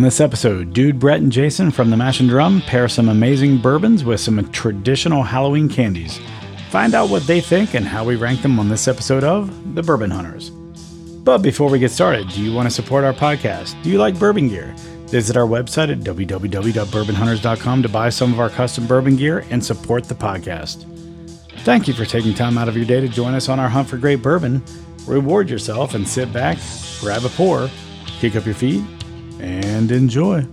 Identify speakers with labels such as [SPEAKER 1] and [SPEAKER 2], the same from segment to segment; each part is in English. [SPEAKER 1] this episode, Dude Brett and Jason from the Mash and Drum pair some amazing bourbons with some traditional Halloween candies. Find out what they think and how we rank them on this episode of The Bourbon Hunters. But before we get started, do you want to support our podcast? Do you like bourbon gear? Visit our website at www.bourbonhunters.com to buy some of our custom bourbon gear and support the podcast. Thank you for taking time out of your day to join us on our hunt for great bourbon. Reward yourself and sit back, grab a pour, kick up your feet, and enjoy.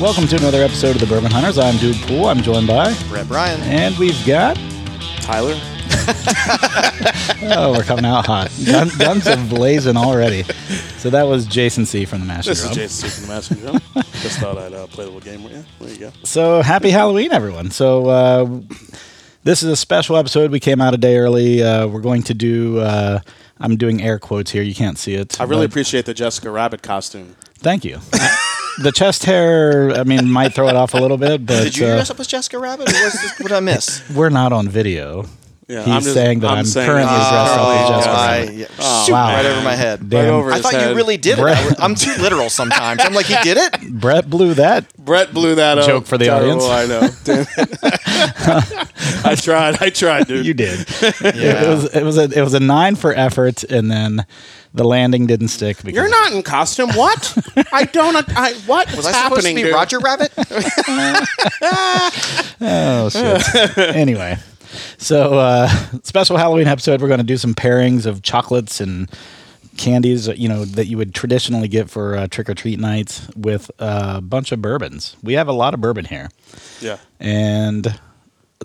[SPEAKER 1] Welcome to another episode of the Bourbon Hunters. I'm Dude Pool. I'm joined by,
[SPEAKER 2] Brett Bryan.
[SPEAKER 1] and we've got.
[SPEAKER 2] Tyler.
[SPEAKER 1] Oh, we're coming out hot. Gun, guns are blazing already. So that was Jason C from the Master
[SPEAKER 3] This
[SPEAKER 1] Drum.
[SPEAKER 3] is Jason C from the Master Drum. Just thought I'd uh, play a little game with you. There you go.
[SPEAKER 1] So happy Halloween, everyone. So uh, this is a special episode. We came out a day early. Uh, we're going to do. Uh, I'm doing air quotes here. You can't see it.
[SPEAKER 3] I really
[SPEAKER 1] but
[SPEAKER 3] appreciate the Jessica Rabbit costume.
[SPEAKER 1] Thank you. the chest hair. I mean, might throw it off a little bit, but
[SPEAKER 2] Did you
[SPEAKER 1] uh,
[SPEAKER 2] dress up as Jessica Rabbit? Or was this, what did I miss?
[SPEAKER 1] we're not on video.
[SPEAKER 3] Yeah,
[SPEAKER 1] He's saying that I'm
[SPEAKER 3] saying-
[SPEAKER 1] currently dressed up as
[SPEAKER 2] Oh,
[SPEAKER 1] Jessica
[SPEAKER 2] I-
[SPEAKER 1] Rabbit.
[SPEAKER 2] yeah,
[SPEAKER 3] Oh,
[SPEAKER 2] shoot,
[SPEAKER 1] wow.
[SPEAKER 2] right over my head.
[SPEAKER 1] Damn.
[SPEAKER 3] Right over
[SPEAKER 2] I
[SPEAKER 3] his
[SPEAKER 2] thought
[SPEAKER 3] head.
[SPEAKER 2] you really did
[SPEAKER 1] Brett.
[SPEAKER 2] it. I, am too literal sometimes. I'm like, he did it.
[SPEAKER 1] Brett blew that.
[SPEAKER 3] Brett blew that up.
[SPEAKER 1] Joke for the
[SPEAKER 3] Terrible,
[SPEAKER 1] audience.
[SPEAKER 3] I know. Damn it. I tried. I tried, dude.
[SPEAKER 1] You did. It
[SPEAKER 2] Yeah.
[SPEAKER 1] was it was a it was a nine for effort, and then the landing didn't stick. Because
[SPEAKER 3] You're not in costume. What? I don't. I what?
[SPEAKER 2] Was I supposed to be Roger Rabbit?
[SPEAKER 1] Oh shit. anyway, so uh, special Halloween episode. We're going to do some pairings of chocolates and candies, you know, that you would traditionally get for uh, trick or treat nights with a bunch of bourbons. We have a lot of bourbon here,
[SPEAKER 3] Yeah.
[SPEAKER 1] and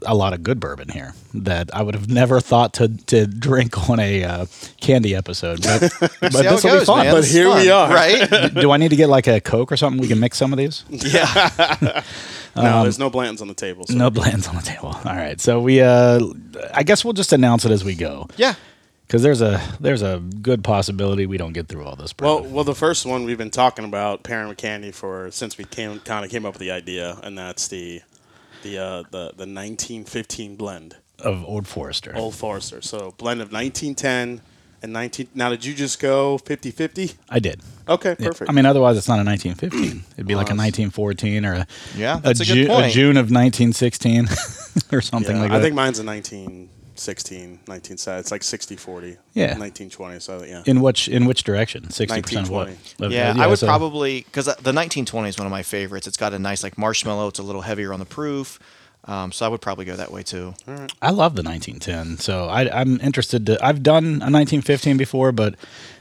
[SPEAKER 1] a lot of good bourbon here that I would have never thought to to drink on a uh, candy episode. But, but
[SPEAKER 2] See how
[SPEAKER 1] this
[SPEAKER 2] it
[SPEAKER 1] will be
[SPEAKER 2] goes,
[SPEAKER 1] fun.
[SPEAKER 2] man.
[SPEAKER 3] But
[SPEAKER 2] This is
[SPEAKER 3] here we
[SPEAKER 2] fun,
[SPEAKER 3] are.
[SPEAKER 2] Right?
[SPEAKER 1] Do I need to get like a Coke or something? We can mix some of these.
[SPEAKER 2] Yeah.
[SPEAKER 3] No,
[SPEAKER 1] Um,
[SPEAKER 3] there's no Blantons on the table. So.
[SPEAKER 1] No plans on the table. All right. So we, uh, I guess we'll just announce it as we go.
[SPEAKER 2] Yeah.
[SPEAKER 1] Because there's a there's a good possibility we don't get through all this.
[SPEAKER 3] Well,
[SPEAKER 1] Bourbon.
[SPEAKER 3] well, the first one we've been talking about pairing with candy for since we came kind of came up with the idea, and that's the the uh, the the 1915 blend.
[SPEAKER 1] of Old Forester.
[SPEAKER 3] Old Forester. So blend of 1910 and 19. Now, did you just go 50 50?
[SPEAKER 1] I did.
[SPEAKER 3] Okay,
[SPEAKER 1] Yeah.
[SPEAKER 3] perfect.
[SPEAKER 1] I mean, otherwise it's not a 1915. It'd be like a 1914 or a
[SPEAKER 2] Yeah,
[SPEAKER 1] a,
[SPEAKER 2] that's a good
[SPEAKER 1] Ju- a
[SPEAKER 2] point.
[SPEAKER 1] June of 1916 or something
[SPEAKER 3] Yeah,
[SPEAKER 1] like that.
[SPEAKER 3] I think mine's a 1916, 19, so it's like 60 40.
[SPEAKER 1] Yeah.
[SPEAKER 3] 1920. So, yeah.
[SPEAKER 1] in which in which direction? 60 percent of what?
[SPEAKER 3] 1920.
[SPEAKER 1] Of-
[SPEAKER 2] Yeah, I would
[SPEAKER 1] so-
[SPEAKER 2] probably because the 1920 is one of my favorites. It's got a nice like marshmallow. It's a little heavier on the proof, um, so I would probably go that way too.
[SPEAKER 1] I love the 1910. So I, I'm interested to. I've done a 1915 before, but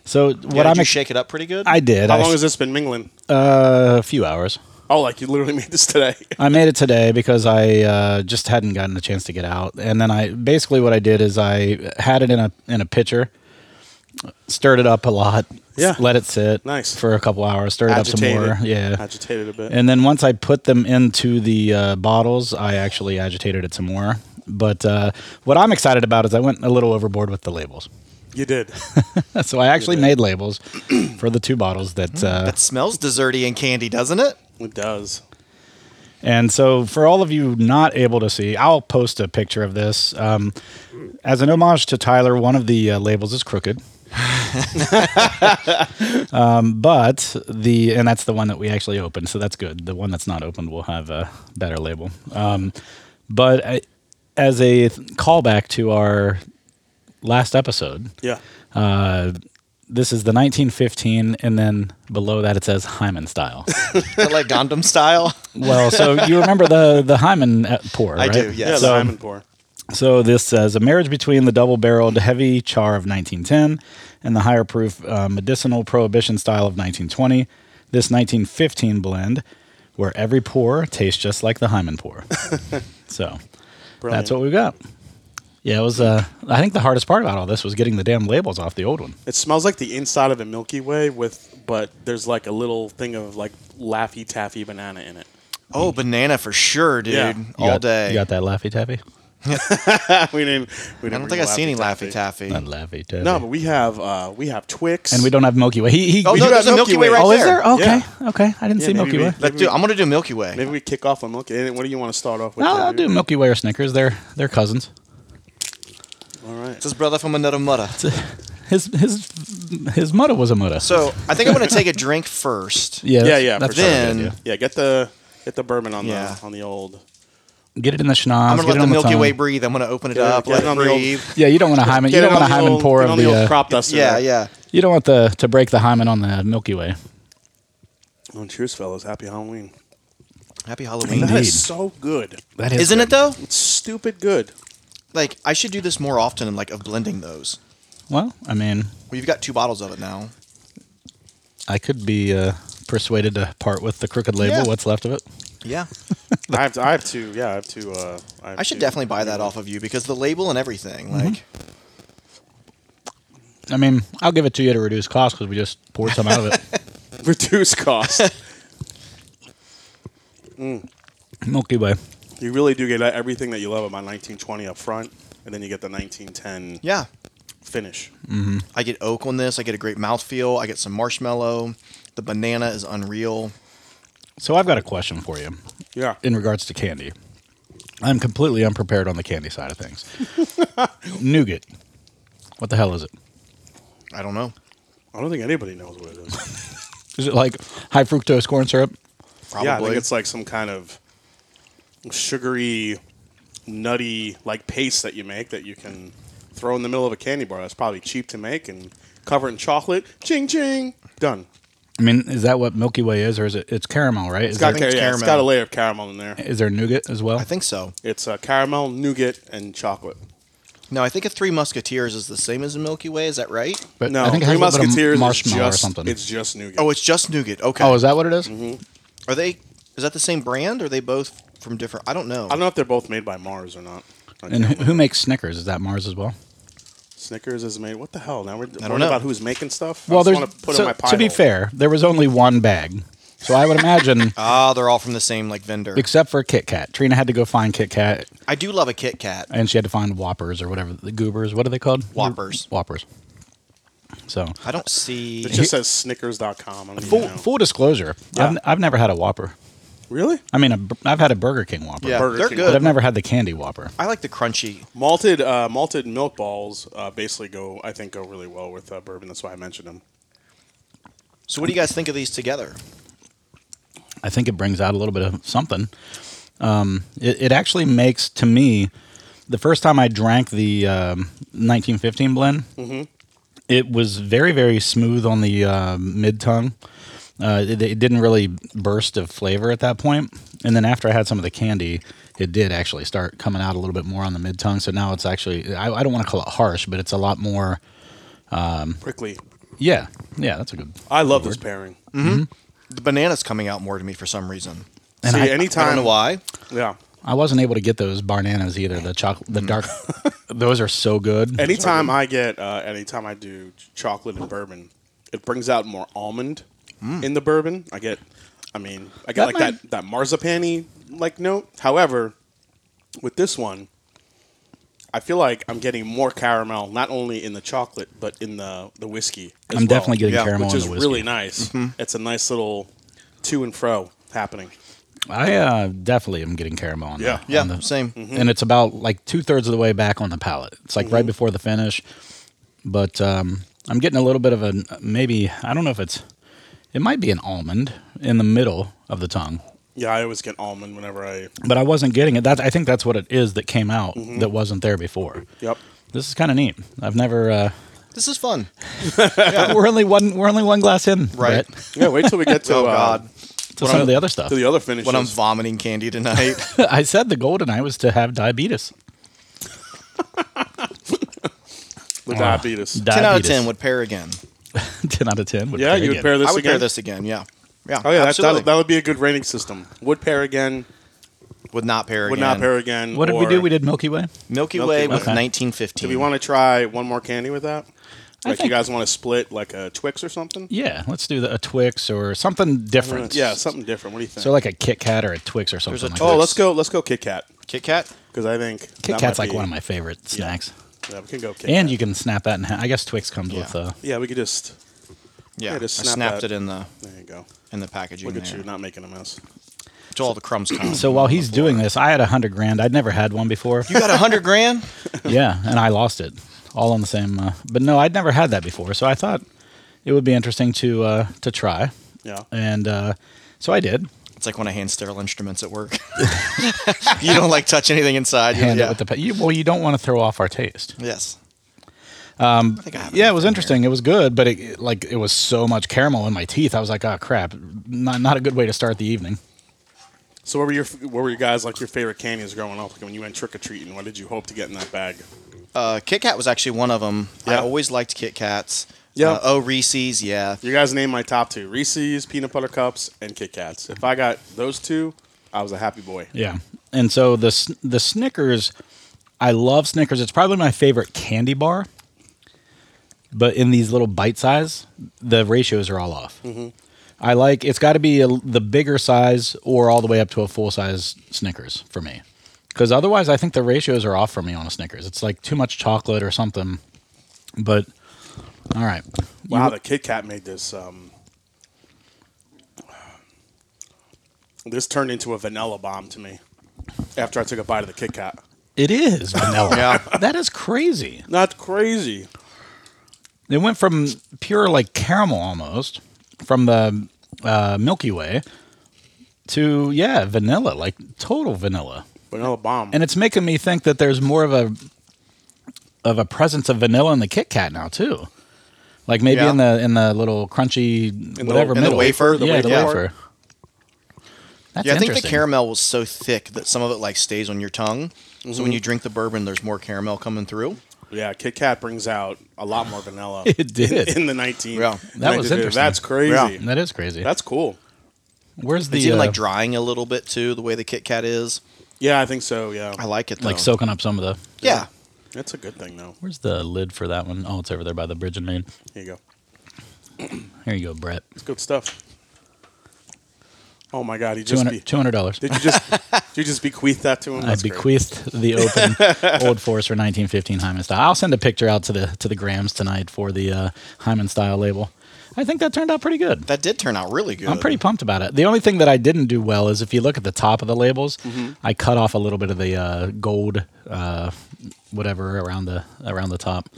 [SPEAKER 1] so what
[SPEAKER 2] Yeah, did
[SPEAKER 1] I'm
[SPEAKER 2] you
[SPEAKER 1] ex-
[SPEAKER 2] shake it up pretty good.
[SPEAKER 1] I did.
[SPEAKER 3] How
[SPEAKER 1] I
[SPEAKER 3] long
[SPEAKER 1] sh-
[SPEAKER 3] has this been mingling?
[SPEAKER 1] uh, a few hours.
[SPEAKER 3] Oh, like you literally made this today.
[SPEAKER 1] I made it today because I uh, just hadn't gotten a chance to get out, and then I basically what I did is I had it in a in a pitcher, stirred it up a lot,
[SPEAKER 3] Yeah.
[SPEAKER 1] let it sit,
[SPEAKER 3] Nice.
[SPEAKER 1] for a couple hours, stirred
[SPEAKER 3] Agitated.
[SPEAKER 1] it up some more, yeah.
[SPEAKER 3] Agitated a bit.
[SPEAKER 1] And then once I put them into the uh, bottles, I actually agitated it some more. But uh, what I'm excited about is I went a little overboard with the labels,
[SPEAKER 3] you did.
[SPEAKER 1] so I actually
[SPEAKER 3] did.
[SPEAKER 1] made labels for the two bottles that uh,
[SPEAKER 2] That smells desserty and candy, doesn't it?
[SPEAKER 3] It does.
[SPEAKER 1] And so, for all of you not able to see, I'll post a picture of this. Um, as an homage to Tyler, one of the uh, labels is crooked. um, but the and that's the one that we actually opened, so that's good. The one that's not opened will have a better label. Um, but I, as a callback to our last episode,
[SPEAKER 3] Yeah.
[SPEAKER 1] uh, this is the 1915, and then below that it says Hyman style.
[SPEAKER 2] Is it like Gundam style.
[SPEAKER 1] Well, so you remember the the Hyman uh, pour,
[SPEAKER 2] I
[SPEAKER 1] right?
[SPEAKER 2] do, yes.
[SPEAKER 3] Yeah,
[SPEAKER 1] So-
[SPEAKER 3] the Hyman pour.
[SPEAKER 1] So this says a marriage between the double-barreled heavy char of 1910 and the higher proof uh, medicinal prohibition style of 1920. This 1915 blend, where every pour tastes just like the Hyman pour. so
[SPEAKER 3] Brilliant.
[SPEAKER 1] that's what we've got. Yeah, it was. Uh, I think the hardest part about all this was getting the damn labels off the old one.
[SPEAKER 3] It smells like the inside of a Milky Way with, but there's like a little thing of like Laffy Taffy banana in it.
[SPEAKER 2] Oh, banana for sure, dude.
[SPEAKER 3] Yeah.
[SPEAKER 2] All
[SPEAKER 4] you got,
[SPEAKER 2] day.
[SPEAKER 4] You got that Laffy Taffy?
[SPEAKER 3] we didn't. We
[SPEAKER 2] I
[SPEAKER 3] didn't
[SPEAKER 2] don't
[SPEAKER 3] bring
[SPEAKER 2] think I've seen any Laffy Taffy.
[SPEAKER 3] Taffy.
[SPEAKER 4] Not Laffy Taffy.
[SPEAKER 3] No, but we have uh, we have Twix,
[SPEAKER 1] And we don't have Milky Way. He, he,
[SPEAKER 2] Oh,
[SPEAKER 1] we
[SPEAKER 2] no,
[SPEAKER 1] do-
[SPEAKER 2] there's a Milky Way right
[SPEAKER 1] oh, is
[SPEAKER 2] there.
[SPEAKER 1] there? Okay,
[SPEAKER 3] Yeah.
[SPEAKER 1] okay. I didn't
[SPEAKER 3] Yeah,
[SPEAKER 1] see
[SPEAKER 3] maybe
[SPEAKER 1] Milky
[SPEAKER 3] we-
[SPEAKER 1] Way.
[SPEAKER 2] Let's do. I'm gonna do Milky Way.
[SPEAKER 3] Maybe we kick off on Milky. What do you want to start off with?
[SPEAKER 1] No,
[SPEAKER 3] there,
[SPEAKER 1] I'll do
[SPEAKER 3] dude?
[SPEAKER 1] Milky Way or Snickers. They're they're cousins.
[SPEAKER 3] All right.
[SPEAKER 2] It's his brother from another mother.
[SPEAKER 1] His his his mudda was a mudda.
[SPEAKER 2] So I think I'm gonna take a drink first.
[SPEAKER 1] yeah,
[SPEAKER 3] Yeah,
[SPEAKER 1] that's-
[SPEAKER 3] yeah, for
[SPEAKER 1] That's
[SPEAKER 3] sure.
[SPEAKER 1] a good
[SPEAKER 2] Then-
[SPEAKER 1] idea.
[SPEAKER 3] Yeah, get the get the bourbon on
[SPEAKER 2] Yeah.
[SPEAKER 3] the on the old.
[SPEAKER 1] get it in the schnoz.
[SPEAKER 2] I'm gonna
[SPEAKER 1] get
[SPEAKER 2] let
[SPEAKER 1] it
[SPEAKER 2] the
[SPEAKER 1] on
[SPEAKER 2] Milky
[SPEAKER 1] tongue.
[SPEAKER 2] Way breathe. I'm gonna open it
[SPEAKER 3] Get it-
[SPEAKER 2] up,
[SPEAKER 3] get
[SPEAKER 2] let
[SPEAKER 3] it
[SPEAKER 2] it
[SPEAKER 3] on the old-
[SPEAKER 2] breathe.
[SPEAKER 1] Yeah, you don't want a hymen. You
[SPEAKER 3] Get
[SPEAKER 1] don't
[SPEAKER 3] it on
[SPEAKER 1] want a
[SPEAKER 3] the
[SPEAKER 1] hymen
[SPEAKER 3] old-
[SPEAKER 1] pour
[SPEAKER 3] get
[SPEAKER 1] of
[SPEAKER 3] on the,
[SPEAKER 1] the.
[SPEAKER 3] old
[SPEAKER 1] uh,
[SPEAKER 3] crop duster.
[SPEAKER 2] Yeah,
[SPEAKER 3] there.
[SPEAKER 2] yeah.
[SPEAKER 1] you don't want the to break the hymen on the Milky Way.
[SPEAKER 3] Oh, cheers, fellas! Happy Halloween.
[SPEAKER 2] Happy Halloween.
[SPEAKER 3] That
[SPEAKER 1] Indeed.
[SPEAKER 3] is so good.
[SPEAKER 1] That is
[SPEAKER 2] Isn't it though?
[SPEAKER 3] It's stupid good.
[SPEAKER 2] Like I should do this more often, like of blending those.
[SPEAKER 1] Well, I mean,
[SPEAKER 2] We've got two bottles of it now.
[SPEAKER 1] I could be uh, persuaded to part with the crooked label.
[SPEAKER 2] Yeah.
[SPEAKER 1] What's left of it?
[SPEAKER 2] Yeah,
[SPEAKER 3] I have to. I have to. Yeah, I have to. Uh, I, have
[SPEAKER 2] I should
[SPEAKER 3] to-
[SPEAKER 2] definitely buy that off of you because the label and everything. Like
[SPEAKER 1] I mean, I'll give it to you to reduce cost because we just poured some out of it.
[SPEAKER 3] Reduce cost.
[SPEAKER 1] Milky Way.
[SPEAKER 3] you really do get everything that you love about 1920 up front, and then you get the 1910
[SPEAKER 2] yeah,
[SPEAKER 3] finish.
[SPEAKER 2] I get oak on this. I get a great mouthfeel. I get some marshmallow. The banana is unreal.
[SPEAKER 1] So I've got a question for you.
[SPEAKER 3] Yeah.
[SPEAKER 1] in regards to candy. I'm completely unprepared on the candy side of things. nougat. What the hell is it?
[SPEAKER 2] I don't know.
[SPEAKER 3] I don't think anybody knows what it is.
[SPEAKER 1] Is it like high fructose corn syrup?
[SPEAKER 2] Probably.
[SPEAKER 3] yeah, I think it's like some kind of sugary, nutty like paste that you make that you can throw in the middle of a candy bar. That's probably cheap to make and cover it in chocolate. Ching ching. Done.
[SPEAKER 1] I mean, is that what Milky Way is, or is it? It's caramel, right? Is,
[SPEAKER 3] It's got,
[SPEAKER 1] there,
[SPEAKER 2] think it's
[SPEAKER 3] yeah, it's
[SPEAKER 2] caramel.
[SPEAKER 3] got a layer of caramel in there.
[SPEAKER 1] is there nougat as well?
[SPEAKER 2] I think so.
[SPEAKER 3] It's uh, caramel, nougat, and chocolate.
[SPEAKER 2] No, I think if Three Musketeers is the same as the Milky Way. Is that right?
[SPEAKER 1] But
[SPEAKER 3] No,
[SPEAKER 1] I think it
[SPEAKER 3] Three
[SPEAKER 1] has a little bit of
[SPEAKER 3] Musketeers is
[SPEAKER 1] marshmallow
[SPEAKER 3] just,
[SPEAKER 1] or something.
[SPEAKER 3] It's Mm-hmm. just nougat.
[SPEAKER 2] Oh, it's just nougat. Okay.
[SPEAKER 1] oh, is that what it is?
[SPEAKER 2] Are they? Is that the same brand? Or are they both from different? I don't know.
[SPEAKER 3] I don't know if they're both made by Mars or not. I
[SPEAKER 1] And
[SPEAKER 3] can't
[SPEAKER 1] who, who makes Snickers? Is that Mars as well?
[SPEAKER 3] Snickers is made. What the hell? Now we're
[SPEAKER 2] don't
[SPEAKER 3] worried
[SPEAKER 2] know.
[SPEAKER 3] about who's making stuff. I
[SPEAKER 1] well,
[SPEAKER 3] just
[SPEAKER 1] there's
[SPEAKER 3] want to put
[SPEAKER 1] so,
[SPEAKER 3] in my pie
[SPEAKER 1] to be
[SPEAKER 3] hole.
[SPEAKER 1] fair, there was only one bag, so I would imagine,
[SPEAKER 2] Ah, they're all from the same like vendor.
[SPEAKER 1] except for Kit Kat. Trina had to go find Kit Kat,
[SPEAKER 2] I do love a Kit Kat.
[SPEAKER 1] and she had to find Whoppers or whatever the Goobers. What are they called?
[SPEAKER 2] Whoppers.
[SPEAKER 1] Whoppers. So
[SPEAKER 2] I don't see.
[SPEAKER 3] It just says Snickers.com. I don't
[SPEAKER 1] Full,
[SPEAKER 3] even know.
[SPEAKER 1] full disclosure,
[SPEAKER 3] Yeah.
[SPEAKER 1] I've, I've never had a Whopper.
[SPEAKER 3] Really?
[SPEAKER 1] I mean, a, bur- I've had a Burger King Whopper,
[SPEAKER 2] yeah,
[SPEAKER 3] Burger
[SPEAKER 2] they're
[SPEAKER 3] King.
[SPEAKER 1] but I've
[SPEAKER 2] good.
[SPEAKER 1] never had the candy Whopper.
[SPEAKER 2] I like the crunchy.
[SPEAKER 3] Malted uh, malted milk balls uh, basically go. I think go really well with uh, bourbon. That's why I mentioned them.
[SPEAKER 2] So, what do you guys think of these together?
[SPEAKER 1] I think it brings out a little bit of something. Um, it, it actually makes to me the first time I drank the um, 1915 blend, it was very very smooth on the uh, mid tongue. Uh, it, it didn't really burst of flavor at that point, and then after I had some of the candy, it did actually start coming out a little bit more on the mid tongue. So now it's actually I, I don't want to call it harsh, but it's a lot more.
[SPEAKER 3] Prickly.
[SPEAKER 1] Yeah, yeah, that's a good.
[SPEAKER 3] I love this pairing.
[SPEAKER 2] The banana's coming out more to me for some reason.
[SPEAKER 1] And
[SPEAKER 3] See,
[SPEAKER 1] I-
[SPEAKER 2] I don't
[SPEAKER 3] anytime.
[SPEAKER 2] know why.
[SPEAKER 3] Yeah.
[SPEAKER 1] I wasn't able to get those bananas either. The chocolate,
[SPEAKER 2] Mm.
[SPEAKER 1] the dark, those are so good.
[SPEAKER 3] Anytime I get, uh, anytime I do ch- chocolate and bourbon, it brings out more almond in the bourbon. I get, I mean, I
[SPEAKER 1] Mm. That
[SPEAKER 3] got like
[SPEAKER 1] might-
[SPEAKER 3] that that marzipani like note. However, with this one, I feel like I'm getting more caramel, not only in the chocolate but in the the whiskey. as
[SPEAKER 1] I'm
[SPEAKER 3] well,
[SPEAKER 1] definitely getting
[SPEAKER 2] Yeah,
[SPEAKER 1] caramel
[SPEAKER 3] which
[SPEAKER 1] in
[SPEAKER 3] is
[SPEAKER 1] the whiskey. Mm-hmm.
[SPEAKER 3] really nice. It's a nice little to and fro happening.
[SPEAKER 1] I uh, definitely am getting caramel on
[SPEAKER 3] Yeah.
[SPEAKER 1] the,
[SPEAKER 2] Yeah, mm-hmm.
[SPEAKER 1] on the-
[SPEAKER 2] same.
[SPEAKER 3] Hmm.
[SPEAKER 1] And it's about like two thirds of the way back on the palate. It's like
[SPEAKER 2] Mm-hmm.
[SPEAKER 1] right before the finish, but um, I'm getting a little bit of a maybe. I don't know if it's. It might be an almond in the middle of the tongue,
[SPEAKER 3] Yeah, I always get almond whenever I.
[SPEAKER 1] but I wasn't getting it. That I think that's what it is that came out
[SPEAKER 2] Mm-hmm.
[SPEAKER 1] that wasn't there before.
[SPEAKER 3] Yep.
[SPEAKER 1] This is kind of neat. I've never. Uh,
[SPEAKER 2] This is fun.
[SPEAKER 1] we're only one. We're only one glass in.
[SPEAKER 2] Right.
[SPEAKER 1] Brett,
[SPEAKER 3] Yeah, wait till we get to
[SPEAKER 2] oh
[SPEAKER 3] uh,
[SPEAKER 2] God.
[SPEAKER 1] to some of the other stuff.
[SPEAKER 3] to the other finishes.
[SPEAKER 2] When I'm vomiting candy tonight.
[SPEAKER 1] I said the goal tonight was to have diabetes.
[SPEAKER 3] the diabetes.
[SPEAKER 2] ten out of ten would pair again.
[SPEAKER 1] 10 out of 10. Would
[SPEAKER 3] Yeah,
[SPEAKER 1] very
[SPEAKER 3] you
[SPEAKER 1] good.
[SPEAKER 3] would pair this
[SPEAKER 2] I would
[SPEAKER 3] again.
[SPEAKER 2] pair this again. Yeah. Yeah.
[SPEAKER 3] Oh yeah, that,
[SPEAKER 2] absolutely.
[SPEAKER 3] that, that would be a good rating system. Would pair again.
[SPEAKER 2] would not pair
[SPEAKER 3] Would
[SPEAKER 2] again.
[SPEAKER 3] not pair again.
[SPEAKER 1] What did we
[SPEAKER 3] or-
[SPEAKER 1] do? We did Milky Way.
[SPEAKER 2] Milky
[SPEAKER 3] Milky
[SPEAKER 2] Way
[SPEAKER 3] Way.
[SPEAKER 2] with
[SPEAKER 1] Okay.
[SPEAKER 2] 1915.
[SPEAKER 3] Do we want to try one more candy with that?
[SPEAKER 1] I
[SPEAKER 3] Like
[SPEAKER 1] think-
[SPEAKER 3] you guys want to split like a Twix or something?
[SPEAKER 1] Yeah, let's do the, a Twix or something different.
[SPEAKER 3] Yeah, something different. What do you think?
[SPEAKER 1] So like a Kit Kat or a Twix or something.
[SPEAKER 2] a
[SPEAKER 1] like
[SPEAKER 2] Twix.
[SPEAKER 3] oh,
[SPEAKER 1] that.
[SPEAKER 3] let's go. Let's go Kit Kat
[SPEAKER 2] Kit Kat.
[SPEAKER 3] because I think
[SPEAKER 1] Kit
[SPEAKER 3] that
[SPEAKER 1] Kat's
[SPEAKER 3] might
[SPEAKER 1] like
[SPEAKER 3] be-
[SPEAKER 1] one of my favorite snacks,
[SPEAKER 3] Yeah, we can go Kit
[SPEAKER 1] and
[SPEAKER 3] Kat.
[SPEAKER 1] you can snap that in half. I guess Twix comes with.
[SPEAKER 2] Yeah.
[SPEAKER 1] Uh,
[SPEAKER 3] Yeah, we could just.
[SPEAKER 2] Yeah,
[SPEAKER 3] Yeah, just
[SPEAKER 2] I
[SPEAKER 3] snap
[SPEAKER 2] snapped
[SPEAKER 3] that.
[SPEAKER 2] it in the
[SPEAKER 3] There you go.
[SPEAKER 2] in the packaging
[SPEAKER 3] Look at
[SPEAKER 2] there.
[SPEAKER 3] you, not making a mess.
[SPEAKER 2] To all the crumbs come.
[SPEAKER 1] so while he's doing this, I had a hundred grand. I'd never had one before.
[SPEAKER 2] you got a hundred grand.
[SPEAKER 1] yeah, and I lost it all on the same. Uh, but no, I'd never had that before, so I thought it would be interesting to uh, to try,
[SPEAKER 3] Yeah.
[SPEAKER 1] and uh, so I did.
[SPEAKER 2] It's like when I hand sterile instruments at work. you don't like touch anything inside. You-
[SPEAKER 1] Hand
[SPEAKER 2] yeah.
[SPEAKER 1] it with the pa- you, well, you don't want to throw off our taste.
[SPEAKER 2] yes. Um, I think I have
[SPEAKER 1] Yeah, it
[SPEAKER 2] enough
[SPEAKER 1] was
[SPEAKER 2] in
[SPEAKER 1] interesting. It was good, but it- it like it was so much caramel in my teeth. I was like, oh crap, not not a good way to start the evening.
[SPEAKER 3] So what were your what were your guys like your favorite candies growing up? Like when you went trick or treating, what did you hope to get in that bag?
[SPEAKER 2] Uh, Kit Kat was actually one of them. I
[SPEAKER 3] Yeah.
[SPEAKER 2] always liked Kit Kats.
[SPEAKER 3] Yeah.
[SPEAKER 2] Uh, oh, Reese's. Yeah.
[SPEAKER 3] You guys named my top two: Reese's, peanut butter cups, and Kit Kats. If I got those two, I was a happy boy.
[SPEAKER 1] Yeah, and so the s- the Snickers, I love Snickers. It's probably my favorite candy bar. But in these little bite size, the ratios are all off. I like it's got to be a, the bigger size or all the way up to a full size Snickers for me, because otherwise I think the ratios are off for me on a Snickers. It's like too much chocolate or something. But all right,
[SPEAKER 3] Wow, the Kit Kat made this. Um, this turned into a vanilla bomb to me. After I took a bite of the Kit Kat,
[SPEAKER 1] It is vanilla.
[SPEAKER 2] Yeah.
[SPEAKER 1] That is crazy.
[SPEAKER 3] not crazy.
[SPEAKER 1] It went from pure like caramel almost from the uh, Milky Way to yeah vanilla, like total vanilla.
[SPEAKER 3] Vanilla bomb.
[SPEAKER 1] And it's making me think that there's more of a of a presence of vanilla in the Kit Kat now too. Like maybe
[SPEAKER 2] Yeah.
[SPEAKER 1] in the in the little crunchy
[SPEAKER 3] the-
[SPEAKER 1] whatever
[SPEAKER 3] in the
[SPEAKER 1] middle
[SPEAKER 2] wafer, the
[SPEAKER 1] yeah, the
[SPEAKER 2] wafer.
[SPEAKER 1] wafer. That's
[SPEAKER 2] yeah, I think the
[SPEAKER 1] interesting.
[SPEAKER 2] caramel was so thick that some of it like stays on your tongue. So
[SPEAKER 1] Mm-hmm.
[SPEAKER 2] when you drink the bourbon, there's more caramel coming through.
[SPEAKER 3] yeah, Kit Kat brings out a lot more vanilla.
[SPEAKER 1] It did.
[SPEAKER 3] in, the nineteen.
[SPEAKER 2] Yeah.
[SPEAKER 1] That was
[SPEAKER 3] 92.
[SPEAKER 1] interesting.
[SPEAKER 3] That's crazy.
[SPEAKER 2] Yeah.
[SPEAKER 1] That is crazy.
[SPEAKER 3] That's cool.
[SPEAKER 1] Where's the
[SPEAKER 2] It's even
[SPEAKER 1] uh,
[SPEAKER 2] like drying a little bit too, the way the Kit Kat is.
[SPEAKER 3] Yeah, I think so. Yeah,
[SPEAKER 2] I like it though.
[SPEAKER 1] like soaking up some of the
[SPEAKER 2] Yeah.
[SPEAKER 3] that's a good thing though.
[SPEAKER 1] Where's the lid for that one? Oh, it's over there by the bridge and main.
[SPEAKER 3] Here you go.
[SPEAKER 1] Here you go, Brett.
[SPEAKER 3] It's good stuff. Oh my God, he just be,
[SPEAKER 1] $200. $200.
[SPEAKER 3] did you just did you just bequeath that to him?
[SPEAKER 1] I
[SPEAKER 3] That's great.
[SPEAKER 1] bequeathed the open Old Forester 1915 Hyman style. I'll send a picture out to the to the Grams tonight for the uh, Hyman style label. I think that turned out pretty good.
[SPEAKER 2] That did turn out really good.
[SPEAKER 1] I'm pretty pumped about it. The only thing that I didn't do well is if you look at the top of the labels,
[SPEAKER 3] Mm-hmm.
[SPEAKER 1] I cut off a little bit of the uh, gold, uh, whatever around the around the top.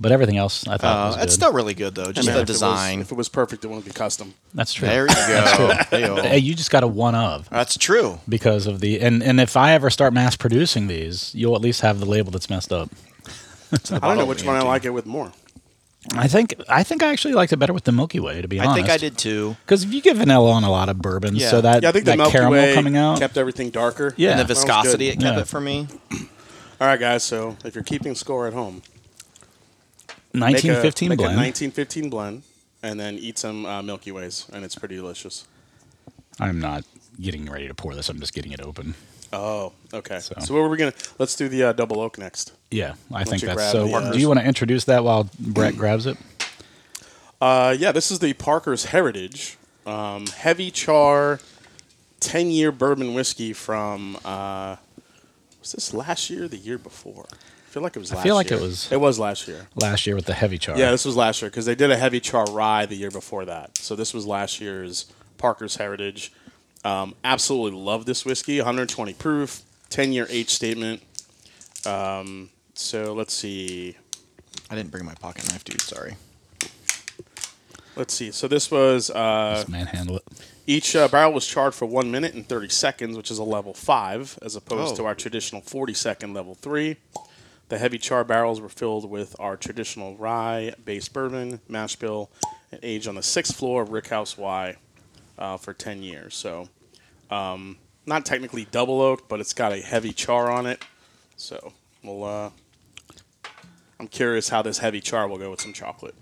[SPEAKER 1] But everything else, I thought was
[SPEAKER 2] Uh,
[SPEAKER 1] good.
[SPEAKER 2] it's still really good though.
[SPEAKER 3] I
[SPEAKER 2] Just
[SPEAKER 3] mean, if it
[SPEAKER 2] the
[SPEAKER 3] was-
[SPEAKER 2] design.
[SPEAKER 3] if it was perfect, it wouldn't be custom.
[SPEAKER 1] That's true.
[SPEAKER 2] there you go.
[SPEAKER 1] Hey,
[SPEAKER 2] Hey-o.
[SPEAKER 1] you just got a one of.
[SPEAKER 2] That's true.
[SPEAKER 1] because of the and and if I ever start mass producing these, you'll at least have the label that's messed up.
[SPEAKER 3] I don't know
[SPEAKER 2] bottle
[SPEAKER 3] which
[SPEAKER 2] we
[SPEAKER 3] one I
[SPEAKER 2] empty.
[SPEAKER 3] like it with more.
[SPEAKER 1] I think I think I actually liked it better with the Milky Way to be honest.
[SPEAKER 2] I think I did too.
[SPEAKER 1] because if you get vanilla on a lot of bourbons, so
[SPEAKER 2] Yeah.
[SPEAKER 1] that
[SPEAKER 3] Yeah, I think
[SPEAKER 1] that
[SPEAKER 3] the Milky
[SPEAKER 1] caramel
[SPEAKER 3] Way
[SPEAKER 1] coming out.
[SPEAKER 3] kept everything darker.
[SPEAKER 1] Yeah.
[SPEAKER 2] And the
[SPEAKER 1] That was
[SPEAKER 2] viscosity it
[SPEAKER 1] good.
[SPEAKER 2] kept
[SPEAKER 1] Yeah.
[SPEAKER 2] it for me.
[SPEAKER 3] All right, guys. So if you're keeping score at home, make a-
[SPEAKER 1] 1915
[SPEAKER 3] make a,
[SPEAKER 1] blend.
[SPEAKER 3] 1915 blend, and then eat some uh, Milky Ways, and it's pretty delicious.
[SPEAKER 1] I'm not getting ready to pour this. I'm just getting it open.
[SPEAKER 3] Oh, okay.
[SPEAKER 1] So-
[SPEAKER 3] So, what were we gonna? Let's do the uh, double oak next.
[SPEAKER 1] Yeah, I think
[SPEAKER 3] you
[SPEAKER 1] that's
[SPEAKER 3] grab
[SPEAKER 1] so.
[SPEAKER 3] the, uh,
[SPEAKER 1] do you want to introduce that while Brett grabs it?
[SPEAKER 3] Uh, yeah, this is the Parker's Heritage um, Heavy Char 10 year bourbon whiskey from, uh, was this last year or the year before? I feel like it was last year.
[SPEAKER 1] feel like it was-
[SPEAKER 3] It was last year.
[SPEAKER 1] Last year with the heavy char.
[SPEAKER 3] Yeah, this was last year because they did a Heavy Char Rye the year before that. So this was last year's Parker's Heritage. Um, absolutely love this whiskey. 120 proof, 10 year age statement. Um, so let's see.
[SPEAKER 2] I didn't bring my pocket knife, dude. Sorry.
[SPEAKER 3] Let's see. So this was uh,
[SPEAKER 1] Let's manhandle it.
[SPEAKER 3] Each uh, barrel was charred for one minute and 30 seconds, which is a level five, as opposed
[SPEAKER 2] Oh.
[SPEAKER 3] to our traditional 40 second level three. The heavy char barrels were filled with our traditional rye based bourbon, mash bill, and aged on the sixth floor of Rickhouse Y uh, for 10 years. So, um, not technically double oaked, but it's got a heavy char on it. So, we'll, uh, I'm curious how this heavy char will go with some chocolate.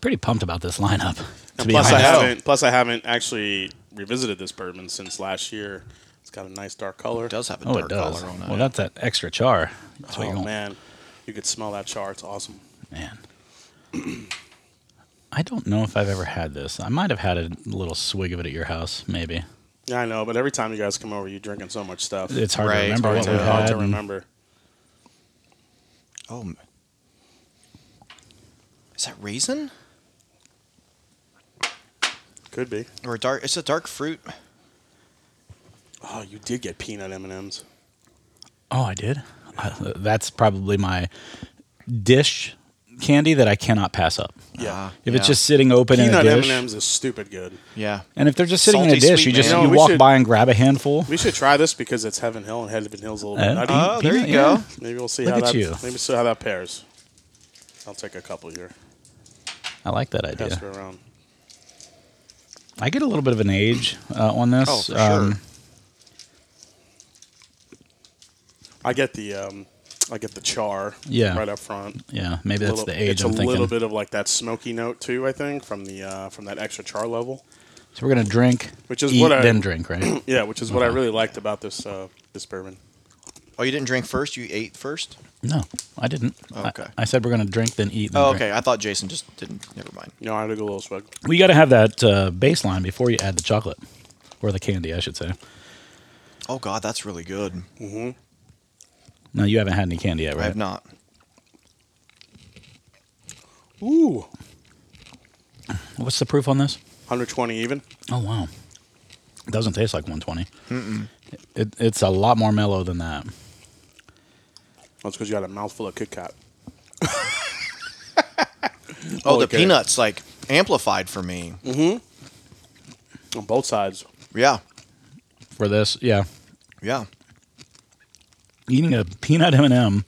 [SPEAKER 1] Pretty pumped about this lineup. To be
[SPEAKER 3] Plus, I
[SPEAKER 1] honest.
[SPEAKER 2] know.
[SPEAKER 3] haven't. Plus, I haven't actually revisited this bourbon since last year. It's got a nice dark color.
[SPEAKER 2] It does have a
[SPEAKER 1] Oh,
[SPEAKER 2] dark
[SPEAKER 1] it does.
[SPEAKER 2] color on it.
[SPEAKER 1] Well, that's that extra char. That's what you
[SPEAKER 3] Oh
[SPEAKER 1] want.
[SPEAKER 3] man, you could smell that char. It's awesome.
[SPEAKER 1] Man. I don't know if I've ever had this. I might have had a little swig of it at your house, maybe.
[SPEAKER 3] Yeah, I know, but every time you guys come over, you're drinking so much stuff.
[SPEAKER 1] It's hard
[SPEAKER 2] Right,
[SPEAKER 1] to
[SPEAKER 2] it's
[SPEAKER 1] remember
[SPEAKER 2] hard
[SPEAKER 1] what
[SPEAKER 3] It's
[SPEAKER 2] to-
[SPEAKER 1] we've
[SPEAKER 3] hard
[SPEAKER 1] had.
[SPEAKER 3] to remember.
[SPEAKER 2] Oh, m- is that raisin
[SPEAKER 3] Could be.
[SPEAKER 2] or dark? It's a dark fruit.
[SPEAKER 3] Oh, you did get peanut M and M's.
[SPEAKER 1] Oh, I did. I, Uh, that's probably my dish candy that I cannot pass up.
[SPEAKER 3] Yeah,
[SPEAKER 2] Ah,
[SPEAKER 1] If it's
[SPEAKER 2] yeah.
[SPEAKER 1] just sitting open in a
[SPEAKER 3] peanut M
[SPEAKER 1] dish,
[SPEAKER 3] and M's is stupid good.
[SPEAKER 2] yeah,
[SPEAKER 1] and if they're just sitting in a
[SPEAKER 2] Salty
[SPEAKER 1] dish,
[SPEAKER 2] sweet,
[SPEAKER 1] you just
[SPEAKER 2] man.
[SPEAKER 3] No,
[SPEAKER 1] you
[SPEAKER 3] we
[SPEAKER 1] walk
[SPEAKER 3] should-
[SPEAKER 1] by and grab a handful.
[SPEAKER 3] We should try this because it's Heaven Hill and Heaven Hill's a little
[SPEAKER 1] Uh,
[SPEAKER 3] bit nutty.
[SPEAKER 1] uh,
[SPEAKER 2] oh, there you
[SPEAKER 1] peanut,
[SPEAKER 2] go.
[SPEAKER 1] yeah.
[SPEAKER 3] maybe we'll see
[SPEAKER 1] look
[SPEAKER 3] how
[SPEAKER 1] at
[SPEAKER 3] that.
[SPEAKER 1] you.
[SPEAKER 3] Maybe we'll see how that pairs. I'll take a couple here.
[SPEAKER 1] I like that
[SPEAKER 3] Pass
[SPEAKER 1] idea.
[SPEAKER 3] it around.
[SPEAKER 1] I get a little bit of an age uh, on this.
[SPEAKER 2] Oh, for sure.
[SPEAKER 3] I get the um, I get the char.
[SPEAKER 1] Yeah.
[SPEAKER 3] right up front.
[SPEAKER 1] Yeah, maybe
[SPEAKER 3] A
[SPEAKER 1] that's
[SPEAKER 3] little-
[SPEAKER 1] the age
[SPEAKER 3] It's
[SPEAKER 1] I'm
[SPEAKER 3] a
[SPEAKER 1] thinking.
[SPEAKER 3] little bit of like that smoky note too. I think from the uh, from that extra char level.
[SPEAKER 1] So we're gonna drink,
[SPEAKER 3] Which is
[SPEAKER 1] eat,
[SPEAKER 3] what I-
[SPEAKER 1] then drink, right?
[SPEAKER 3] Yeah, which is what
[SPEAKER 1] Uh-huh.
[SPEAKER 3] I really liked about this uh, this bourbon.
[SPEAKER 2] Oh, you didn't drink first. You ate first.
[SPEAKER 1] no, I didn't.
[SPEAKER 3] Oh,
[SPEAKER 1] I-
[SPEAKER 2] Okay.
[SPEAKER 1] I, said we're gonna drink, then eat. Then
[SPEAKER 2] Oh,
[SPEAKER 1] drink.
[SPEAKER 2] okay. I thought Jason just didn't. Never mind.
[SPEAKER 3] No, I had to go a little swig.
[SPEAKER 1] We got to have that uh, baseline before you add the chocolate or the candy, I should say.
[SPEAKER 2] Oh God, that's really good.
[SPEAKER 1] No, you haven't had any candy yet,
[SPEAKER 2] I
[SPEAKER 1] right?
[SPEAKER 2] have not.
[SPEAKER 3] Ooh,
[SPEAKER 1] What's the proof on this?
[SPEAKER 3] 120 even.
[SPEAKER 1] Oh wow, it doesn't taste like 120. It, it's a lot more mellow than that.
[SPEAKER 3] That's because you had a mouthful of Kit Kat.
[SPEAKER 2] Oh, Mm. the
[SPEAKER 3] Okay.
[SPEAKER 2] peanuts like amplified for me.
[SPEAKER 3] on both sides.
[SPEAKER 2] Yeah,
[SPEAKER 1] For this, yeah,
[SPEAKER 2] yeah.
[SPEAKER 1] eating a peanut M and m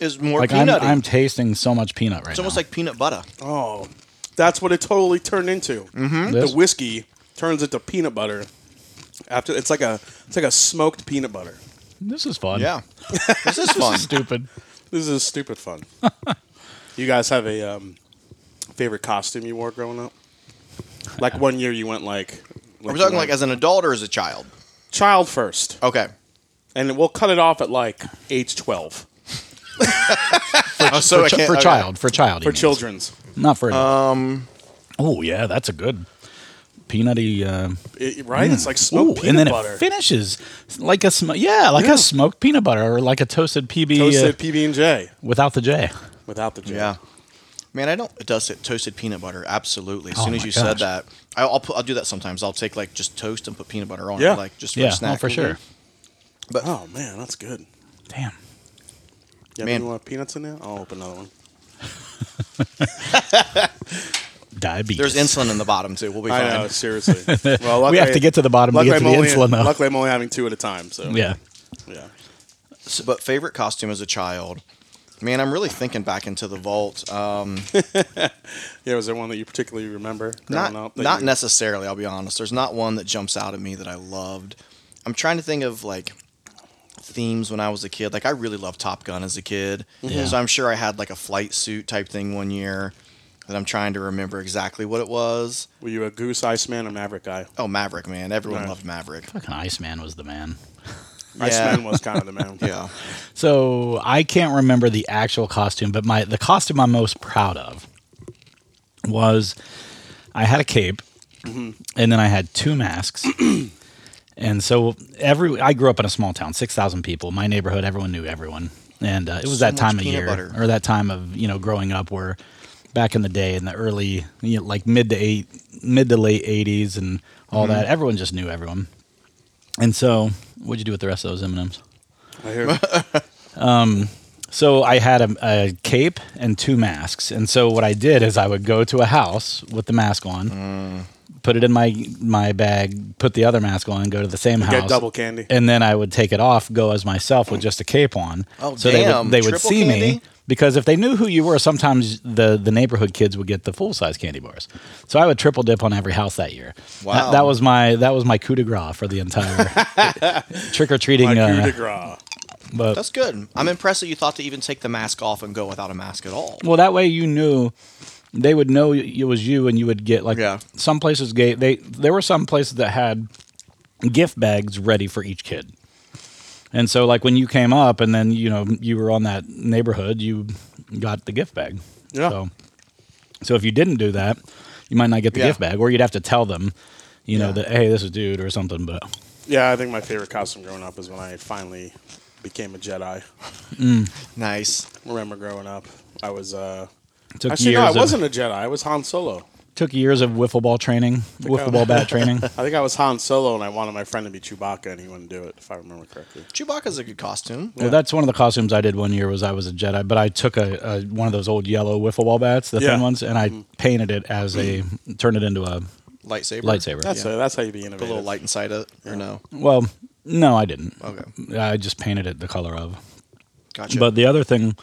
[SPEAKER 2] Is more
[SPEAKER 1] like I'm,
[SPEAKER 2] peanut.
[SPEAKER 1] I'm tasting so much peanut right
[SPEAKER 2] it's almost like peanut butter.
[SPEAKER 3] Oh, that's what it totally turned into. Mm-hmm.
[SPEAKER 2] mm,
[SPEAKER 1] This?
[SPEAKER 3] The whiskey turns into peanut butter. After it's like a it's like a smoked peanut butter.
[SPEAKER 1] this is fun.
[SPEAKER 2] Yeah, this is fun.
[SPEAKER 1] stupid.
[SPEAKER 3] This is stupid fun. you guys have a um, favorite costume you wore growing up? Like one year you went
[SPEAKER 2] Are
[SPEAKER 3] like. you
[SPEAKER 2] we talking like
[SPEAKER 3] went
[SPEAKER 2] as an adult or as a child?
[SPEAKER 3] child first,
[SPEAKER 2] Okay.
[SPEAKER 3] and we'll cut it off at like age twelve
[SPEAKER 2] Oh, so I
[SPEAKER 1] Ch-
[SPEAKER 2] can't-
[SPEAKER 1] for
[SPEAKER 2] okay. Uh,
[SPEAKER 1] child, for child, he
[SPEAKER 3] for
[SPEAKER 1] means.
[SPEAKER 3] children's.
[SPEAKER 1] not for. Um. Oh yeah, that's a good peanutty. Uh,
[SPEAKER 3] It- right? It's like
[SPEAKER 1] Ooh,
[SPEAKER 3] smoked peanut
[SPEAKER 1] and then
[SPEAKER 3] butter.
[SPEAKER 1] it finishes like a sm- yeah, like
[SPEAKER 3] Yeah.
[SPEAKER 1] a smoked peanut butter or like a toasted PB uh,
[SPEAKER 3] Toasted PB and J
[SPEAKER 1] without the J.
[SPEAKER 3] without the J.
[SPEAKER 2] Yeah. Man, I don't. It does it toasted peanut butter. Absolutely. As
[SPEAKER 1] Oh
[SPEAKER 2] soon as
[SPEAKER 1] my
[SPEAKER 2] you
[SPEAKER 1] gosh.
[SPEAKER 2] said that, I, I'll put, I'll do that sometimes. I'll take like just toast and put peanut butter on
[SPEAKER 3] Yeah.
[SPEAKER 2] it, like just for
[SPEAKER 1] yeah,
[SPEAKER 2] a snack.
[SPEAKER 1] oh, for sure.
[SPEAKER 2] But
[SPEAKER 3] Oh man, that's good.
[SPEAKER 1] Damn.
[SPEAKER 3] You have
[SPEAKER 2] Man.
[SPEAKER 3] any more peanuts in there? I'll open another one.
[SPEAKER 1] Diabetes.
[SPEAKER 2] there's insulin in the bottom too. We'll be fine.
[SPEAKER 3] I know, seriously. Well, luckily,
[SPEAKER 1] we have to get to the bottom to
[SPEAKER 3] luckily
[SPEAKER 1] get to the
[SPEAKER 3] I'm only,
[SPEAKER 1] insulin though.
[SPEAKER 3] Luckily, I'm only having two at a time. So
[SPEAKER 1] yeah.
[SPEAKER 3] yeah.
[SPEAKER 2] So- but favorite costume as a child. Man, I'm really thinking back into the vault. Um,
[SPEAKER 3] Yeah, was there one that you particularly remember growing
[SPEAKER 2] not
[SPEAKER 3] up? that
[SPEAKER 2] not
[SPEAKER 3] you-
[SPEAKER 2] necessarily. I'll be honest. There's not one that jumps out at me that I loved. I'm trying to think of like themes when I was a kid. Like I really loved Top Gun as a kid,
[SPEAKER 1] Yeah.
[SPEAKER 2] so I'm sure I had like a flight suit type thing one year that I'm trying to remember exactly what it was.
[SPEAKER 3] Were you a goose, Iceman, or Maverick guy?
[SPEAKER 2] Oh, Maverick, man! Everyone
[SPEAKER 3] Right.
[SPEAKER 2] loved Maverick.
[SPEAKER 1] Fucking Iceman was the man.
[SPEAKER 3] Iceman was kind of the man.
[SPEAKER 2] Yeah,
[SPEAKER 1] So I can't remember the actual costume, but my the costume I'm most proud of was I had a cape,
[SPEAKER 2] Mm-hmm.
[SPEAKER 1] and then I had two masks. and so every I grew up in a small town, six thousand people. My neighborhood, everyone knew everyone, and uh, it was
[SPEAKER 2] So
[SPEAKER 1] that
[SPEAKER 2] much
[SPEAKER 1] time of
[SPEAKER 2] peanut
[SPEAKER 1] year
[SPEAKER 2] butter.
[SPEAKER 1] or that time of you know growing up where back in the day in the early you know, like mid to eight mid to late 80s and all
[SPEAKER 2] Mm-hmm.
[SPEAKER 1] that everyone just knew everyone and so what'd you do with the rest of those m&ms
[SPEAKER 3] I hear.
[SPEAKER 1] so I had a, a cape and two masks, and so what I did is I would go to a house with the mask on,
[SPEAKER 2] Mm.
[SPEAKER 1] put it in my my bag, put the other mask on, go to the same house,
[SPEAKER 3] Get double candy.
[SPEAKER 1] and then I would take it off, go as myself with just a cape on.
[SPEAKER 2] Oh,
[SPEAKER 1] so
[SPEAKER 2] damn.
[SPEAKER 1] they would they would
[SPEAKER 2] Triple
[SPEAKER 1] see me
[SPEAKER 2] candy?
[SPEAKER 1] because if they knew who you were, sometimes the the neighborhood kids would get the full size candy bars. So I would triple dip on every house that year. That-
[SPEAKER 2] Wow.
[SPEAKER 1] that, was my that was my coup de grace for the entire trick or treating.
[SPEAKER 3] My coup
[SPEAKER 1] Uh,
[SPEAKER 3] de grace.
[SPEAKER 1] but
[SPEAKER 2] that's good. I'm impressed that you thought to even take the mask off and go without a mask at all.
[SPEAKER 1] Well, that way you knew they would know it was you, and you would get like
[SPEAKER 2] Yeah.
[SPEAKER 1] some places gave they there were some places that had gift bags ready for each kid, and so like when you came up, and then you know you were on that neighborhood, you got the gift bag.
[SPEAKER 3] Yeah.
[SPEAKER 1] So, so if you didn't do that, you might not get the
[SPEAKER 2] Yeah.
[SPEAKER 1] gift bag, or you'd have to tell them, you know,
[SPEAKER 2] Yeah.
[SPEAKER 1] that hey, this is dude or something. But
[SPEAKER 3] Yeah, I think my favorite costume growing up is when I finally became a Jedi.
[SPEAKER 2] Nice.
[SPEAKER 3] remember growing up, I was. uh
[SPEAKER 1] it took
[SPEAKER 3] Actually,
[SPEAKER 1] years.
[SPEAKER 3] no, I
[SPEAKER 1] of,
[SPEAKER 3] wasn't a Jedi. I was Han Solo.
[SPEAKER 1] Took years of wiffle ball training, wiffle ball bat training.
[SPEAKER 3] I think I was Han Solo, and I wanted my friend to be Chewbacca, and he wouldn't do it, if I remember correctly.
[SPEAKER 2] Chewbacca's a good costume.
[SPEAKER 1] Well, that's one of the costumes I did one year was I was a Jedi, but I took a, a one of those old yellow wiffle ball bats, the
[SPEAKER 3] Yeah.
[SPEAKER 1] thin ones, and I painted it as a turned it into a
[SPEAKER 2] Lightsaber.
[SPEAKER 1] lightsaber.
[SPEAKER 3] That's
[SPEAKER 2] Yeah.
[SPEAKER 3] it. That's how you be
[SPEAKER 2] Put a
[SPEAKER 3] innovative.
[SPEAKER 2] little light inside it. Or no.
[SPEAKER 1] Well, no, I didn't.
[SPEAKER 2] Okay.
[SPEAKER 1] I just painted it the color of.
[SPEAKER 2] Gotcha.
[SPEAKER 1] But the other thing,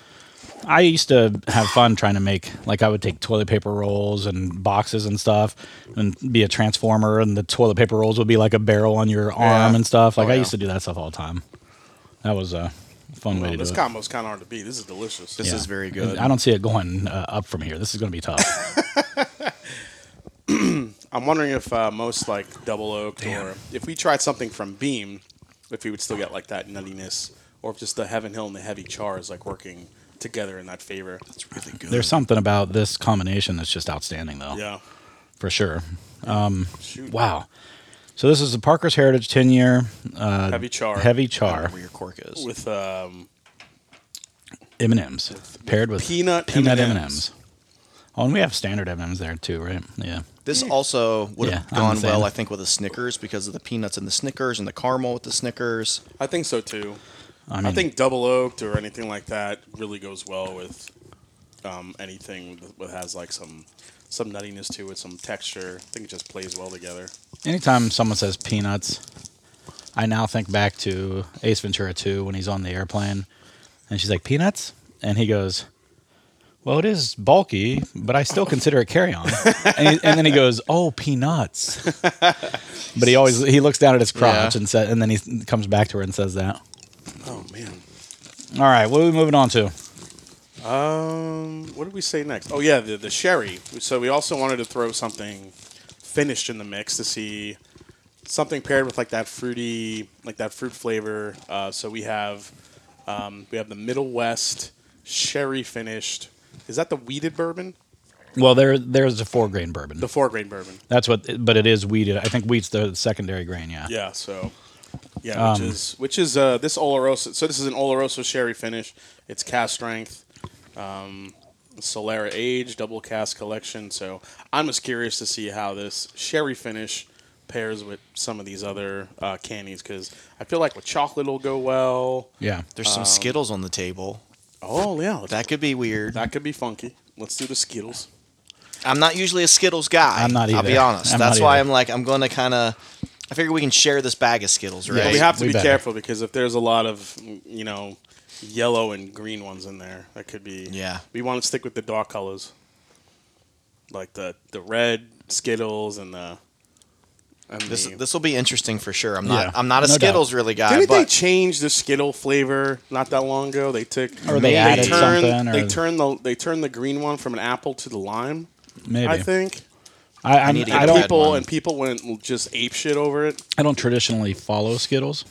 [SPEAKER 1] I used to have fun trying to make like I would take toilet paper rolls and boxes and stuff, and be a transformer, and the toilet paper rolls would be like a barrel on your arm
[SPEAKER 2] Yeah.
[SPEAKER 1] and stuff. Like
[SPEAKER 2] Oh,
[SPEAKER 1] I
[SPEAKER 2] yeah.
[SPEAKER 1] used to do that stuff all the time. That was a fun way
[SPEAKER 3] Well,
[SPEAKER 1] to
[SPEAKER 3] Oh, this
[SPEAKER 1] do it.
[SPEAKER 3] combo's kind of hard to beat. This is delicious.
[SPEAKER 2] This is very good.
[SPEAKER 1] I don't see it going uh, up from here. This is going to be tough.
[SPEAKER 3] I'm wondering if uh, most like double oaked or if we tried something from Beam, if we would still get like that nuttiness, or if just the Heaven Hill and the heavy char is like working together in that favor.
[SPEAKER 2] It's really good.
[SPEAKER 1] There's something about this combination that's just outstanding, though,
[SPEAKER 3] Yeah.
[SPEAKER 1] for sure.
[SPEAKER 3] Shoot.
[SPEAKER 1] Wow. So this is the Parker's Heritage 10 year
[SPEAKER 3] heavy char.
[SPEAKER 1] heavy
[SPEAKER 2] I don't know
[SPEAKER 1] char
[SPEAKER 2] where your cork is.
[SPEAKER 3] with um,
[SPEAKER 1] M and M's paired with
[SPEAKER 3] peanut
[SPEAKER 1] peanut M
[SPEAKER 3] M&Ms.
[SPEAKER 1] and M's. Oh, and we have standard M and M's there too, right? Yeah.
[SPEAKER 2] This also would
[SPEAKER 1] Yeah,
[SPEAKER 2] have
[SPEAKER 1] I'm
[SPEAKER 2] gone
[SPEAKER 1] the same.
[SPEAKER 2] well, I think, with the Snickers because of the peanuts and the Snickers and the caramel with the Snickers.
[SPEAKER 3] I think so too.
[SPEAKER 1] I
[SPEAKER 3] I,
[SPEAKER 1] mean,
[SPEAKER 3] think double oaked or anything like that really goes well with um, anything that- that has like some some nuttiness to it, some texture. I think it just plays well together.
[SPEAKER 1] anytime someone says peanuts, I now think back to Ace Ventura 2 when he's on the airplane, and she's like peanuts, and he goes. Well, it is bulky, but I still consider it carry-on. and, he- and then he goes, "Oh, peanuts!" but he always he looks down at his crotch
[SPEAKER 2] Yeah.
[SPEAKER 1] and sa- and then he s- comes back to her and says that.
[SPEAKER 3] Oh man.
[SPEAKER 1] All right, what are we moving on to?
[SPEAKER 3] Um, what did we say next? Oh yeah, the the sherry. So we also wanted to throw something finished in the mix to see something paired with like that fruity, like that fruit flavor. Uh, so we have um, we have the Middle West sherry finished. Is that the weeded bourbon?
[SPEAKER 1] Well, there there's a four grain bourbon.
[SPEAKER 3] The four grain bourbon.
[SPEAKER 1] That's what, but it is weeded. I think wheat's the secondary grain. Yeah.
[SPEAKER 3] Yeah. So yeah, which is which is uh, this Oloroso. So this is an Oloroso sherry finish. It's cast strength. um, Solera Age double cast collection. So I'm just curious to see how this sherry finish pairs with some of these other uh, candies because I feel like with chocolate it'll go well.
[SPEAKER 1] Yeah.
[SPEAKER 2] There's some Skittles on the table.
[SPEAKER 3] Oh yeah, that
[SPEAKER 2] That could be weird.
[SPEAKER 3] that could be funky. Let's do the Skittles.
[SPEAKER 2] I'm not usually a Skittles guy.
[SPEAKER 1] I'm not
[SPEAKER 2] I'll
[SPEAKER 1] either.
[SPEAKER 2] be honest.
[SPEAKER 1] I'm
[SPEAKER 2] That's
[SPEAKER 1] not
[SPEAKER 2] why
[SPEAKER 1] either.
[SPEAKER 2] I'm like, I'm going to kind of. I figure we can share this bag of Skittles, right?
[SPEAKER 3] But we have to
[SPEAKER 1] we
[SPEAKER 3] be
[SPEAKER 1] better.
[SPEAKER 3] careful because if there's a lot of you know yellow and green ones in there, that could be.
[SPEAKER 2] Yeah.
[SPEAKER 3] We want to stick with the dark colors, like the the red Skittles and the. And
[SPEAKER 2] this
[SPEAKER 3] the,
[SPEAKER 2] this will be interesting for sure. I'm not
[SPEAKER 1] Yeah,
[SPEAKER 2] I'm not a
[SPEAKER 1] no doubt.
[SPEAKER 2] Skittles really guy,
[SPEAKER 3] Didn't they
[SPEAKER 2] but
[SPEAKER 3] change the Skittle flavor not that long ago? They took
[SPEAKER 1] Or they added
[SPEAKER 3] turned,
[SPEAKER 1] something, or-
[SPEAKER 3] They turned the they turned the green one from an apple to the lime.
[SPEAKER 1] Maybe.
[SPEAKER 3] I think.
[SPEAKER 1] I, I,
[SPEAKER 2] need to
[SPEAKER 1] I
[SPEAKER 2] get
[SPEAKER 1] don't.
[SPEAKER 2] that.
[SPEAKER 3] people
[SPEAKER 2] one.
[SPEAKER 3] and people went just ape shit over it.
[SPEAKER 1] I don't traditionally follow Skittles.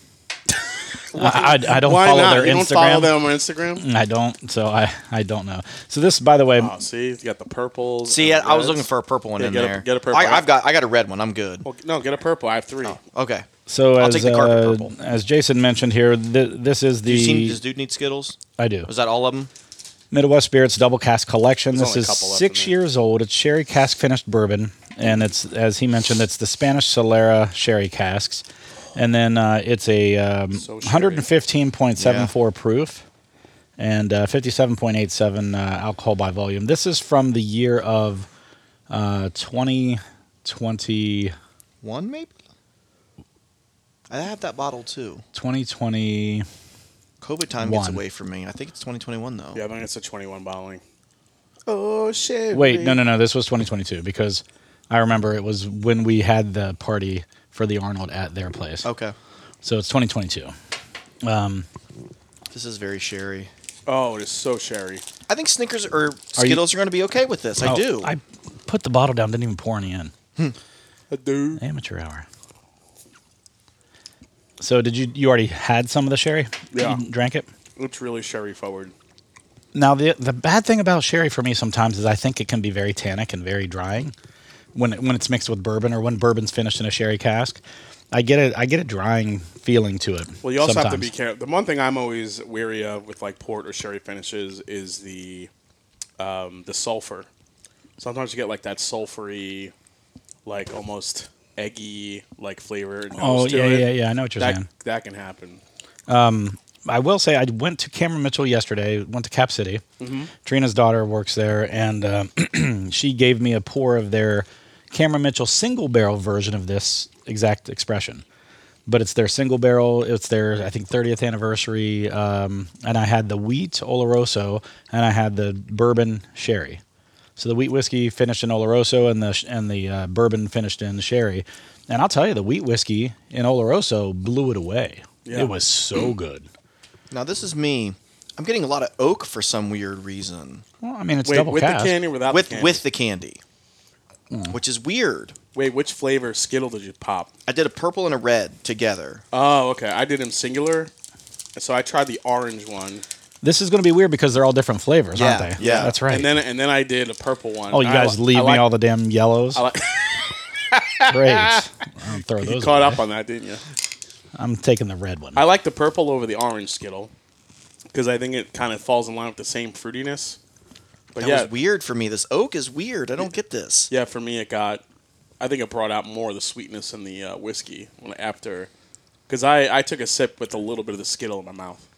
[SPEAKER 1] I, I, I don't
[SPEAKER 3] Why
[SPEAKER 1] follow
[SPEAKER 3] not?
[SPEAKER 1] their
[SPEAKER 3] you
[SPEAKER 1] Instagram.
[SPEAKER 3] don't follow them on Instagram.
[SPEAKER 1] I don't. So I I don't know. So this, by the way,
[SPEAKER 3] Oh, see, you got the purples.
[SPEAKER 2] see,
[SPEAKER 3] and
[SPEAKER 2] I, I was
[SPEAKER 3] reds.
[SPEAKER 2] looking for a purple one
[SPEAKER 3] Yeah,
[SPEAKER 2] in
[SPEAKER 3] get a-
[SPEAKER 2] there.
[SPEAKER 3] get a purple.
[SPEAKER 2] I, I've got I got a red one. I'm good.
[SPEAKER 3] Well, no, get a purple. I have three.
[SPEAKER 2] Okay.
[SPEAKER 1] so
[SPEAKER 2] I'll
[SPEAKER 1] as
[SPEAKER 2] take the carpet
[SPEAKER 1] uh,
[SPEAKER 2] purple.
[SPEAKER 1] as Jason mentioned here, th- this is the
[SPEAKER 2] You seen this dude need Skittles?
[SPEAKER 1] I do
[SPEAKER 2] Was that all of them?
[SPEAKER 1] Midwest Spirits Double Cask Collection.
[SPEAKER 3] There's
[SPEAKER 1] this
[SPEAKER 3] only a
[SPEAKER 1] is
[SPEAKER 3] couple left
[SPEAKER 1] six
[SPEAKER 3] in there.
[SPEAKER 1] years old. It's sherry cask finished bourbon, and it's as he mentioned, it's the Spanish Solera sherry casks, and then uh, it's a um,
[SPEAKER 3] So sherry.
[SPEAKER 1] 115.74 proof and uh, 57.87 uh, alcohol by volume. This is from the year of uh, 2020.
[SPEAKER 2] One maybe. I have that bottle too.
[SPEAKER 1] 2020
[SPEAKER 2] COVID time gets
[SPEAKER 1] One.
[SPEAKER 2] away from me. I think it's 2021 though.
[SPEAKER 3] Yeah, I think it's a twenty-one bottling. Oh shit!
[SPEAKER 1] Wait, no, no, no. This was 2022 because I remember it was when we had the party for the Arnold at their place.
[SPEAKER 2] Okay.
[SPEAKER 1] So it's 2022.
[SPEAKER 2] This is very sherry.
[SPEAKER 3] Oh, it is so sherry.
[SPEAKER 2] I think Snickers or Skittles are going to be okay with this. I
[SPEAKER 1] Oh,
[SPEAKER 2] do.
[SPEAKER 1] I put the bottle down, didn't even pour any in.
[SPEAKER 3] I do.
[SPEAKER 1] Amateur hour. So did you? You already had some of the sherry?
[SPEAKER 3] Yeah.
[SPEAKER 1] You drank it.
[SPEAKER 3] It's really sherry forward.
[SPEAKER 1] Now the the bad thing about sherry for me sometimes is I think it can be very tannic and very drying when it, when it's mixed with bourbon or when bourbon's finished in a sherry cask. I get it. I get a drying feeling to it.
[SPEAKER 3] Well, you also have to
[SPEAKER 1] sometimes.
[SPEAKER 3] be careful. The one thing I'm always wary of with like port or sherry finishes is the um, the sulfur. Sometimes you get like that sulfury, like almost eggy like flavor. and
[SPEAKER 1] Oh
[SPEAKER 3] nose to
[SPEAKER 1] yeah,
[SPEAKER 3] it.
[SPEAKER 1] yeah, yeah. I know what you're
[SPEAKER 3] That
[SPEAKER 1] saying.
[SPEAKER 3] that can happen.
[SPEAKER 1] I will say I went to Cameron Mitchell yesterday. Went to Cap City. Trina's daughter works there, and uh, she gave me a pour of their Cameron Mitchell single barrel version of this exact expression. But it's their single barrel. It's their I think 30th anniversary. Um, and I had the wheat Oloroso, and I had the bourbon sherry. So the wheat whiskey finished in Oloroso, and the sh- and the uh, bourbon finished in sherry. And I'll tell you, the wheat whiskey in Oloroso blew it away.
[SPEAKER 3] Yeah.
[SPEAKER 1] It was so good.
[SPEAKER 2] Now this is me. I'm getting a lot of oak for some weird reason
[SPEAKER 1] Well, I mean, it's
[SPEAKER 3] Wait,
[SPEAKER 1] double
[SPEAKER 3] with
[SPEAKER 1] cast.
[SPEAKER 3] the candy or without
[SPEAKER 2] with
[SPEAKER 3] the candy?
[SPEAKER 2] with the candy,
[SPEAKER 1] Mm.
[SPEAKER 2] which is weird.
[SPEAKER 3] Wait, which flavor Skittle did you pop?
[SPEAKER 2] I did a purple and a red together.
[SPEAKER 3] Oh, okay. I did them singular, so I tried the orange one,
[SPEAKER 1] This is going to be weird because they're all different flavors,
[SPEAKER 2] Yeah,
[SPEAKER 1] aren't they?
[SPEAKER 2] yeah.
[SPEAKER 1] that's right.
[SPEAKER 3] and then and then I did a purple one.
[SPEAKER 1] oh, you
[SPEAKER 3] I
[SPEAKER 1] guys
[SPEAKER 3] li-
[SPEAKER 1] leave
[SPEAKER 3] I
[SPEAKER 1] me
[SPEAKER 3] like-
[SPEAKER 1] all the damn yellows.
[SPEAKER 3] I like-
[SPEAKER 1] Great. I'll throw
[SPEAKER 3] You
[SPEAKER 1] those.
[SPEAKER 3] caught
[SPEAKER 1] away.
[SPEAKER 3] up on that, didn't you?
[SPEAKER 1] I'm taking the red one.
[SPEAKER 3] I like the purple over the orange Skittle because I think it kind of falls in line with the same fruitiness. But
[SPEAKER 2] That
[SPEAKER 3] yeah,
[SPEAKER 2] was weird for me. This oak is weird. I don't get this.
[SPEAKER 3] yeah, for me it got. I think it brought out more of the sweetness in the uh, whiskey when, after, because I, I took a sip with a little bit of the Skittle in my mouth,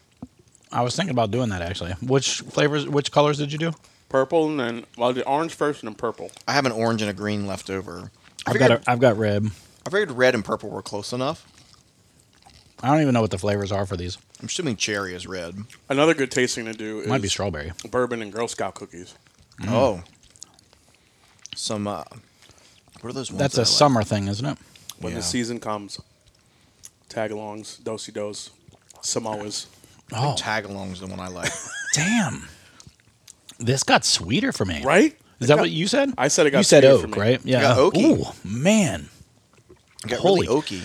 [SPEAKER 1] I was thinking about doing that actually. Which flavors? Which colors did you do?
[SPEAKER 3] purple and then well, I did orange first and then purple.
[SPEAKER 2] I have an orange and a green left over. I
[SPEAKER 1] I've got
[SPEAKER 2] figured,
[SPEAKER 1] a, I've got red.
[SPEAKER 2] I figured red and purple were close enough.
[SPEAKER 1] I don't even know what the flavors are for these.
[SPEAKER 2] I'm assuming cherry is red.
[SPEAKER 3] Another good tasting to do is
[SPEAKER 1] Might be strawberry.
[SPEAKER 3] bourbon and Girl Scout cookies.
[SPEAKER 1] Mm.
[SPEAKER 2] Oh, some. Uh, what are those ones?
[SPEAKER 1] That's
[SPEAKER 2] that
[SPEAKER 1] a
[SPEAKER 2] I like?
[SPEAKER 1] summer thing, isn't it?
[SPEAKER 3] When
[SPEAKER 2] Yeah.
[SPEAKER 3] the season comes, tagalongs, dosey dos, Samoas.
[SPEAKER 1] Oh,
[SPEAKER 2] Tagalong is the one I like.
[SPEAKER 1] damn. This got sweeter for me.
[SPEAKER 3] Right?
[SPEAKER 1] Is that what you said?
[SPEAKER 3] I said it got
[SPEAKER 1] You said
[SPEAKER 3] sweeter for
[SPEAKER 1] oak,
[SPEAKER 3] me.
[SPEAKER 1] right? Yeah.
[SPEAKER 2] got oaky.
[SPEAKER 1] Ooh, man.
[SPEAKER 2] It got
[SPEAKER 1] Holy-
[SPEAKER 2] really oaky.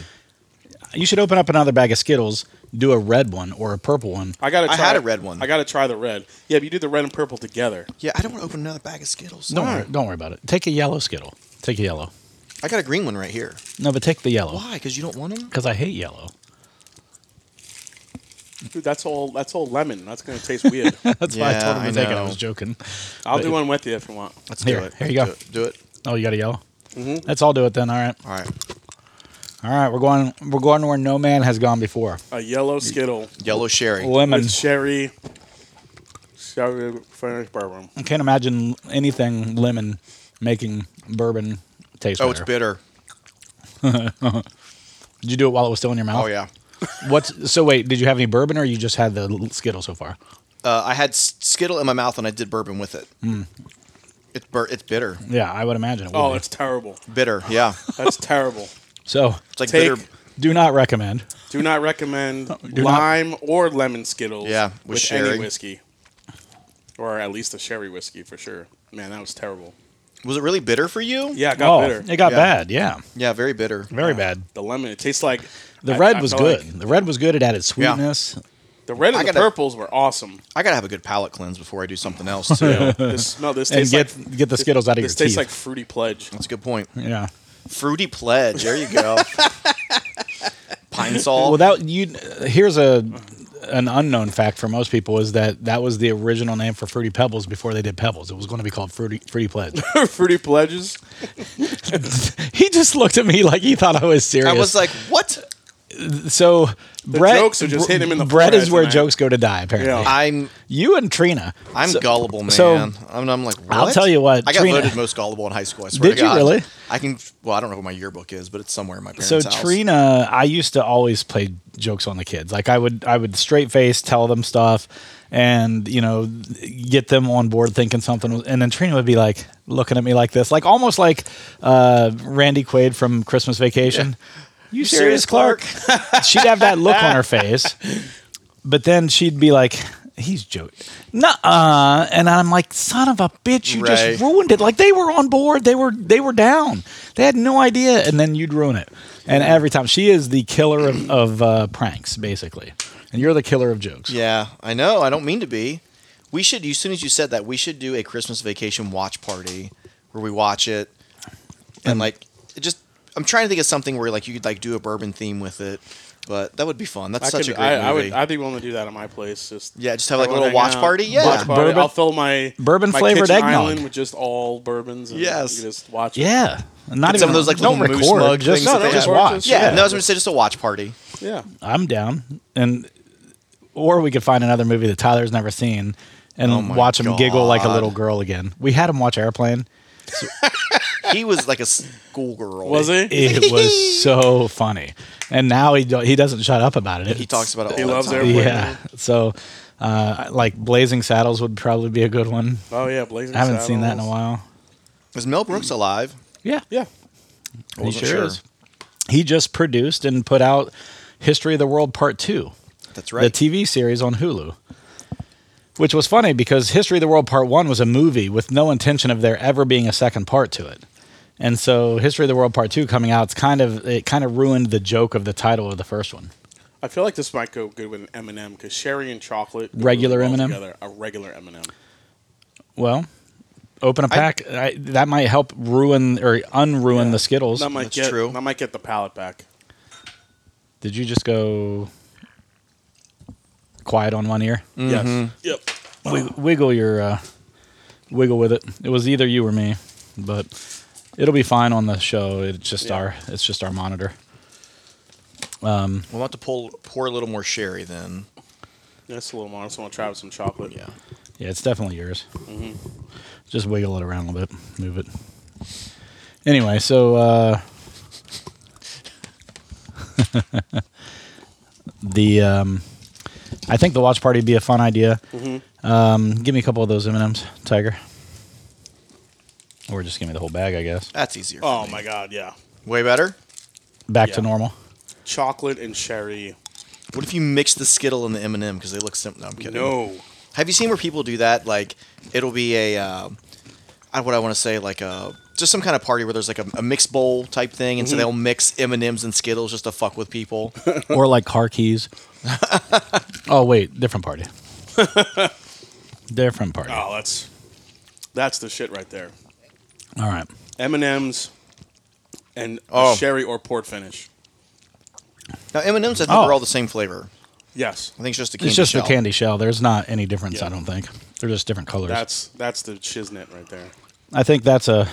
[SPEAKER 1] You should open up another bag of Skittles, do a red one or a purple one.
[SPEAKER 3] I gotta.
[SPEAKER 2] I
[SPEAKER 3] Try,
[SPEAKER 2] had a red one.
[SPEAKER 3] I gotta try the red. Yeah, but you did the red and purple together.
[SPEAKER 2] Yeah, I don't want to open another bag of Skittles.
[SPEAKER 1] Don't worry, don't worry about it. Take a yellow Skittle. Take a yellow.
[SPEAKER 2] I got a green one right here.
[SPEAKER 1] No, but take the yellow
[SPEAKER 2] Why? Because you don't want them?
[SPEAKER 1] because I hate yellow.
[SPEAKER 3] Dude, that's all. That's all lemon. That's gonna taste weird.
[SPEAKER 1] That's why I told
[SPEAKER 2] Yeah,
[SPEAKER 1] him to
[SPEAKER 2] I
[SPEAKER 1] take it. I
[SPEAKER 2] know.
[SPEAKER 1] was joking.
[SPEAKER 3] I'll do
[SPEAKER 1] But-
[SPEAKER 3] one with you if you want.
[SPEAKER 2] Let's
[SPEAKER 1] Here,
[SPEAKER 2] do it.
[SPEAKER 1] here you go.
[SPEAKER 2] Do it. do it.
[SPEAKER 1] Oh, you got a yellow. Mm-hmm. Let's all do it then. All right,
[SPEAKER 2] All right.
[SPEAKER 1] all right. We're going. We're going where no man has gone before.
[SPEAKER 3] A yellow Skittle
[SPEAKER 2] Yellow sherry.
[SPEAKER 1] Mm. Lemon.
[SPEAKER 3] with cherry, sherry French bourbon.
[SPEAKER 1] I can't imagine anything lemon making bourbon taste
[SPEAKER 2] Oh, it's
[SPEAKER 1] better.
[SPEAKER 2] bitter.
[SPEAKER 1] Did you do it while it was still in your mouth?
[SPEAKER 2] Oh yeah.
[SPEAKER 1] What's so? Wait, did you have any bourbon or you just had the l- Skittle so far?
[SPEAKER 2] Uh, I had S- Skittle in my mouth and I did bourbon with it.
[SPEAKER 1] Hmm.
[SPEAKER 2] It's bur- it's bitter.
[SPEAKER 1] Yeah, I would imagine. It would
[SPEAKER 3] Oh,
[SPEAKER 1] be.
[SPEAKER 3] that's terrible.
[SPEAKER 2] Bitter. Yeah.
[SPEAKER 3] That's terrible.
[SPEAKER 1] so.
[SPEAKER 2] It's like
[SPEAKER 3] Take-
[SPEAKER 2] bitter.
[SPEAKER 1] Do not recommend.
[SPEAKER 3] Do not recommend
[SPEAKER 1] not-
[SPEAKER 3] lime or lemon Skittles.
[SPEAKER 2] Yeah, with
[SPEAKER 3] with,
[SPEAKER 2] sherry.
[SPEAKER 3] any whiskey, or at least a sherry whiskey for sure. Man, that was terrible.
[SPEAKER 2] Was it really bitter for you?
[SPEAKER 3] Yeah, it got
[SPEAKER 1] oh,
[SPEAKER 3] bitter.
[SPEAKER 1] it got
[SPEAKER 2] Yeah.
[SPEAKER 1] bad. Yeah,
[SPEAKER 2] Yeah, very bitter.
[SPEAKER 1] very bad.
[SPEAKER 3] the lemon. It tastes like
[SPEAKER 1] The
[SPEAKER 3] I-
[SPEAKER 1] red
[SPEAKER 3] I
[SPEAKER 1] was
[SPEAKER 3] felt
[SPEAKER 1] good.
[SPEAKER 3] like
[SPEAKER 1] the red was good. It added sweetness.
[SPEAKER 3] the red and
[SPEAKER 2] I
[SPEAKER 3] the
[SPEAKER 2] gotta-
[SPEAKER 3] purples were awesome.
[SPEAKER 2] I gotta have a good palate cleanse before I do something else too.
[SPEAKER 3] Yeah,
[SPEAKER 2] That's
[SPEAKER 3] this, no, this
[SPEAKER 1] And
[SPEAKER 3] tastes
[SPEAKER 1] get-
[SPEAKER 3] like,
[SPEAKER 1] get the
[SPEAKER 3] this-
[SPEAKER 1] Skittles outta your
[SPEAKER 3] This tastes
[SPEAKER 1] teeth.
[SPEAKER 3] like fruity pledge.
[SPEAKER 2] a good point.
[SPEAKER 1] Yeah.
[SPEAKER 2] Fruity pledge. There you go. Pine salt.
[SPEAKER 1] Well, that you here's a an unknown fact for most people is that that was the original name for Fruity Pebbles before they did Pebbles. It was going to be called Fruity Fruity Pledge.
[SPEAKER 3] fruity pledges.
[SPEAKER 1] he just looked at me like he thought I was serious.
[SPEAKER 2] I was like, what?
[SPEAKER 1] so Brett,
[SPEAKER 3] jokes are just hitting him in the
[SPEAKER 1] Brett is
[SPEAKER 3] forehead
[SPEAKER 1] where
[SPEAKER 3] tonight.
[SPEAKER 1] jokes go to die. Apparently,
[SPEAKER 3] Yeah.
[SPEAKER 2] I'm
[SPEAKER 1] you and Trina.
[SPEAKER 2] I'm
[SPEAKER 1] So-
[SPEAKER 2] gullible, man.
[SPEAKER 1] so-
[SPEAKER 2] I'm, I'm like, what?
[SPEAKER 1] I'll tell you what,
[SPEAKER 2] I got
[SPEAKER 1] Trina-
[SPEAKER 2] voted most gullible in high school. I swear
[SPEAKER 1] Did
[SPEAKER 2] to
[SPEAKER 1] you
[SPEAKER 2] God.
[SPEAKER 1] really?
[SPEAKER 2] I can. Well, I don't know where my yearbook is, but it's somewhere in my parents'
[SPEAKER 1] So
[SPEAKER 2] house.
[SPEAKER 1] Trina, I used to always play jokes on the kids. Like I would, I would straight face tell them stuff, and you know, get them on board thinking something. was- And then Trina would be like looking at me like this, like almost like uh, Randy Quaid from Christmas Vacation. You, serious,
[SPEAKER 2] serious,
[SPEAKER 1] Clark? she'd have that look on her face, but then she'd be like. He's joking. Nuh-uh. And I'm like, son of a bitch, you
[SPEAKER 2] Right.
[SPEAKER 1] just ruined it. Like they were on board. They were they were down. They had no idea. And then you'd ruin it. And every time she is the killer of, of uh, pranks, basically. And you're the killer of jokes.
[SPEAKER 2] Yeah, I know. I don't mean to be. We should. As soon as you said that, we should do a Christmas vacation watch party where we watch it
[SPEAKER 3] Um,
[SPEAKER 2] and like it just. I'm trying to think of something where like you could like do a bourbon theme with it, but that would be fun. That's
[SPEAKER 3] I
[SPEAKER 2] such
[SPEAKER 3] could,
[SPEAKER 2] a great
[SPEAKER 3] I,
[SPEAKER 2] movie.
[SPEAKER 3] I would. I'd be willing to do that at my place. Just
[SPEAKER 2] Yeah, just have, like, a
[SPEAKER 3] everyone
[SPEAKER 2] little
[SPEAKER 3] hang
[SPEAKER 2] watch party? Yeah.
[SPEAKER 3] watch party.
[SPEAKER 1] Bourbon-
[SPEAKER 3] I'll fill my
[SPEAKER 1] bourbon
[SPEAKER 3] my
[SPEAKER 1] flavored
[SPEAKER 3] kitchen
[SPEAKER 1] eggnog.
[SPEAKER 3] Island with just all bourbons. And
[SPEAKER 2] Yes.
[SPEAKER 3] you can just watch. it.
[SPEAKER 1] Yeah. Not even
[SPEAKER 2] some of those, like,
[SPEAKER 1] don't
[SPEAKER 2] little moose
[SPEAKER 1] record,
[SPEAKER 2] mug
[SPEAKER 1] just,
[SPEAKER 2] things that they
[SPEAKER 1] just
[SPEAKER 2] have.
[SPEAKER 1] watch.
[SPEAKER 2] yeah, no, I was gonna say just a watch party.
[SPEAKER 3] yeah.
[SPEAKER 1] I'm down. And or we could find another movie that Tyler's never seen and
[SPEAKER 2] Oh my
[SPEAKER 1] watch him giggle like a
[SPEAKER 2] God.
[SPEAKER 1] little girl again. We had him watch Airplane.
[SPEAKER 2] He was like a schoolgirl.
[SPEAKER 3] Was he?
[SPEAKER 1] It was so funny. And now he do- he doesn't shut up about it.
[SPEAKER 2] He talks about it. All
[SPEAKER 3] He
[SPEAKER 2] the
[SPEAKER 3] loves
[SPEAKER 2] time.
[SPEAKER 3] every- Airplane.
[SPEAKER 1] Yeah. So uh, like Blazing Saddles would probably be a good one.
[SPEAKER 3] Oh yeah, Blazing.
[SPEAKER 1] I haven't seen that in a
[SPEAKER 3] Saddles.
[SPEAKER 1] while.
[SPEAKER 2] Is Mel Brooks alive?
[SPEAKER 1] Yeah.
[SPEAKER 3] Yeah.
[SPEAKER 2] I
[SPEAKER 1] He
[SPEAKER 2] wasn't
[SPEAKER 1] sure, is. He just produced and put out History of the World Part 2,
[SPEAKER 2] That's right.
[SPEAKER 1] the TV series on Hulu. Which was funny because History of the World Part 1 was a movie with no intention of there ever being a second part to it. And so History of the World Part 2 coming out, it's kind of it kind of ruined the joke of the title of the first one.
[SPEAKER 3] I feel like this might go good with an M and m because sherry and chocolate go
[SPEAKER 1] Regular
[SPEAKER 3] really well
[SPEAKER 1] M&M?
[SPEAKER 3] together. A regular M and m
[SPEAKER 1] Well, open a pack I, that might help ruin or unruin the Skittles.
[SPEAKER 3] That might
[SPEAKER 2] That's
[SPEAKER 3] get.
[SPEAKER 2] true.
[SPEAKER 3] That might get the palate back.
[SPEAKER 1] Did you just go quiet on one ear?
[SPEAKER 3] Yes. Yep.
[SPEAKER 1] Wig- wiggle your uh, wiggle with it. It was either you or me, but it'll be fine on the show. It's just
[SPEAKER 3] Yeah.
[SPEAKER 1] our it's just our monitor.
[SPEAKER 2] We'll have to pull, pour a little more sherry then.
[SPEAKER 3] That's a little more. I just want to try with some chocolate.
[SPEAKER 2] Yeah.
[SPEAKER 1] Yeah, it's definitely yours.
[SPEAKER 3] Mm-hmm.
[SPEAKER 1] Just wiggle it around a little bit, move it. Anyway, so uh, the um, I think the watch party would be a fun idea.
[SPEAKER 3] Mm-hmm.
[SPEAKER 1] Um, give me a couple of those M and M's, Tiger, or just give me the whole bag, I guess.
[SPEAKER 2] That's easier. for
[SPEAKER 3] Oh
[SPEAKER 2] me.
[SPEAKER 3] my god. Yeah.
[SPEAKER 2] Way better.
[SPEAKER 1] Back to
[SPEAKER 3] Yeah.
[SPEAKER 1] normal.
[SPEAKER 3] Chocolate and sherry.
[SPEAKER 2] What if you mix the Skittle and the M and m because they look simple? No, I'm kidding.
[SPEAKER 3] No.
[SPEAKER 2] Have you seen where people do that? Like, it'll be a, uh, I, what I want to say, like a, just some kind of party where there's like a, a mixed bowl type thing,
[SPEAKER 1] Mm-hmm.
[SPEAKER 2] and so they'll mix M and M's and Skittles just to fuck with people.
[SPEAKER 1] or like car keys. oh wait, different party. different party.
[SPEAKER 3] Oh, that's that's the shit right there.
[SPEAKER 1] All right.
[SPEAKER 3] M and M's and a
[SPEAKER 2] Oh.
[SPEAKER 3] sherry or port finish.
[SPEAKER 2] now M and M's, I think,
[SPEAKER 1] Oh.
[SPEAKER 2] are all the same flavor.
[SPEAKER 3] Yes.
[SPEAKER 2] I think it's just a candy
[SPEAKER 1] It's just
[SPEAKER 2] shell.
[SPEAKER 1] the candy shell. There's not any difference,
[SPEAKER 3] Yeah.
[SPEAKER 1] I don't think. They're just different colors.
[SPEAKER 3] That's that's the shiznit right there.
[SPEAKER 1] I think that's a.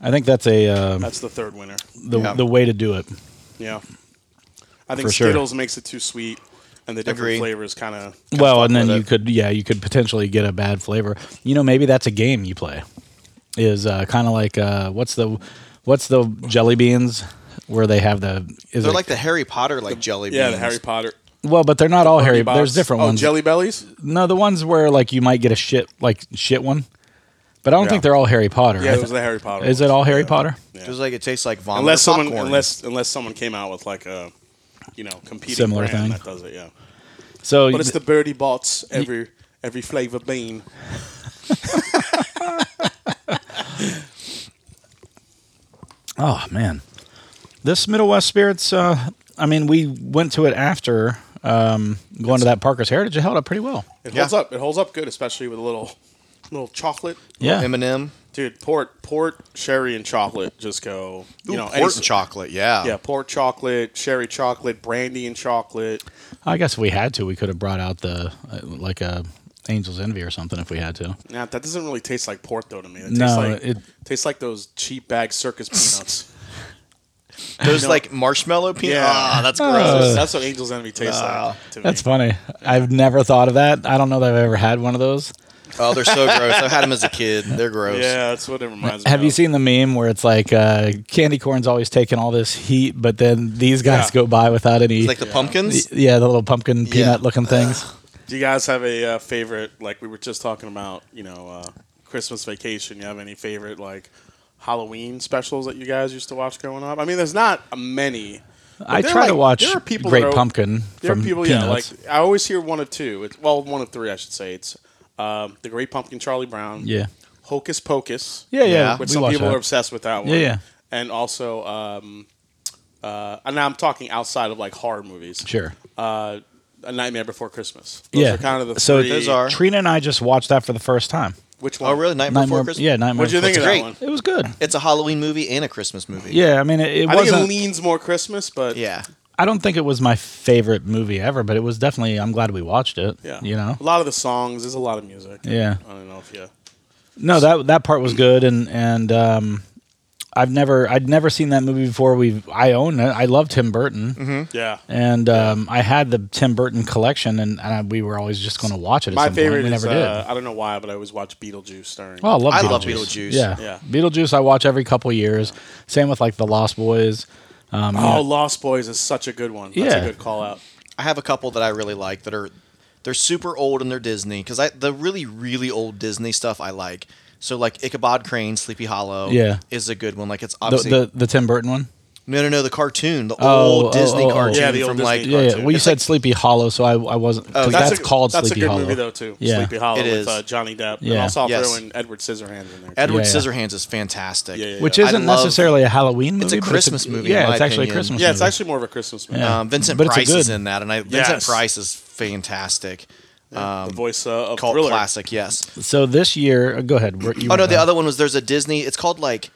[SPEAKER 1] I think that's a um,
[SPEAKER 3] That's the third winner.
[SPEAKER 1] the
[SPEAKER 2] Yeah.
[SPEAKER 1] the way to do it.
[SPEAKER 3] Yeah. I think
[SPEAKER 1] For sure.
[SPEAKER 3] Skittles makes it too sweet and the different
[SPEAKER 2] Agree.
[SPEAKER 3] flavors kind of
[SPEAKER 1] well, and then
[SPEAKER 2] with
[SPEAKER 1] you
[SPEAKER 2] it.
[SPEAKER 1] could yeah, you could potentially get a bad flavor. You know, maybe that's a game you play. Is uh, kind of like uh, what's the what's the jelly beans where they have the is
[SPEAKER 2] They're
[SPEAKER 1] it-
[SPEAKER 2] like the Harry Potter like jelly beans.
[SPEAKER 3] Yeah, the Harry Potter.
[SPEAKER 1] well, but they're not all Harry.
[SPEAKER 3] Bernie Box.
[SPEAKER 1] There's different
[SPEAKER 3] oh,
[SPEAKER 1] ones.
[SPEAKER 3] Jelly bellies?
[SPEAKER 1] No, the ones where like you might get a shit like shit one, but I don't
[SPEAKER 3] Yeah.
[SPEAKER 1] think they're all Harry Potter. I
[SPEAKER 3] Yeah, it
[SPEAKER 1] th-
[SPEAKER 3] was the Harry Potter.
[SPEAKER 1] is
[SPEAKER 3] ones.
[SPEAKER 1] it all Harry Potter?
[SPEAKER 3] Yeah.
[SPEAKER 2] Just like it tastes like vomit.
[SPEAKER 3] Unless
[SPEAKER 2] or
[SPEAKER 3] someone
[SPEAKER 2] popcorn.
[SPEAKER 3] unless unless someone came out with like a you know, competing
[SPEAKER 1] Similar
[SPEAKER 3] brand
[SPEAKER 1] thing.
[SPEAKER 3] that does it, yeah.
[SPEAKER 1] So
[SPEAKER 3] But it's the birdie bots every every flavor bean.
[SPEAKER 1] oh man, this Middle West Spirits. Uh, I mean, we went to it after um, going to that Parker's Heritage. It held up pretty well.
[SPEAKER 3] It
[SPEAKER 2] Yeah.
[SPEAKER 3] holds up. It holds up good, especially with a little little chocolate.
[SPEAKER 1] Yeah,
[SPEAKER 2] M and M.
[SPEAKER 3] Dude, port, port, sherry, and chocolate just go. You know, any-
[SPEAKER 2] port and chocolate. Yeah.
[SPEAKER 3] Yeah, port chocolate, sherry chocolate, brandy and chocolate.
[SPEAKER 1] I guess if we had to. We could have brought out the uh, like a Angel's Envy or something if we had to.
[SPEAKER 3] Nah, that doesn't really taste like port though to me. It
[SPEAKER 1] No,
[SPEAKER 3] tastes like,
[SPEAKER 1] it-
[SPEAKER 3] tastes like those cheap bag circus peanuts.
[SPEAKER 2] Those
[SPEAKER 3] No.
[SPEAKER 2] like marshmallow peanut.
[SPEAKER 3] Yeah.
[SPEAKER 2] Ah, that's gross.
[SPEAKER 3] that's, that's what Angel's Envy tastes
[SPEAKER 2] Wow.
[SPEAKER 3] like. To
[SPEAKER 1] That's
[SPEAKER 3] me.
[SPEAKER 1] funny. I've never thought of that. I don't know that I've ever had one of those.
[SPEAKER 2] Oh, they're so gross. I've had them as a kid. They're gross.
[SPEAKER 3] Yeah, that's what it reminds me.
[SPEAKER 1] Have you
[SPEAKER 3] of.
[SPEAKER 1] seen the meme where it's like uh, candy corn's always taking all this heat, but then these guys
[SPEAKER 3] Yeah.
[SPEAKER 1] go by without any
[SPEAKER 2] It's like the pumpkins.
[SPEAKER 1] Yeah, the little pumpkin peanut looking things.
[SPEAKER 3] Do you guys have a uh, favorite? Like we were just talking about, you know, uh, Christmas vacation. You have any favorite like Halloween specials that you guys used to watch growing up? I mean, there's not a many. but
[SPEAKER 1] I
[SPEAKER 3] there are,
[SPEAKER 1] try to
[SPEAKER 3] like-
[SPEAKER 1] watch
[SPEAKER 3] there are people
[SPEAKER 1] Great
[SPEAKER 3] that are-
[SPEAKER 1] Pumpkin
[SPEAKER 3] There
[SPEAKER 1] from
[SPEAKER 3] are people,
[SPEAKER 1] Peanuts.
[SPEAKER 3] yeah. Like I always hear one of two. It's, well, one of three, I should say. It's um, the Great Pumpkin, Charlie Brown.
[SPEAKER 1] yeah,
[SPEAKER 3] Hocus Pocus.
[SPEAKER 1] yeah, yeah.
[SPEAKER 2] Yeah.
[SPEAKER 1] we
[SPEAKER 3] Which some
[SPEAKER 1] watch
[SPEAKER 3] people
[SPEAKER 1] that.
[SPEAKER 3] are obsessed with that one.
[SPEAKER 1] Yeah, yeah.
[SPEAKER 3] And also, um, uh, and now I'm talking outside of like horror movies.
[SPEAKER 1] sure.
[SPEAKER 3] Uh, A Nightmare Before Christmas. Those
[SPEAKER 1] yeah.
[SPEAKER 3] are kind of the
[SPEAKER 1] so
[SPEAKER 3] three.
[SPEAKER 2] Those are-
[SPEAKER 1] Trina and I just watched that for the first time.
[SPEAKER 3] which one?
[SPEAKER 2] Oh, really? Night
[SPEAKER 1] Nightmare,
[SPEAKER 2] Before Christmas.
[SPEAKER 1] Yeah, Nightmare.
[SPEAKER 3] What'd you think of
[SPEAKER 1] Before
[SPEAKER 2] Great.
[SPEAKER 3] that one?
[SPEAKER 1] Christmas. It was good.
[SPEAKER 2] It's a Halloween movie and a Christmas movie.
[SPEAKER 1] Yeah, I mean, it, it
[SPEAKER 3] I think it
[SPEAKER 1] wasn't.
[SPEAKER 3] leans more Christmas, but
[SPEAKER 2] Yeah.
[SPEAKER 1] I don't think it was my favorite movie ever, but it was definitely. I'm glad we watched it.
[SPEAKER 3] yeah.
[SPEAKER 1] you know.
[SPEAKER 3] a lot of the songs. There's a lot of music.
[SPEAKER 1] Yeah.
[SPEAKER 3] I don't know if you.
[SPEAKER 1] No, that that part was good, and and um, I've never I'd never seen that movie before. We I own it. I love Tim Burton,
[SPEAKER 3] Mm-hmm. Yeah.
[SPEAKER 1] and um, I had the Tim Burton collection, and, and I, we were always just going to watch it. At
[SPEAKER 3] My
[SPEAKER 1] some
[SPEAKER 3] favorite
[SPEAKER 1] point. we
[SPEAKER 3] is
[SPEAKER 1] never
[SPEAKER 3] uh,
[SPEAKER 1] did.
[SPEAKER 3] I don't know why, but I always watch Beetlejuice during.
[SPEAKER 1] Oh, I love
[SPEAKER 2] I
[SPEAKER 1] Beetlejuice.
[SPEAKER 2] love Beetlejuice.
[SPEAKER 1] Yeah.
[SPEAKER 3] Yeah.
[SPEAKER 1] Beetlejuice. I watch every couple years. Same with like the Lost Boys. Um,
[SPEAKER 3] Oh, Lost Boys is such a good one. That's
[SPEAKER 1] Yeah.
[SPEAKER 3] a good call out.
[SPEAKER 2] I have a couple that I really like that are they're super old and they're Disney because I the really really old Disney stuff I like. So like Ichabod Crane, Sleepy Hollow,
[SPEAKER 1] Yeah.
[SPEAKER 2] is a good one. Like it's
[SPEAKER 1] the,
[SPEAKER 2] obviously
[SPEAKER 1] the the Tim Burton one.
[SPEAKER 2] no no no the cartoon, the
[SPEAKER 1] Oh,
[SPEAKER 2] old
[SPEAKER 1] oh,
[SPEAKER 2] Disney
[SPEAKER 1] oh, oh.
[SPEAKER 2] cartoon
[SPEAKER 3] Yeah, the old
[SPEAKER 2] from
[SPEAKER 3] Disney
[SPEAKER 2] like
[SPEAKER 1] Yeah, yeah.
[SPEAKER 3] cartoon.
[SPEAKER 1] Well, you
[SPEAKER 3] It's
[SPEAKER 1] said Sleepy Hollow, so I I wasn't. Oh, that's,
[SPEAKER 3] a,
[SPEAKER 1] called
[SPEAKER 3] that's
[SPEAKER 1] Sleepy
[SPEAKER 3] a good
[SPEAKER 1] Hollow.
[SPEAKER 3] movie though too.
[SPEAKER 1] Yeah.
[SPEAKER 3] Sleepy Hollow
[SPEAKER 2] It
[SPEAKER 3] with
[SPEAKER 2] is.
[SPEAKER 3] uh, Johnny Depp. And
[SPEAKER 1] Yeah.
[SPEAKER 3] also I'll
[SPEAKER 2] Yes.
[SPEAKER 3] throw in Edward Scissorhands in there. too.
[SPEAKER 2] Edward
[SPEAKER 1] Yeah, yeah.
[SPEAKER 2] Scissorhands is fantastic.
[SPEAKER 3] yeah, yeah.
[SPEAKER 1] Which
[SPEAKER 3] I
[SPEAKER 1] isn't
[SPEAKER 2] love-
[SPEAKER 1] necessarily a Halloween movie.
[SPEAKER 2] It's a
[SPEAKER 1] but
[SPEAKER 2] Christmas movie, in
[SPEAKER 1] Yeah,
[SPEAKER 2] my
[SPEAKER 1] it's actually a
[SPEAKER 2] opinion.
[SPEAKER 1] Christmas.
[SPEAKER 3] yeah, it's
[SPEAKER 1] movie.
[SPEAKER 3] actually more of a Christmas movie.
[SPEAKER 1] Yeah.
[SPEAKER 2] Um, Vincent
[SPEAKER 1] But it's a
[SPEAKER 2] Price is
[SPEAKER 1] good-
[SPEAKER 2] in that, and I, Vincent
[SPEAKER 3] Yes.
[SPEAKER 2] Price is fantastic. Um,
[SPEAKER 3] the voice uh, of
[SPEAKER 2] cult
[SPEAKER 3] Thriller.
[SPEAKER 2] classic, yes.
[SPEAKER 1] So this year, uh, go ahead. Rick, you
[SPEAKER 2] Oh no,
[SPEAKER 1] were
[SPEAKER 2] the
[SPEAKER 1] done.
[SPEAKER 2] other one was there's a Disney. It's called like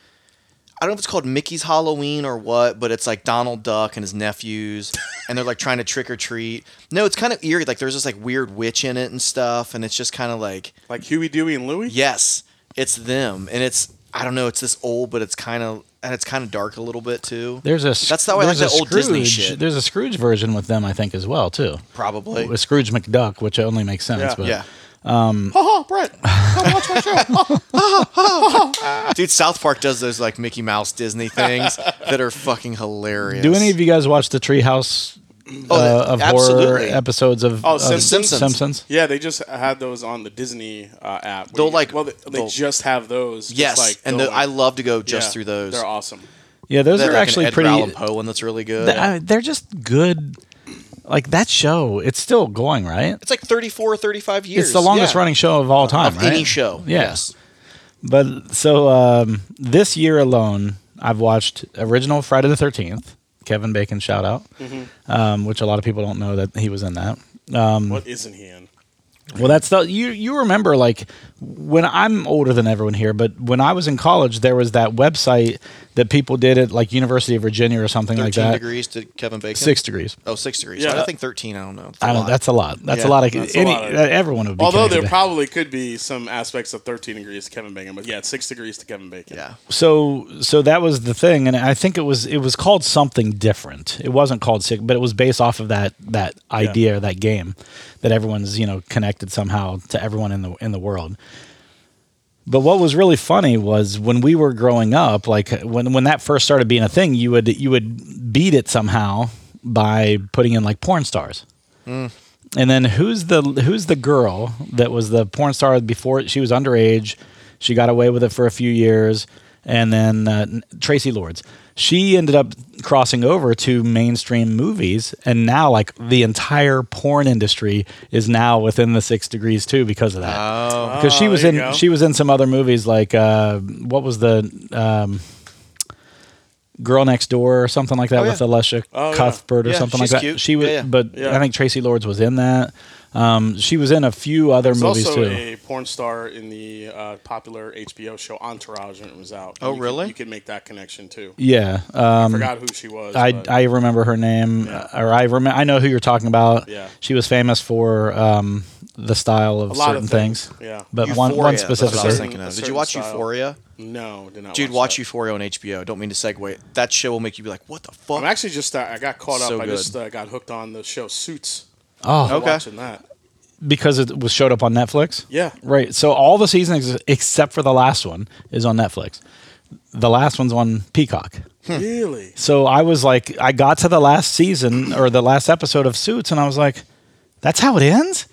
[SPEAKER 2] I don't know if it's called Mickey's Halloween or what, but it's like Donald Duck and his nephews, and they're like trying to trick or treat. No, it's kind of eerie. Like there's this like weird witch in it and stuff, and it's just kind of like
[SPEAKER 3] Like Huey, Dewey, and Louie.
[SPEAKER 2] yes, it's them, and it's I don't know, it's this old, but it's kind of and it's kind of dark a little bit too.
[SPEAKER 1] There's a Sc-
[SPEAKER 2] That's how I like
[SPEAKER 1] there's
[SPEAKER 2] the
[SPEAKER 1] a
[SPEAKER 2] old Disney
[SPEAKER 1] Scrooge-
[SPEAKER 2] shit.
[SPEAKER 1] There's a Scrooge version with them, I think, as well too.
[SPEAKER 2] Probably.
[SPEAKER 1] With Scrooge McDuck, which only makes sense.
[SPEAKER 3] Yeah.
[SPEAKER 1] But
[SPEAKER 2] yeah,
[SPEAKER 3] Ha ha, Brett. Come watch my show.
[SPEAKER 2] dude. South Park does those like Mickey Mouse Disney things that are fucking hilarious.
[SPEAKER 1] do any of you guys watch the Treehouse
[SPEAKER 2] Oh,
[SPEAKER 1] uh, of horror
[SPEAKER 2] absolutely.
[SPEAKER 1] episodes of,
[SPEAKER 3] Oh,
[SPEAKER 1] of
[SPEAKER 3] Simpsons.
[SPEAKER 1] Simpsons?
[SPEAKER 3] Yeah, they just had those on the Disney uh, app.
[SPEAKER 2] They'll,
[SPEAKER 3] Where you-
[SPEAKER 2] like-
[SPEAKER 3] well, they, they
[SPEAKER 2] they'll-
[SPEAKER 3] just have those. just,
[SPEAKER 2] Yes,
[SPEAKER 3] like,
[SPEAKER 2] and
[SPEAKER 3] they'll,
[SPEAKER 2] the, I
[SPEAKER 3] like-
[SPEAKER 2] love to go just
[SPEAKER 3] yeah,
[SPEAKER 2] through those.
[SPEAKER 3] They're awesome.
[SPEAKER 1] Yeah, those
[SPEAKER 2] They're
[SPEAKER 1] are actually pretty.
[SPEAKER 2] Edgar Allan Poe one that's really good.
[SPEAKER 1] th- I- they're just good. Like that show, it's still going, right?
[SPEAKER 2] it's like 34 35 years.
[SPEAKER 1] It's the longest
[SPEAKER 2] yeah,
[SPEAKER 1] running show of all time,
[SPEAKER 2] of
[SPEAKER 1] right?
[SPEAKER 2] any show.
[SPEAKER 1] Yeah.
[SPEAKER 2] Yes.
[SPEAKER 1] But so um, this year alone, I've watched original Friday the Thirteenth. Kevin Bacon shout out,
[SPEAKER 2] Mm-hmm.
[SPEAKER 1] um, which a lot of people don't know that he was in that.
[SPEAKER 2] Um,
[SPEAKER 3] what isn't he in?
[SPEAKER 1] Well, that's the you you remember like when I'm older than everyone here, but when I was in college, there was that website that people did at like University of Virginia or something
[SPEAKER 2] 13
[SPEAKER 1] like that.
[SPEAKER 2] degrees to Kevin Bacon.
[SPEAKER 1] Six degrees.
[SPEAKER 2] Oh, six degrees.
[SPEAKER 3] Yeah.
[SPEAKER 2] Yeah. I think 13. I don't know. It's a
[SPEAKER 1] I don't.
[SPEAKER 2] lot.
[SPEAKER 1] That's a lot. That's
[SPEAKER 2] Yeah,
[SPEAKER 1] a lot of
[SPEAKER 3] that's a
[SPEAKER 1] any.
[SPEAKER 3] lot of-
[SPEAKER 1] everyone would be.
[SPEAKER 3] Although
[SPEAKER 1] connected
[SPEAKER 3] there
[SPEAKER 1] to-
[SPEAKER 3] probably could be some aspects of 13 degrees to Kevin Bacon, but yeah, it's 6 degrees to Kevin Bacon.
[SPEAKER 2] yeah.
[SPEAKER 1] so so that was the thing and i think it was it was called something different it wasn't called sick but it was based off of that that idea that game that everyone's you know connected somehow to everyone in the in the world but what was really funny was when we were growing up like when when that first started being a thing you would you would beat it somehow by putting in like porn stars and then who's the who's the girl that was the porn star before she was underage? She got away with it for a few years, and then uh, Tracy Lords. She ended up crossing over to mainstream movies, and now like the entire porn industry is now within the six degrees too because of that. Oh, because she
[SPEAKER 3] Oh,
[SPEAKER 1] was
[SPEAKER 3] there
[SPEAKER 1] in
[SPEAKER 3] you go.
[SPEAKER 1] she was in some other movies like uh, what was the um, Girl Next Door or something like that
[SPEAKER 2] yeah.
[SPEAKER 1] with Alicia
[SPEAKER 3] Oh, yeah.
[SPEAKER 1] Cuthbert or
[SPEAKER 2] Yeah,
[SPEAKER 1] something
[SPEAKER 2] she's
[SPEAKER 1] like that.
[SPEAKER 2] cute.
[SPEAKER 1] She was,
[SPEAKER 2] Yeah, yeah.
[SPEAKER 1] but
[SPEAKER 3] Yeah.
[SPEAKER 1] I think Tracy Lords was in that. Um, she was in a few other
[SPEAKER 3] There's
[SPEAKER 1] movies
[SPEAKER 3] also
[SPEAKER 1] too.
[SPEAKER 3] a porn star in the uh, popular HBO show Entourage when it was out.
[SPEAKER 2] Oh,
[SPEAKER 3] You could-
[SPEAKER 2] really?
[SPEAKER 3] you could make that connection too.
[SPEAKER 1] yeah, um,
[SPEAKER 3] I forgot who she was.
[SPEAKER 1] I
[SPEAKER 3] but-
[SPEAKER 1] I remember her name, uh, or I remember I know who you're talking about.
[SPEAKER 3] Yeah.
[SPEAKER 1] she was famous for um, the style of
[SPEAKER 3] A lot
[SPEAKER 1] certain
[SPEAKER 3] of
[SPEAKER 1] things.
[SPEAKER 3] things, yeah.
[SPEAKER 1] but one
[SPEAKER 2] Euphoria,
[SPEAKER 1] one
[SPEAKER 2] that's what I was
[SPEAKER 1] specifically.
[SPEAKER 2] thinking
[SPEAKER 3] A
[SPEAKER 2] of. Did you
[SPEAKER 3] certain
[SPEAKER 2] watch
[SPEAKER 3] style.
[SPEAKER 2] Euphoria?
[SPEAKER 3] no, did not.
[SPEAKER 2] Dude, watch
[SPEAKER 3] that.
[SPEAKER 2] Euphoria on HBO. Don't mean to segue. That show will make you be like, what the fuck?
[SPEAKER 3] I'm actually just uh, I got caught
[SPEAKER 2] So
[SPEAKER 3] up. I
[SPEAKER 2] good.
[SPEAKER 3] just uh, got hooked on the show Suits.
[SPEAKER 1] Oh,
[SPEAKER 2] Okay.
[SPEAKER 3] Watching that.
[SPEAKER 1] because it was showed up on Netflix.
[SPEAKER 3] Yeah.
[SPEAKER 1] right. So all the seasons except for the last one is on Netflix. The last one's on Peacock.
[SPEAKER 3] Really?
[SPEAKER 1] So I was like, I got to the last season or the last episode of Suits, and I was like, that's how it ends.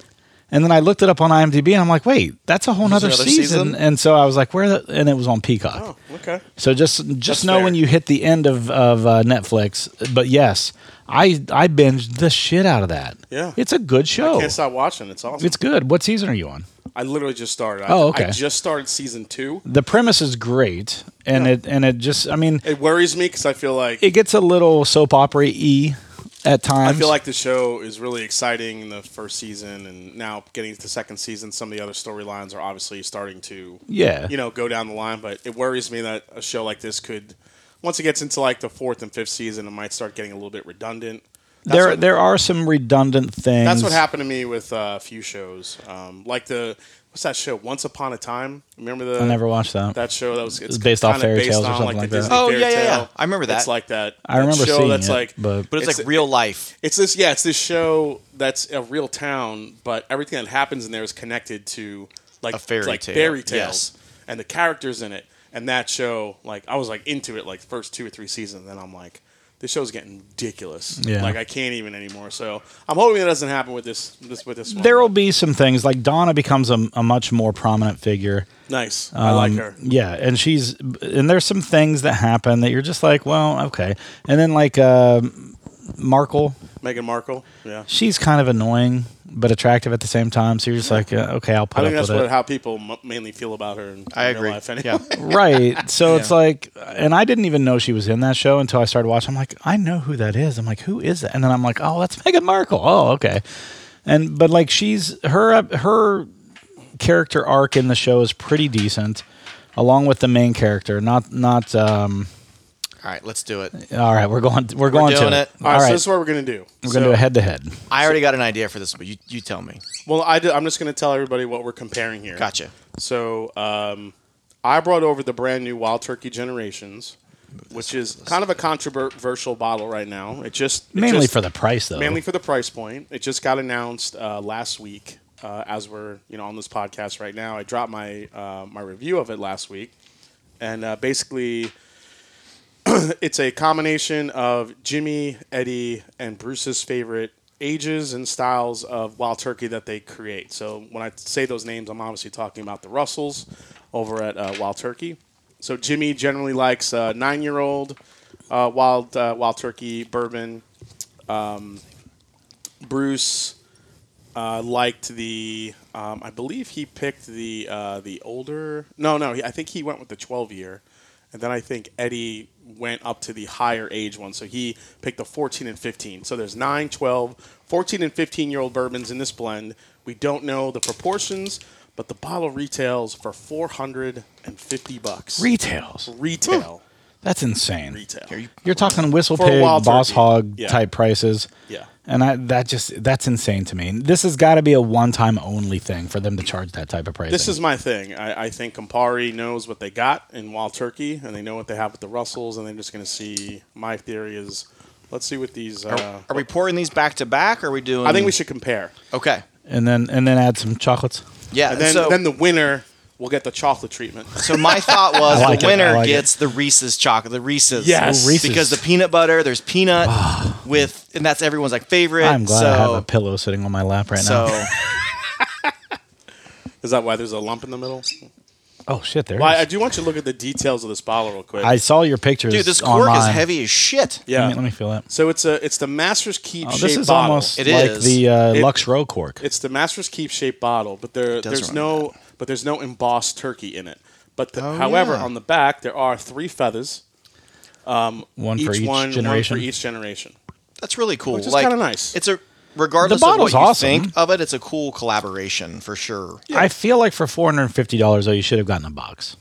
[SPEAKER 1] And then I looked it up on IMDb, and I'm like, wait, that's a whole nother
[SPEAKER 2] another
[SPEAKER 1] season.
[SPEAKER 2] season?
[SPEAKER 1] And so I was like, where? The, and it was on Peacock.
[SPEAKER 3] Oh, okay.
[SPEAKER 1] So just just
[SPEAKER 3] That's
[SPEAKER 1] know when
[SPEAKER 3] fair.
[SPEAKER 1] you hit the end of of uh, Netflix. But yes, I I binged the shit out of that.
[SPEAKER 3] Yeah.
[SPEAKER 1] it's a good show.
[SPEAKER 3] Can't stop watching. It's awesome.
[SPEAKER 1] Oh. It's good. What season are you on?
[SPEAKER 3] I literally just started. I,
[SPEAKER 1] Oh, okay.
[SPEAKER 3] I just started season two.
[SPEAKER 1] The premise is great, and it and it just I mean
[SPEAKER 3] It worries me because I feel like
[SPEAKER 1] it gets a little soap opera y at times.
[SPEAKER 3] I feel like the show is really exciting in the first season, and now getting to the second season, some of the other storylines are obviously starting to,
[SPEAKER 1] yeah,
[SPEAKER 3] you know, go down the line. But it worries me that a show like this could, once it gets into like the fourth and fifth season, it might start getting a little bit redundant. That's
[SPEAKER 1] there
[SPEAKER 3] what-
[SPEAKER 1] there are some redundant things.
[SPEAKER 3] That's what happened to me with uh, a few shows, um, like the what's that show? Once Upon a Time. Remember the
[SPEAKER 1] I never watched that.
[SPEAKER 3] that show that was it's
[SPEAKER 1] based off
[SPEAKER 3] kinda
[SPEAKER 1] fairy tales or
[SPEAKER 3] on,
[SPEAKER 1] something like
[SPEAKER 3] the
[SPEAKER 1] that.
[SPEAKER 3] Disney
[SPEAKER 2] Oh,
[SPEAKER 3] fairy
[SPEAKER 2] yeah, yeah, yeah.
[SPEAKER 3] tale.
[SPEAKER 2] I remember that.
[SPEAKER 3] It's like that.
[SPEAKER 1] I remember
[SPEAKER 3] that show
[SPEAKER 1] seeing
[SPEAKER 3] that's
[SPEAKER 1] it,
[SPEAKER 3] like
[SPEAKER 1] but-
[SPEAKER 2] But it's,
[SPEAKER 3] It's
[SPEAKER 2] like
[SPEAKER 3] a-
[SPEAKER 2] real life.
[SPEAKER 3] it's this yeah it's this show that's a real town but everything that happens in there is connected to like
[SPEAKER 2] A fairy
[SPEAKER 3] like
[SPEAKER 2] tale,
[SPEAKER 3] fairy
[SPEAKER 2] yes.
[SPEAKER 3] tales and the characters in it and that show like i was like into it like the first two or three seasons and then i'm like this show's getting ridiculous
[SPEAKER 1] Yeah.
[SPEAKER 3] like i can't even anymore so i'm hoping that doesn't happen with this this with this one
[SPEAKER 1] There will be some things like Donna becomes a, a much more prominent figure.
[SPEAKER 3] nice i like
[SPEAKER 1] Um,
[SPEAKER 3] her
[SPEAKER 1] Yeah, and she's and there's some things that happen that you're just like, well, okay. And then like uh, Markle,
[SPEAKER 3] Meghan markle yeah
[SPEAKER 1] she's kind of annoying but attractive at the same time. So you're just like, uh, okay, I'll put
[SPEAKER 3] i think
[SPEAKER 1] up
[SPEAKER 3] that's
[SPEAKER 1] with
[SPEAKER 3] what
[SPEAKER 1] it.
[SPEAKER 3] how people m- mainly feel about her in,
[SPEAKER 2] I
[SPEAKER 3] in
[SPEAKER 2] agree.
[SPEAKER 3] real life anyway.
[SPEAKER 2] Yeah.
[SPEAKER 1] right. So it's
[SPEAKER 2] Yeah.
[SPEAKER 1] like, and I didn't even know she was in that show until I started watching. I'm like, I know who that is. I'm like, who is that? And then I'm like, oh, that's Meghan Markle. Oh, okay. And but like she's her her character arc in the show is pretty decent, along with the main character. Not not. um
[SPEAKER 2] All right, let's do it.
[SPEAKER 1] All right, we're going. We're, going
[SPEAKER 2] doing
[SPEAKER 1] to
[SPEAKER 2] it.
[SPEAKER 1] All
[SPEAKER 3] all right,
[SPEAKER 1] right,
[SPEAKER 3] so this is what we're gonna do
[SPEAKER 1] we're going to do a head to head.
[SPEAKER 2] I already got an idea for this, but you, you tell me.
[SPEAKER 3] well I do, i'm just gonna tell everybody what we're comparing here
[SPEAKER 2] Gotcha.
[SPEAKER 3] So um, I brought over the brand new Wild Turkey Generations, which is kind of a controversial bottle right now. It just it
[SPEAKER 1] Mainly
[SPEAKER 3] just-
[SPEAKER 1] for the price, though.
[SPEAKER 3] mainly for the price point. It just got announced uh, last week. Uh, as we're you know on this podcast right now, I dropped my uh, my review of it last week, and uh, basically. it's a combination of Jimmy, Eddie, and Bruce's favorite ages and styles of wild turkey that they create. So when I say those names, I'm obviously talking about the Russells over at uh, Wild Turkey. So Jimmy generally likes uh, nine-year-old uh, wild uh, wild turkey bourbon. Um, Bruce uh, liked the, um, I believe he picked the uh, the older. No, no, he, I think he went with the 12 year, and then I think Eddie went up to the higher age one, so he picked the 14 and 15. So there's 9, 12, 14 and 15 year old bourbons in this blend. We don't know the proportions, but the bottle retails for 450 bucks.
[SPEAKER 1] Retails.
[SPEAKER 3] retail,
[SPEAKER 1] That's insane.
[SPEAKER 3] retail.
[SPEAKER 2] Here, you-
[SPEAKER 1] You're talking whistle
[SPEAKER 3] For a
[SPEAKER 1] pig,
[SPEAKER 3] wild
[SPEAKER 1] boss
[SPEAKER 3] turkey.
[SPEAKER 1] hog
[SPEAKER 3] Yeah.
[SPEAKER 1] type prices.
[SPEAKER 3] Yeah.
[SPEAKER 1] And I, that just that's insane to me. This has got to be a one time only thing for them to charge that type of price.
[SPEAKER 3] This is my thing. I, I think Campari knows what they got in Wild Turkey, and they know what they have with the Russells, and they're just going to see. My theory is, let's see what these.
[SPEAKER 2] Are,
[SPEAKER 3] Uh,
[SPEAKER 2] are we pouring these back to back? Or are we doing?
[SPEAKER 3] I think we should compare,
[SPEAKER 2] Okay.
[SPEAKER 1] and then and then add some chocolates.
[SPEAKER 2] Yeah.
[SPEAKER 3] and then
[SPEAKER 2] so,
[SPEAKER 3] then the winner will get the chocolate treatment.
[SPEAKER 2] so my thought was
[SPEAKER 1] I like it,
[SPEAKER 2] the
[SPEAKER 1] I
[SPEAKER 2] winner
[SPEAKER 1] like it.
[SPEAKER 2] gets the Reese's chocolate, the Reese's.
[SPEAKER 3] Yes. Oh,
[SPEAKER 1] Reese's. Ah.
[SPEAKER 2] Because the peanut butter, there's peanut with, and that's everyone's like favorite.
[SPEAKER 1] I'm glad
[SPEAKER 2] so,
[SPEAKER 1] I have a pillow sitting on my lap right now.
[SPEAKER 2] so
[SPEAKER 3] Is that why there's a lump in the middle?
[SPEAKER 1] Oh shit, there. it
[SPEAKER 3] Well, I, I
[SPEAKER 1] is.
[SPEAKER 3] do want you to look at the details of this bottle real quick.
[SPEAKER 1] I, saw your pictures.
[SPEAKER 2] dude, this cork
[SPEAKER 1] online.
[SPEAKER 2] is heavy as shit.
[SPEAKER 1] Let
[SPEAKER 3] yeah.
[SPEAKER 1] me, let me feel it.
[SPEAKER 3] so it's a it's the Master's Keep
[SPEAKER 1] Oh,
[SPEAKER 3] shaped
[SPEAKER 1] this is
[SPEAKER 3] bottle.
[SPEAKER 1] almost
[SPEAKER 2] It
[SPEAKER 1] like
[SPEAKER 2] is.
[SPEAKER 1] the uh,
[SPEAKER 3] It-
[SPEAKER 1] Lux Row cork.
[SPEAKER 3] It's the Master's Keep shaped bottle, but there
[SPEAKER 2] does
[SPEAKER 3] there's
[SPEAKER 2] remember
[SPEAKER 3] no but there's no embossed turkey in it. But the,
[SPEAKER 2] Oh,
[SPEAKER 3] however,
[SPEAKER 2] yeah.
[SPEAKER 3] on the back there are three feathers,
[SPEAKER 1] one
[SPEAKER 3] each,
[SPEAKER 1] for each
[SPEAKER 3] one,
[SPEAKER 1] generation.
[SPEAKER 3] one for each generation.
[SPEAKER 2] That's really cool.
[SPEAKER 3] Which is
[SPEAKER 2] like,
[SPEAKER 3] kinda nice.
[SPEAKER 2] It's a regardless
[SPEAKER 1] The
[SPEAKER 2] of what
[SPEAKER 1] bottle's
[SPEAKER 2] you
[SPEAKER 1] awesome.
[SPEAKER 2] think of it, it's a cool collaboration for sure.
[SPEAKER 1] I feel like for four hundred and fifty dollars, though, you should have gotten a box,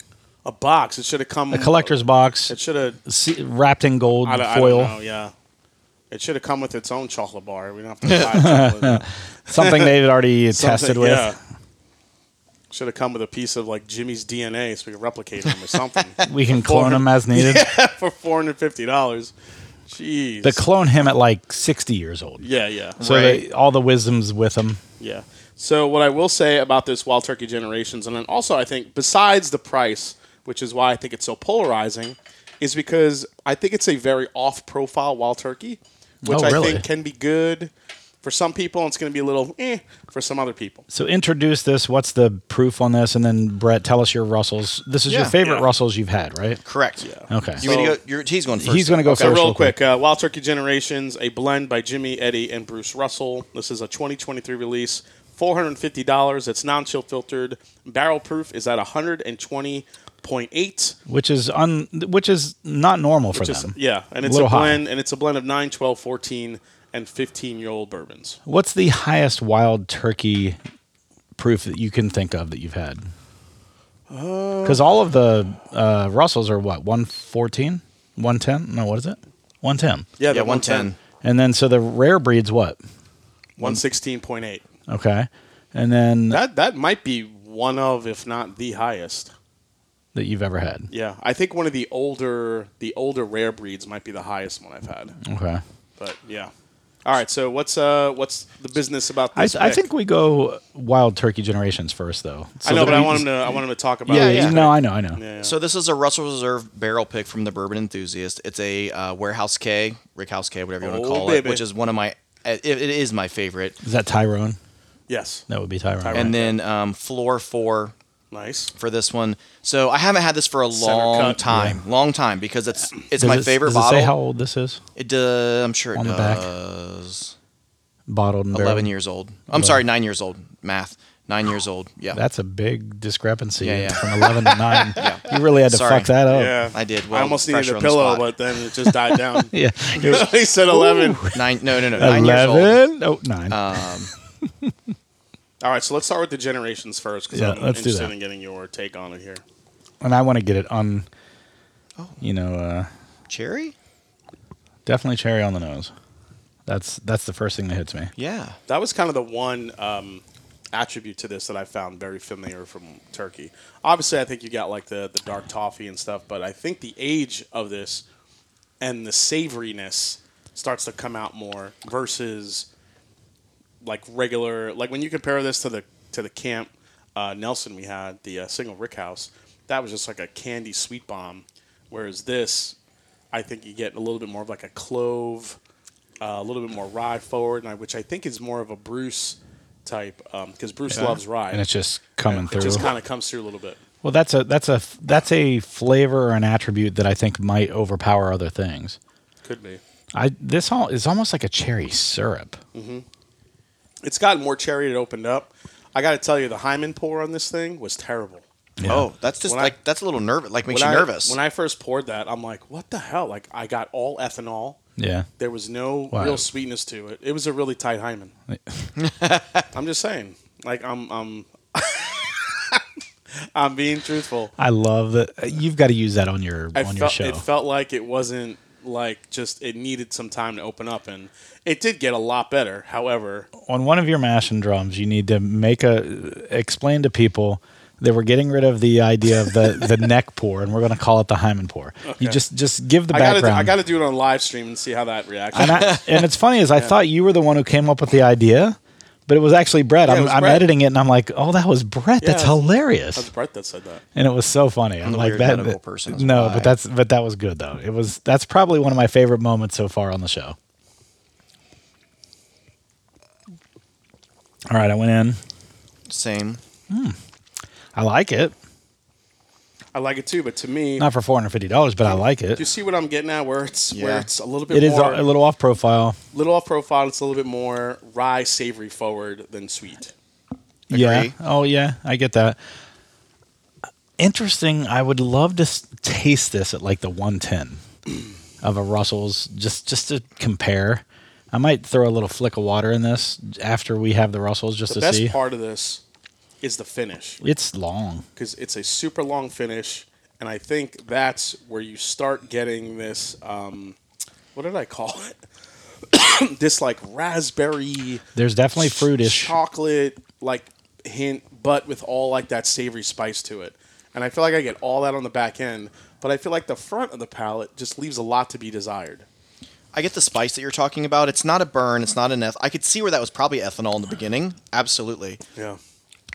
[SPEAKER 3] A box. It should have come
[SPEAKER 1] a collector's box,
[SPEAKER 3] It should have
[SPEAKER 1] se- wrapped in gold
[SPEAKER 3] Mm. I, don't- I
[SPEAKER 1] foil,
[SPEAKER 3] don't know. Yeah, it should have come with its own chocolate bar. We don't have to buy chocolate.
[SPEAKER 1] something they've already tested with.
[SPEAKER 3] Should have come with a piece of like Jimmy's DNA so we could replicate him or something.
[SPEAKER 1] We can
[SPEAKER 3] For
[SPEAKER 1] clone him as needed.
[SPEAKER 3] for four hundred fifty dollars. Jeez.
[SPEAKER 1] They clone him at like sixty years old,
[SPEAKER 3] yeah, yeah.
[SPEAKER 1] so
[SPEAKER 2] Right.
[SPEAKER 1] they, all the wisdom's with him.
[SPEAKER 3] Yeah. So what I will say about this Wild Turkey Generations, and then also I think besides the price, which is why I think it's so polarizing, is because I think it's a very off-profile Wild Turkey, which
[SPEAKER 1] Oh, really?
[SPEAKER 3] I think can be good for some people, and it's going to be a little eh for some other people.
[SPEAKER 1] So introduce this. What's the proof on this? And then Brett, tell us your Russells. This is your
[SPEAKER 2] Yeah.
[SPEAKER 1] favorite
[SPEAKER 3] Yeah.
[SPEAKER 1] Russells you've had, right?
[SPEAKER 2] Correct.
[SPEAKER 3] Yeah.
[SPEAKER 1] Okay.
[SPEAKER 2] You mean to
[SPEAKER 3] So-
[SPEAKER 2] go? You're, he's going first.
[SPEAKER 1] He's going to go
[SPEAKER 3] So
[SPEAKER 1] first.
[SPEAKER 3] real quick, Uh, Wild Turkey Generations, a blend by Jimmy Eddie and Bruce Russell. This is a 2023 release, $450. It's non-chill filtered. Barrel proof is at 120.8.
[SPEAKER 1] which is un, which is not normal for
[SPEAKER 3] Just-
[SPEAKER 1] them.
[SPEAKER 3] yeah, and it's a
[SPEAKER 1] Little high.
[SPEAKER 3] blend, and it's a blend of 9, 12, 14, and 15 year old bourbons.
[SPEAKER 1] What's the highest wild turkey proof that you can think of that you've had? Because all of the uh, Russells are what, 114? 110? No, what is it? 110.
[SPEAKER 3] Yeah,
[SPEAKER 2] yeah,
[SPEAKER 3] the
[SPEAKER 2] 110.
[SPEAKER 1] And then so the rare breed's what?
[SPEAKER 3] 110, 116.8.
[SPEAKER 1] Mm. Okay. And then that,
[SPEAKER 3] That that might be one of, if not the highest.
[SPEAKER 1] you've ever had.
[SPEAKER 3] Yeah, I think one of the older the older rare breeds might be the highest one I've had.
[SPEAKER 1] Okay.
[SPEAKER 3] But yeah. All right, so what's uh what's the business about
[SPEAKER 1] I,
[SPEAKER 3] this?
[SPEAKER 1] I
[SPEAKER 3] pick?
[SPEAKER 1] think we go wild turkey generations first, though.
[SPEAKER 3] I know,
[SPEAKER 1] that
[SPEAKER 3] but I
[SPEAKER 1] we-
[SPEAKER 3] want him to I want him to talk about
[SPEAKER 1] Yeah,
[SPEAKER 3] it.
[SPEAKER 1] yeah, no, I know, I know.
[SPEAKER 3] Yeah, yeah.
[SPEAKER 2] So this is a Russell Reserve barrel pick from the Bourbon Enthusiast. It's a uh, Warehouse K, Rick House K, whatever you want
[SPEAKER 3] Oh,
[SPEAKER 2] to call
[SPEAKER 3] baby.
[SPEAKER 2] it, which is one of my. It, it is my favorite.
[SPEAKER 1] Is that Tyrone?
[SPEAKER 3] yes.
[SPEAKER 1] That would be Tyrone.
[SPEAKER 3] Tyrone.
[SPEAKER 2] And then um, floor four
[SPEAKER 3] Nice.
[SPEAKER 2] for this one. So I haven't had this for a
[SPEAKER 3] Center
[SPEAKER 2] long
[SPEAKER 3] cut.
[SPEAKER 2] time, long time because it's it's
[SPEAKER 1] Does
[SPEAKER 2] my
[SPEAKER 1] it-
[SPEAKER 2] favorite
[SPEAKER 1] does
[SPEAKER 2] bottle.
[SPEAKER 1] it say how old this is?
[SPEAKER 2] It does. I'm sure it
[SPEAKER 1] On the back.
[SPEAKER 2] does.
[SPEAKER 1] Bottled and
[SPEAKER 2] Eleven
[SPEAKER 1] barreled?
[SPEAKER 2] years old. I'm sorry, nine years old. Math. Nine years old. Yeah.
[SPEAKER 1] That's a big discrepancy
[SPEAKER 2] Yeah, yeah.
[SPEAKER 1] from 11 to 9. You really had to
[SPEAKER 2] Sorry.
[SPEAKER 1] fuck that up.
[SPEAKER 3] yeah.
[SPEAKER 2] I did.
[SPEAKER 3] I
[SPEAKER 2] Well,
[SPEAKER 3] almost needed
[SPEAKER 2] pressure
[SPEAKER 3] a
[SPEAKER 2] on the
[SPEAKER 3] pillow,
[SPEAKER 2] spot.
[SPEAKER 3] but then it just died down.
[SPEAKER 1] Yeah. It was
[SPEAKER 3] he said 11.
[SPEAKER 2] Nine. No, no, no. Nine years old.
[SPEAKER 1] 11? Oh, 9.
[SPEAKER 2] Um,
[SPEAKER 3] All right, so let's start with the generations first because
[SPEAKER 1] Yeah,
[SPEAKER 3] I'm
[SPEAKER 1] let's do
[SPEAKER 3] interested
[SPEAKER 1] that.
[SPEAKER 3] in getting your take on it here.
[SPEAKER 1] and I want to get it on,
[SPEAKER 2] Oh.
[SPEAKER 1] you know, uh,
[SPEAKER 2] cherry.
[SPEAKER 1] definitely cherry on the nose. That's that's the first thing that hits me.
[SPEAKER 2] Yeah.
[SPEAKER 3] That was kind of the one um, attribute to this that I found very familiar from Turkey. Obviously, I think you got like the, the dark toffee and stuff, but I think the age of this and the savoriness starts to come out more versus like regular. Like when you compare this to the to the camp uh, Nelson we had the uh, single Rick House, that was just like a candy sweet bomb, whereas this. I think you get a little bit more of like a clove, uh, a little bit more rye forward, and I- which I think is more of a Bruce type because Bruce loves rye.
[SPEAKER 1] And it's just coming
[SPEAKER 3] it
[SPEAKER 1] through.
[SPEAKER 3] just kind of comes through a little bit.
[SPEAKER 1] well, that's a that's a that's a flavor or an attribute that I think might overpower other things.
[SPEAKER 3] Could be.
[SPEAKER 1] I this all is almost like a cherry syrup.
[SPEAKER 3] It's gotten more cherry. It opened up. I got to tell you, the Hyman pour on this thing was terrible.
[SPEAKER 2] Oh, that's just
[SPEAKER 3] When I-
[SPEAKER 2] like that's a little nervous. Like makes
[SPEAKER 3] when
[SPEAKER 2] you
[SPEAKER 3] I,
[SPEAKER 2] nervous.
[SPEAKER 3] When I first poured that, I'm like, what the hell? Like, I got all ethanol.
[SPEAKER 1] Yeah.
[SPEAKER 3] There was no
[SPEAKER 1] Wow.
[SPEAKER 3] real sweetness to it. It was a really tight hymen. I'm just saying. Like, I'm, I'm, I'm being truthful.
[SPEAKER 1] I love that you've got to use that on your
[SPEAKER 3] I
[SPEAKER 1] on your
[SPEAKER 3] felt,
[SPEAKER 1] show.
[SPEAKER 3] It felt like it wasn't like just it needed some time to open up, and it did get a lot better. However,
[SPEAKER 1] on one of your mash and drums, you need to make a explain to people that we're getting rid of the idea of the, the neck pour and we're going to call it the hymen pour. You just just give the
[SPEAKER 3] I gotta, do,
[SPEAKER 1] background.
[SPEAKER 3] I gotta do it on live stream and see how that reacts.
[SPEAKER 1] and, I, and it's funny is I thought you were the one who came up with the idea, but it was actually Brett.
[SPEAKER 3] Yeah, it
[SPEAKER 1] I'm,
[SPEAKER 3] was
[SPEAKER 1] I'm
[SPEAKER 3] Brett.
[SPEAKER 1] editing it and I'm like, oh, that was Brett.
[SPEAKER 3] Yeah,
[SPEAKER 1] That's
[SPEAKER 3] it was-
[SPEAKER 1] hilarious.
[SPEAKER 3] That's Brett that said that.
[SPEAKER 1] and it was so funny. I'm,
[SPEAKER 2] a
[SPEAKER 1] like
[SPEAKER 2] weird
[SPEAKER 1] that.
[SPEAKER 2] medical person, that's
[SPEAKER 1] no,
[SPEAKER 2] why.
[SPEAKER 1] but that's but that was good though. It was that's probably one of my favorite moments so far on the show. All right, I went in.
[SPEAKER 2] Same.
[SPEAKER 1] I like it.
[SPEAKER 3] I like it too, but to me,
[SPEAKER 1] Not for four hundred fifty dollars, but I like
[SPEAKER 3] do you
[SPEAKER 1] it.
[SPEAKER 3] see what I'm getting at? Where it's where
[SPEAKER 2] Yeah.
[SPEAKER 3] it's a little bit
[SPEAKER 1] It is
[SPEAKER 3] more
[SPEAKER 1] a little off profile.
[SPEAKER 3] little off profile. It's a little bit more rye savory forward than sweet.
[SPEAKER 1] Yeah.
[SPEAKER 2] Agree.
[SPEAKER 1] Oh yeah, I get that. Interesting. I would love to s- taste this at like the one ten of a Russell's, just just to compare. I might throw a little flick of water in this after we have the Russells just
[SPEAKER 3] The
[SPEAKER 1] to
[SPEAKER 3] best
[SPEAKER 1] see.
[SPEAKER 3] part of this is the finish.
[SPEAKER 1] It's long.
[SPEAKER 3] because it's a super long finish, and I think that's where you start getting this. Um, what did I call it? this like raspberry,
[SPEAKER 1] There's definitely fruitish.
[SPEAKER 3] chocolate like hint, but with all like that savory spice to it. And I feel like I get all that on the back end, but I feel like the front of the palate just leaves a lot to be desired.
[SPEAKER 2] I get the spice that you're talking about. It's not a burn. It's not an eth. I could see where that was probably ethanol in the beginning. Absolutely.
[SPEAKER 3] Yeah,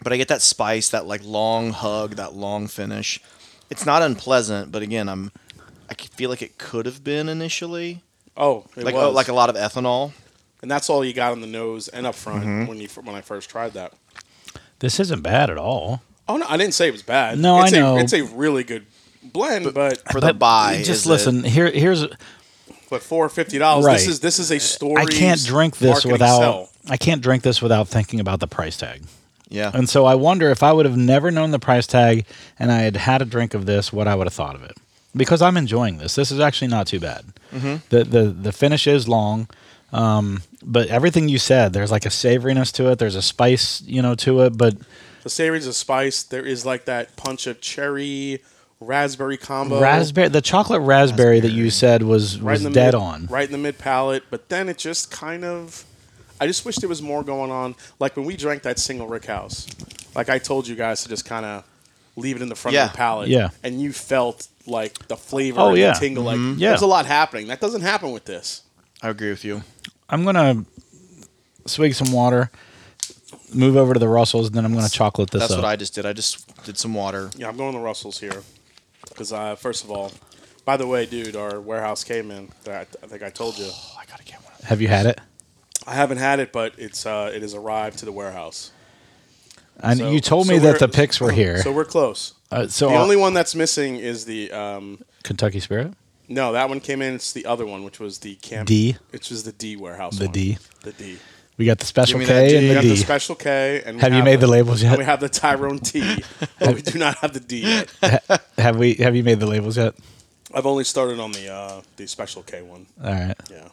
[SPEAKER 2] But I get that spice, that like long hug, that long finish. It's not unpleasant, but again, I'm. I c- feel like it could have been initially,
[SPEAKER 3] Oh, it
[SPEAKER 2] like
[SPEAKER 3] was.
[SPEAKER 2] oh, like a lot of ethanol.
[SPEAKER 3] and that's all you got on the nose and up front
[SPEAKER 2] Mm-hmm.
[SPEAKER 3] when you when I first tried that.
[SPEAKER 1] This isn't bad at all.
[SPEAKER 3] Oh no, I didn't say it was bad.
[SPEAKER 1] No,
[SPEAKER 3] it's
[SPEAKER 1] I
[SPEAKER 3] a-
[SPEAKER 1] know.
[SPEAKER 3] it's a really good blend, but
[SPEAKER 2] For the buy,
[SPEAKER 1] Just
[SPEAKER 2] is it-
[SPEAKER 1] listen. Here, here's.
[SPEAKER 3] but for fifty dollars,
[SPEAKER 1] Right.
[SPEAKER 3] this is this is a story.
[SPEAKER 1] I can't drink this
[SPEAKER 3] marketing
[SPEAKER 1] without.
[SPEAKER 3] sell.
[SPEAKER 1] I can't drink this without thinking about the price tag.
[SPEAKER 2] yeah,
[SPEAKER 1] And so I wonder if I would have never known the price tag and I had had a drink of this, what I would have thought of it.
[SPEAKER 3] Mm-hmm.
[SPEAKER 1] Because I'm enjoying this. This is actually not too bad. The the the finish is long. um, But everything you said, there's like a savoriness to it. There's a spice, you know, to it. But
[SPEAKER 3] The savory's of spice. There is like that punch of cherry, raspberry combo.
[SPEAKER 1] raspberry, the chocolate raspberry, that you said was
[SPEAKER 3] right
[SPEAKER 1] was
[SPEAKER 3] in the
[SPEAKER 1] dead
[SPEAKER 3] mid,
[SPEAKER 1] on.
[SPEAKER 3] right in the mid palate. But then it just kind of, I just wish there was more going on. Like when we drank that single Rick House, like I told you guys to just kind of leave it in the front
[SPEAKER 2] Yeah.
[SPEAKER 3] of the palate,
[SPEAKER 1] Yeah.
[SPEAKER 3] and you felt like the flavor,
[SPEAKER 1] Oh,
[SPEAKER 3] and
[SPEAKER 1] yeah.
[SPEAKER 3] the tingle, like
[SPEAKER 1] Yeah.
[SPEAKER 3] there's a lot happening. That doesn't happen with this.
[SPEAKER 2] I agree with you.
[SPEAKER 1] I'm gonna swig some water, move over to the Russells, and then I'm gonna chocolate this uh,
[SPEAKER 2] That's
[SPEAKER 1] up.
[SPEAKER 2] what I just did. I just did some water.
[SPEAKER 3] Yeah, I'm going to Russell's here because uh, first of all, by the way, dude, our warehouse came in. That I think I told you.
[SPEAKER 2] Oh, I gotta get one.
[SPEAKER 1] Have you had it?
[SPEAKER 3] I haven't had it, but it's uh, it has arrived to the warehouse.
[SPEAKER 1] And
[SPEAKER 3] So-
[SPEAKER 1] you told
[SPEAKER 3] so
[SPEAKER 1] me
[SPEAKER 3] we're-
[SPEAKER 1] that the picks were here.
[SPEAKER 3] So
[SPEAKER 1] So,
[SPEAKER 3] we're close.
[SPEAKER 1] uh, so
[SPEAKER 3] the
[SPEAKER 1] uh,
[SPEAKER 3] only one that's missing is the um,
[SPEAKER 1] Kentucky Spirit.
[SPEAKER 3] no. That one came in. It's the other one, which was the camp.
[SPEAKER 1] D?
[SPEAKER 3] Which was the D warehouse.
[SPEAKER 1] The
[SPEAKER 3] one.
[SPEAKER 1] D.
[SPEAKER 3] The D.
[SPEAKER 1] We got the special
[SPEAKER 2] Give me that
[SPEAKER 1] K
[SPEAKER 2] D.
[SPEAKER 1] and
[SPEAKER 3] We
[SPEAKER 1] the
[SPEAKER 3] have
[SPEAKER 1] D.
[SPEAKER 3] the special K, and we
[SPEAKER 1] Have you made the labels
[SPEAKER 3] and
[SPEAKER 1] yet?
[SPEAKER 3] we have the Tyrone T, but we do not have the D yet.
[SPEAKER 1] have we? Have you made the labels yet?
[SPEAKER 3] I've only started on the uh, the special K one.
[SPEAKER 1] All right.
[SPEAKER 3] Yeah,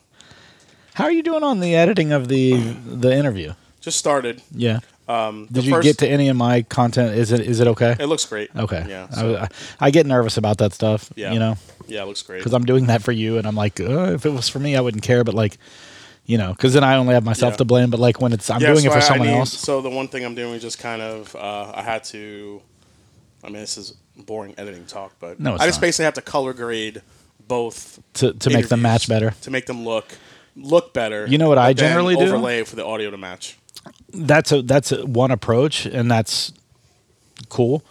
[SPEAKER 1] How are you doing on the editing of the the interview?
[SPEAKER 3] just started.
[SPEAKER 1] Yeah.
[SPEAKER 3] Um, the
[SPEAKER 1] Did you
[SPEAKER 3] first-
[SPEAKER 1] get to any of my content? Is it is it okay?
[SPEAKER 3] It looks great.
[SPEAKER 1] Okay.
[SPEAKER 3] Yeah.
[SPEAKER 1] I-
[SPEAKER 3] so-
[SPEAKER 1] I, I get nervous about that stuff.
[SPEAKER 3] Yeah.
[SPEAKER 1] You know,
[SPEAKER 3] yeah, it looks great.
[SPEAKER 1] because I'm doing that for you, and I'm like, uh, if it was for me, I wouldn't care. But like, you know, because then I only have myself
[SPEAKER 3] Yeah.
[SPEAKER 1] to blame. But like when it's I'm
[SPEAKER 3] Yeah,
[SPEAKER 1] doing
[SPEAKER 3] so
[SPEAKER 1] it for
[SPEAKER 3] I- I
[SPEAKER 1] someone
[SPEAKER 3] need-
[SPEAKER 1] else.
[SPEAKER 3] So the one thing I'm doing is just kind of uh, I had to. I mean, this is boring editing talk, but
[SPEAKER 1] No, it's
[SPEAKER 3] I just
[SPEAKER 1] not.
[SPEAKER 3] basically have to color grade both
[SPEAKER 1] To- to make them match
[SPEAKER 3] interviews,
[SPEAKER 1] better.
[SPEAKER 3] to make them look look better.
[SPEAKER 1] You know what
[SPEAKER 3] but
[SPEAKER 1] I
[SPEAKER 3] then
[SPEAKER 1] generally do?
[SPEAKER 3] overlay for the audio to match.
[SPEAKER 1] that's a that's a, one approach and that's cool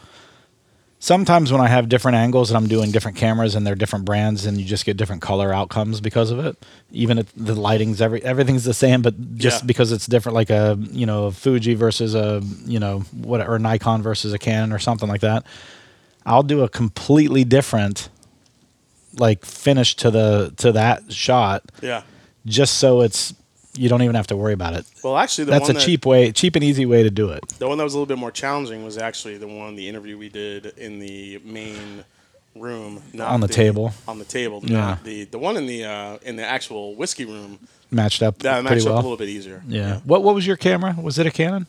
[SPEAKER 1] sometimes when i have different angles and i'm doing different cameras and they're different brands and you just get different color outcomes because of it even if the lighting's every everything's the same but just
[SPEAKER 3] Yeah.
[SPEAKER 1] because it's different like a you know a fuji versus a you know what or nikon versus a canon or something like that i'll do a completely different like finish to the to that shot
[SPEAKER 3] Yeah.
[SPEAKER 1] just so it's you don't even have to worry about it
[SPEAKER 3] Well, actually, the
[SPEAKER 1] that's a
[SPEAKER 3] one that,
[SPEAKER 1] cheap way, cheap and easy way to do it.
[SPEAKER 3] The one that was a little bit more challenging was actually the one the interview we did in the main room, not
[SPEAKER 1] On the table.
[SPEAKER 3] On the table,
[SPEAKER 1] Yeah.
[SPEAKER 3] not the the one in the uh, in the actual whiskey room.
[SPEAKER 1] Matched up
[SPEAKER 3] That
[SPEAKER 1] pretty
[SPEAKER 3] matched
[SPEAKER 1] well.
[SPEAKER 3] up a little bit easier.
[SPEAKER 1] yeah. What What was your camera? Was it a Canon?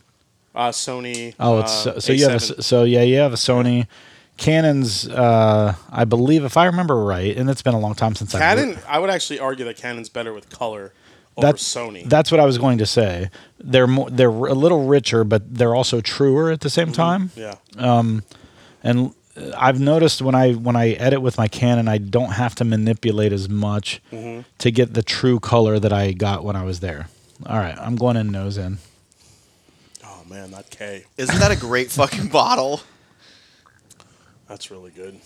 [SPEAKER 3] Uh, Sony.
[SPEAKER 1] Oh, it's
[SPEAKER 3] uh,
[SPEAKER 1] so, so you have a,
[SPEAKER 3] A7.
[SPEAKER 1] s- so yeah you have a Sony. Canon's, uh, I believe, if I remember right, and it's been a long time since I've
[SPEAKER 3] Canon. I would actually argue that Canon's better with color over
[SPEAKER 1] That's-
[SPEAKER 3] Sony.
[SPEAKER 1] That's what I was going to say. They're more, they're a little richer, but they're also truer at the same
[SPEAKER 3] Mm-hmm.
[SPEAKER 1] time.
[SPEAKER 3] yeah.
[SPEAKER 1] and uh, I've noticed when I when I edit with my Canon, I don't have to manipulate as much
[SPEAKER 3] Mm-hmm.
[SPEAKER 1] to get the true color that I got when I was there. All right, I'm going in nose in.
[SPEAKER 3] oh man, that K.
[SPEAKER 2] Isn't that a great fucking bottle?
[SPEAKER 3] That's really good.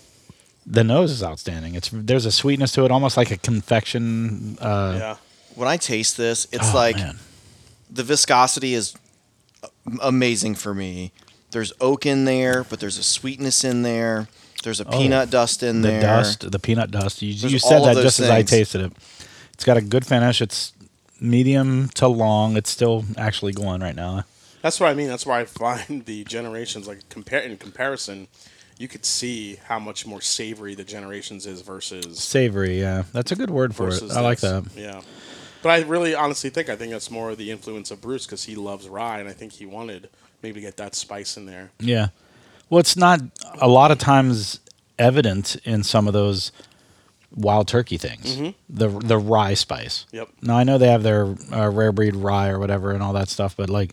[SPEAKER 1] The nose is outstanding. It's there's a sweetness to it, almost like a confection. Uh,
[SPEAKER 3] yeah.
[SPEAKER 2] When I taste this, it's
[SPEAKER 1] oh,
[SPEAKER 2] like
[SPEAKER 1] man.
[SPEAKER 2] the viscosity is a- amazing for me. There's oak in there, but there's a sweetness in there. There's a peanut dust in
[SPEAKER 1] Oh, the
[SPEAKER 2] there.
[SPEAKER 1] dust, the peanut dust. You, you
[SPEAKER 2] There's
[SPEAKER 1] said
[SPEAKER 2] all
[SPEAKER 1] that
[SPEAKER 2] of those
[SPEAKER 1] just as I
[SPEAKER 2] things.
[SPEAKER 1] tasted it. It's got a good finish. It's medium to long. It's still actually going right now.
[SPEAKER 3] That's what I mean. That's where I find the generations like compare in comparison. You could see how much more savory the generations is versus
[SPEAKER 1] Savory, yeah. That's a good word for
[SPEAKER 3] versus.
[SPEAKER 1] it. I like that.
[SPEAKER 3] this. Yeah, but I really honestly think I think that's more the influence of Bruce because he loves rye and I think he wanted maybe to get that spice in there.
[SPEAKER 1] Yeah. Well, it's not a lot of times evident in some of those wild turkey things. The the rye spice.
[SPEAKER 3] Mm-hmm. Yep.
[SPEAKER 1] Now I know they have their uh, rare breed rye or whatever and all that stuff, but like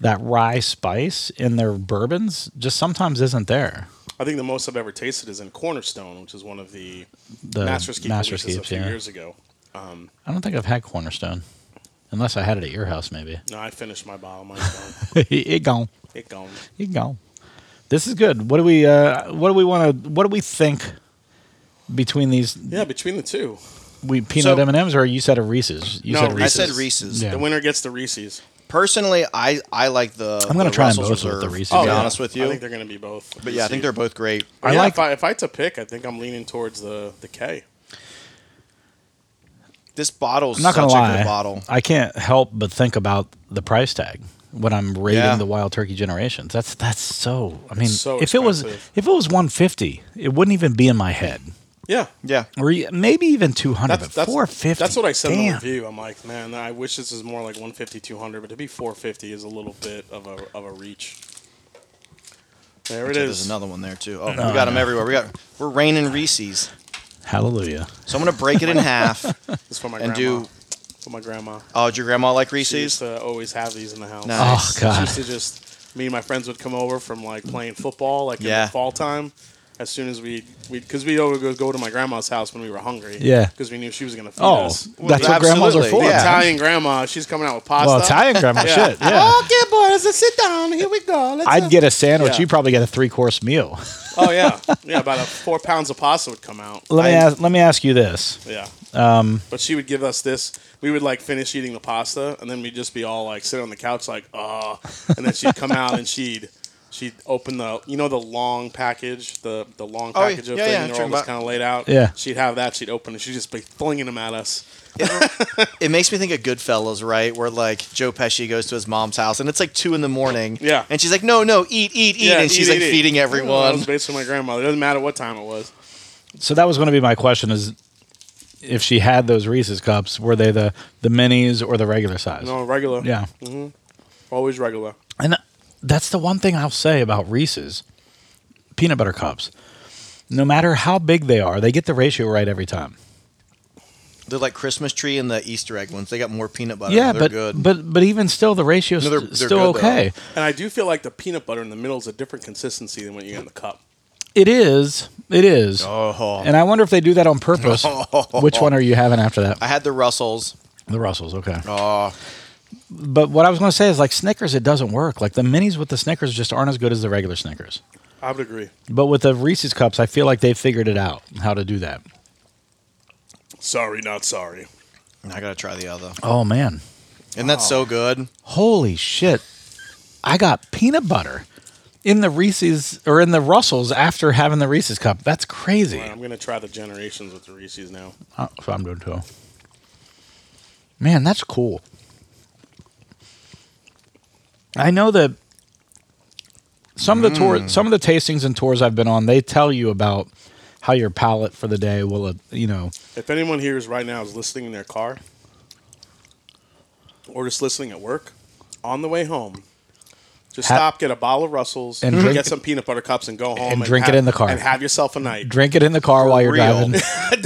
[SPEAKER 1] that rye spice in their bourbons just sometimes isn't there.
[SPEAKER 3] I think the most I've ever tasted is in Cornerstone, which is one of the,
[SPEAKER 1] The
[SPEAKER 3] Masters Keep
[SPEAKER 1] Master's
[SPEAKER 3] releases a
[SPEAKER 1] Keeps,
[SPEAKER 3] few
[SPEAKER 1] yeah.
[SPEAKER 3] years ago.
[SPEAKER 1] I don't think I've had Cornerstone, unless I had it at your house. Maybe
[SPEAKER 3] No, I finished my bottle. Mine's gone.
[SPEAKER 1] it gone.
[SPEAKER 3] it gone.
[SPEAKER 1] You can go. This is good. What do we? Uh, what do we want to? What do we think between these?
[SPEAKER 3] Yeah, between the two,
[SPEAKER 1] We peanut
[SPEAKER 2] So-
[SPEAKER 1] M and M's, or you said a Reese's? You
[SPEAKER 3] No,
[SPEAKER 1] said
[SPEAKER 2] I
[SPEAKER 1] Reese's.
[SPEAKER 2] said Reese's.
[SPEAKER 1] Yeah.
[SPEAKER 3] the winner gets the Reese's.
[SPEAKER 2] Personally, I, I like the.
[SPEAKER 1] I'm gonna
[SPEAKER 2] the
[SPEAKER 1] try 'em
[SPEAKER 2] Russell's
[SPEAKER 1] both with the
[SPEAKER 2] Reserve,
[SPEAKER 1] Reese's,
[SPEAKER 2] To be
[SPEAKER 1] yeah.
[SPEAKER 2] honest with
[SPEAKER 3] Oh, I
[SPEAKER 2] you,
[SPEAKER 3] think they're going to be both.
[SPEAKER 2] but yeah, I think they're both great.
[SPEAKER 1] I
[SPEAKER 3] I yeah,
[SPEAKER 1] like-
[SPEAKER 3] like. If I, if I had to pick, I think I'm leaning towards the the K.
[SPEAKER 2] This bottle's
[SPEAKER 1] I'm not
[SPEAKER 2] such
[SPEAKER 1] gonna
[SPEAKER 2] a
[SPEAKER 1] lie.
[SPEAKER 2] good bottle.
[SPEAKER 1] I can't help but think about the price tag when I'm rating
[SPEAKER 2] Yeah.
[SPEAKER 1] the wild turkey generations. That's that's so. I mean,
[SPEAKER 3] so
[SPEAKER 1] if it was
[SPEAKER 3] expensive.
[SPEAKER 1] if it was 150, it wouldn't even be in my head.
[SPEAKER 3] Yeah.
[SPEAKER 2] Yeah.
[SPEAKER 1] or e- maybe even 200
[SPEAKER 3] That's,
[SPEAKER 1] but
[SPEAKER 3] that's
[SPEAKER 1] 450
[SPEAKER 3] That's what I said in the
[SPEAKER 1] Damn.
[SPEAKER 3] review. I'm like, man, I wish this is more like 150, 200, but to be 450 is a little bit of a of a reach. There it
[SPEAKER 2] So There's
[SPEAKER 3] is.
[SPEAKER 2] another one there too. Oh, we got them everywhere. We got we're raining Reese's.
[SPEAKER 1] hallelujah
[SPEAKER 2] So I'm gonna break it in half
[SPEAKER 3] It's for my
[SPEAKER 2] and
[SPEAKER 3] grandma.
[SPEAKER 2] do.
[SPEAKER 3] for my grandma.
[SPEAKER 2] Oh, did your grandma like
[SPEAKER 3] She used
[SPEAKER 2] Reese's?
[SPEAKER 3] to always have these in the house.
[SPEAKER 2] Nice. Oh,
[SPEAKER 1] God.
[SPEAKER 3] She used to just me and my friends would come over from like playing football, like in
[SPEAKER 2] Yeah.
[SPEAKER 3] the fall time. As soon as we we because we always go, go to my grandma's house when we were hungry.
[SPEAKER 1] Yeah.
[SPEAKER 3] because we knew she was gonna feed
[SPEAKER 1] oh
[SPEAKER 3] us.
[SPEAKER 1] that's what grandmas are
[SPEAKER 2] absolutely,
[SPEAKER 1] for
[SPEAKER 2] yeah.
[SPEAKER 3] Italian grandma, she's coming out with pasta.
[SPEAKER 1] well italian grandma
[SPEAKER 3] Yeah.
[SPEAKER 1] shit yeah
[SPEAKER 3] Oh, Okay, boys, let's sit down. Here we go. Let's
[SPEAKER 1] i'd get a sandwich
[SPEAKER 3] Yeah.
[SPEAKER 1] you probably get a three course meal
[SPEAKER 3] Oh yeah, yeah. About a four pounds of pasta would come out.
[SPEAKER 1] let me
[SPEAKER 2] I-
[SPEAKER 1] ask let me ask you this
[SPEAKER 3] Yeah.
[SPEAKER 1] um,
[SPEAKER 3] but she would give us this. We would like finish eating the pasta, and then we'd just be all like sit on the couch, like ah. And then she'd come out and she'd she'd open the you know the long package, the the long
[SPEAKER 2] Oh, yeah.
[SPEAKER 3] package of
[SPEAKER 2] Yeah,
[SPEAKER 3] things
[SPEAKER 2] yeah,
[SPEAKER 3] that
[SPEAKER 2] sure
[SPEAKER 3] are all just
[SPEAKER 2] about-
[SPEAKER 3] kind of laid out.
[SPEAKER 1] Yeah.
[SPEAKER 3] She'd have that. She'd open it. She'd just be flinging them at us.
[SPEAKER 2] It makes me think of Goodfellas, right? Where like Joe Pesci goes to his mom's house and it's like two in the morning.
[SPEAKER 3] Yeah.
[SPEAKER 2] And she's like, no, no, eat, eat, eat,
[SPEAKER 3] Yeah,
[SPEAKER 2] and she's
[SPEAKER 3] eat,
[SPEAKER 2] like
[SPEAKER 3] eat, eat.
[SPEAKER 2] feeding
[SPEAKER 3] That
[SPEAKER 2] everyone.
[SPEAKER 3] was basically my grandmother. It doesn't matter what time it was.
[SPEAKER 1] so that was going to be my question is if she had those reese's cups were they the the minis or the regular size
[SPEAKER 3] No regular.
[SPEAKER 1] yeah
[SPEAKER 3] Always regular.
[SPEAKER 1] And that's the one thing I'll say about Reese's peanut butter cups. No matter how big they are, they get the ratio right every time.
[SPEAKER 2] They're like Christmas tree and the Easter egg ones. They got more peanut butter.
[SPEAKER 1] yeah,
[SPEAKER 2] Oh, they're
[SPEAKER 1] but
[SPEAKER 2] good.
[SPEAKER 1] but but even still, the ratio's
[SPEAKER 2] No, they're-
[SPEAKER 1] st-
[SPEAKER 2] they're
[SPEAKER 1] still
[SPEAKER 2] good, though.
[SPEAKER 1] okay.
[SPEAKER 3] And I do feel like the peanut butter in the middle is a different consistency than what you get in the cup.
[SPEAKER 1] It is, it is.
[SPEAKER 2] oh.
[SPEAKER 1] And I wonder if they do that on purpose. Which one are you having after that?
[SPEAKER 2] I had the Russells.
[SPEAKER 1] The Russells, okay.
[SPEAKER 2] Oh,
[SPEAKER 1] But what I was going to say is like Snickers, it doesn't work. Like the minis with the Snickers just aren't as good as the regular Snickers.
[SPEAKER 3] I would agree.
[SPEAKER 1] But with the Reese's cups, I feel like they figured it out how to do that.
[SPEAKER 3] Sorry, not sorry.
[SPEAKER 2] I gotta try the other.
[SPEAKER 1] Oh man,
[SPEAKER 2] And that's so good.
[SPEAKER 1] Holy shit. I got peanut butter in the Reese's or in the Russells after having the Reese's cup. That's crazy.
[SPEAKER 3] All right, I'm gonna try the generations with the Reese's now.
[SPEAKER 1] Oh, so I'm doing too. Man, that's cool. I know that some of the tour, some of the tastings and tours I've been on, they tell you about how your palate for the day will, uh, you know,
[SPEAKER 3] If anyone here is right now is listening in their car or just listening at work on the way home, just
[SPEAKER 1] Ha-
[SPEAKER 3] stop, get a bottle of Russell's,
[SPEAKER 1] And
[SPEAKER 3] and
[SPEAKER 1] drink-
[SPEAKER 3] get some peanut butter cups, and go home
[SPEAKER 1] and drink it
[SPEAKER 3] have-
[SPEAKER 1] in the car.
[SPEAKER 3] and have yourself a night.
[SPEAKER 1] drink it in the car while you're
[SPEAKER 2] real.
[SPEAKER 1] driving,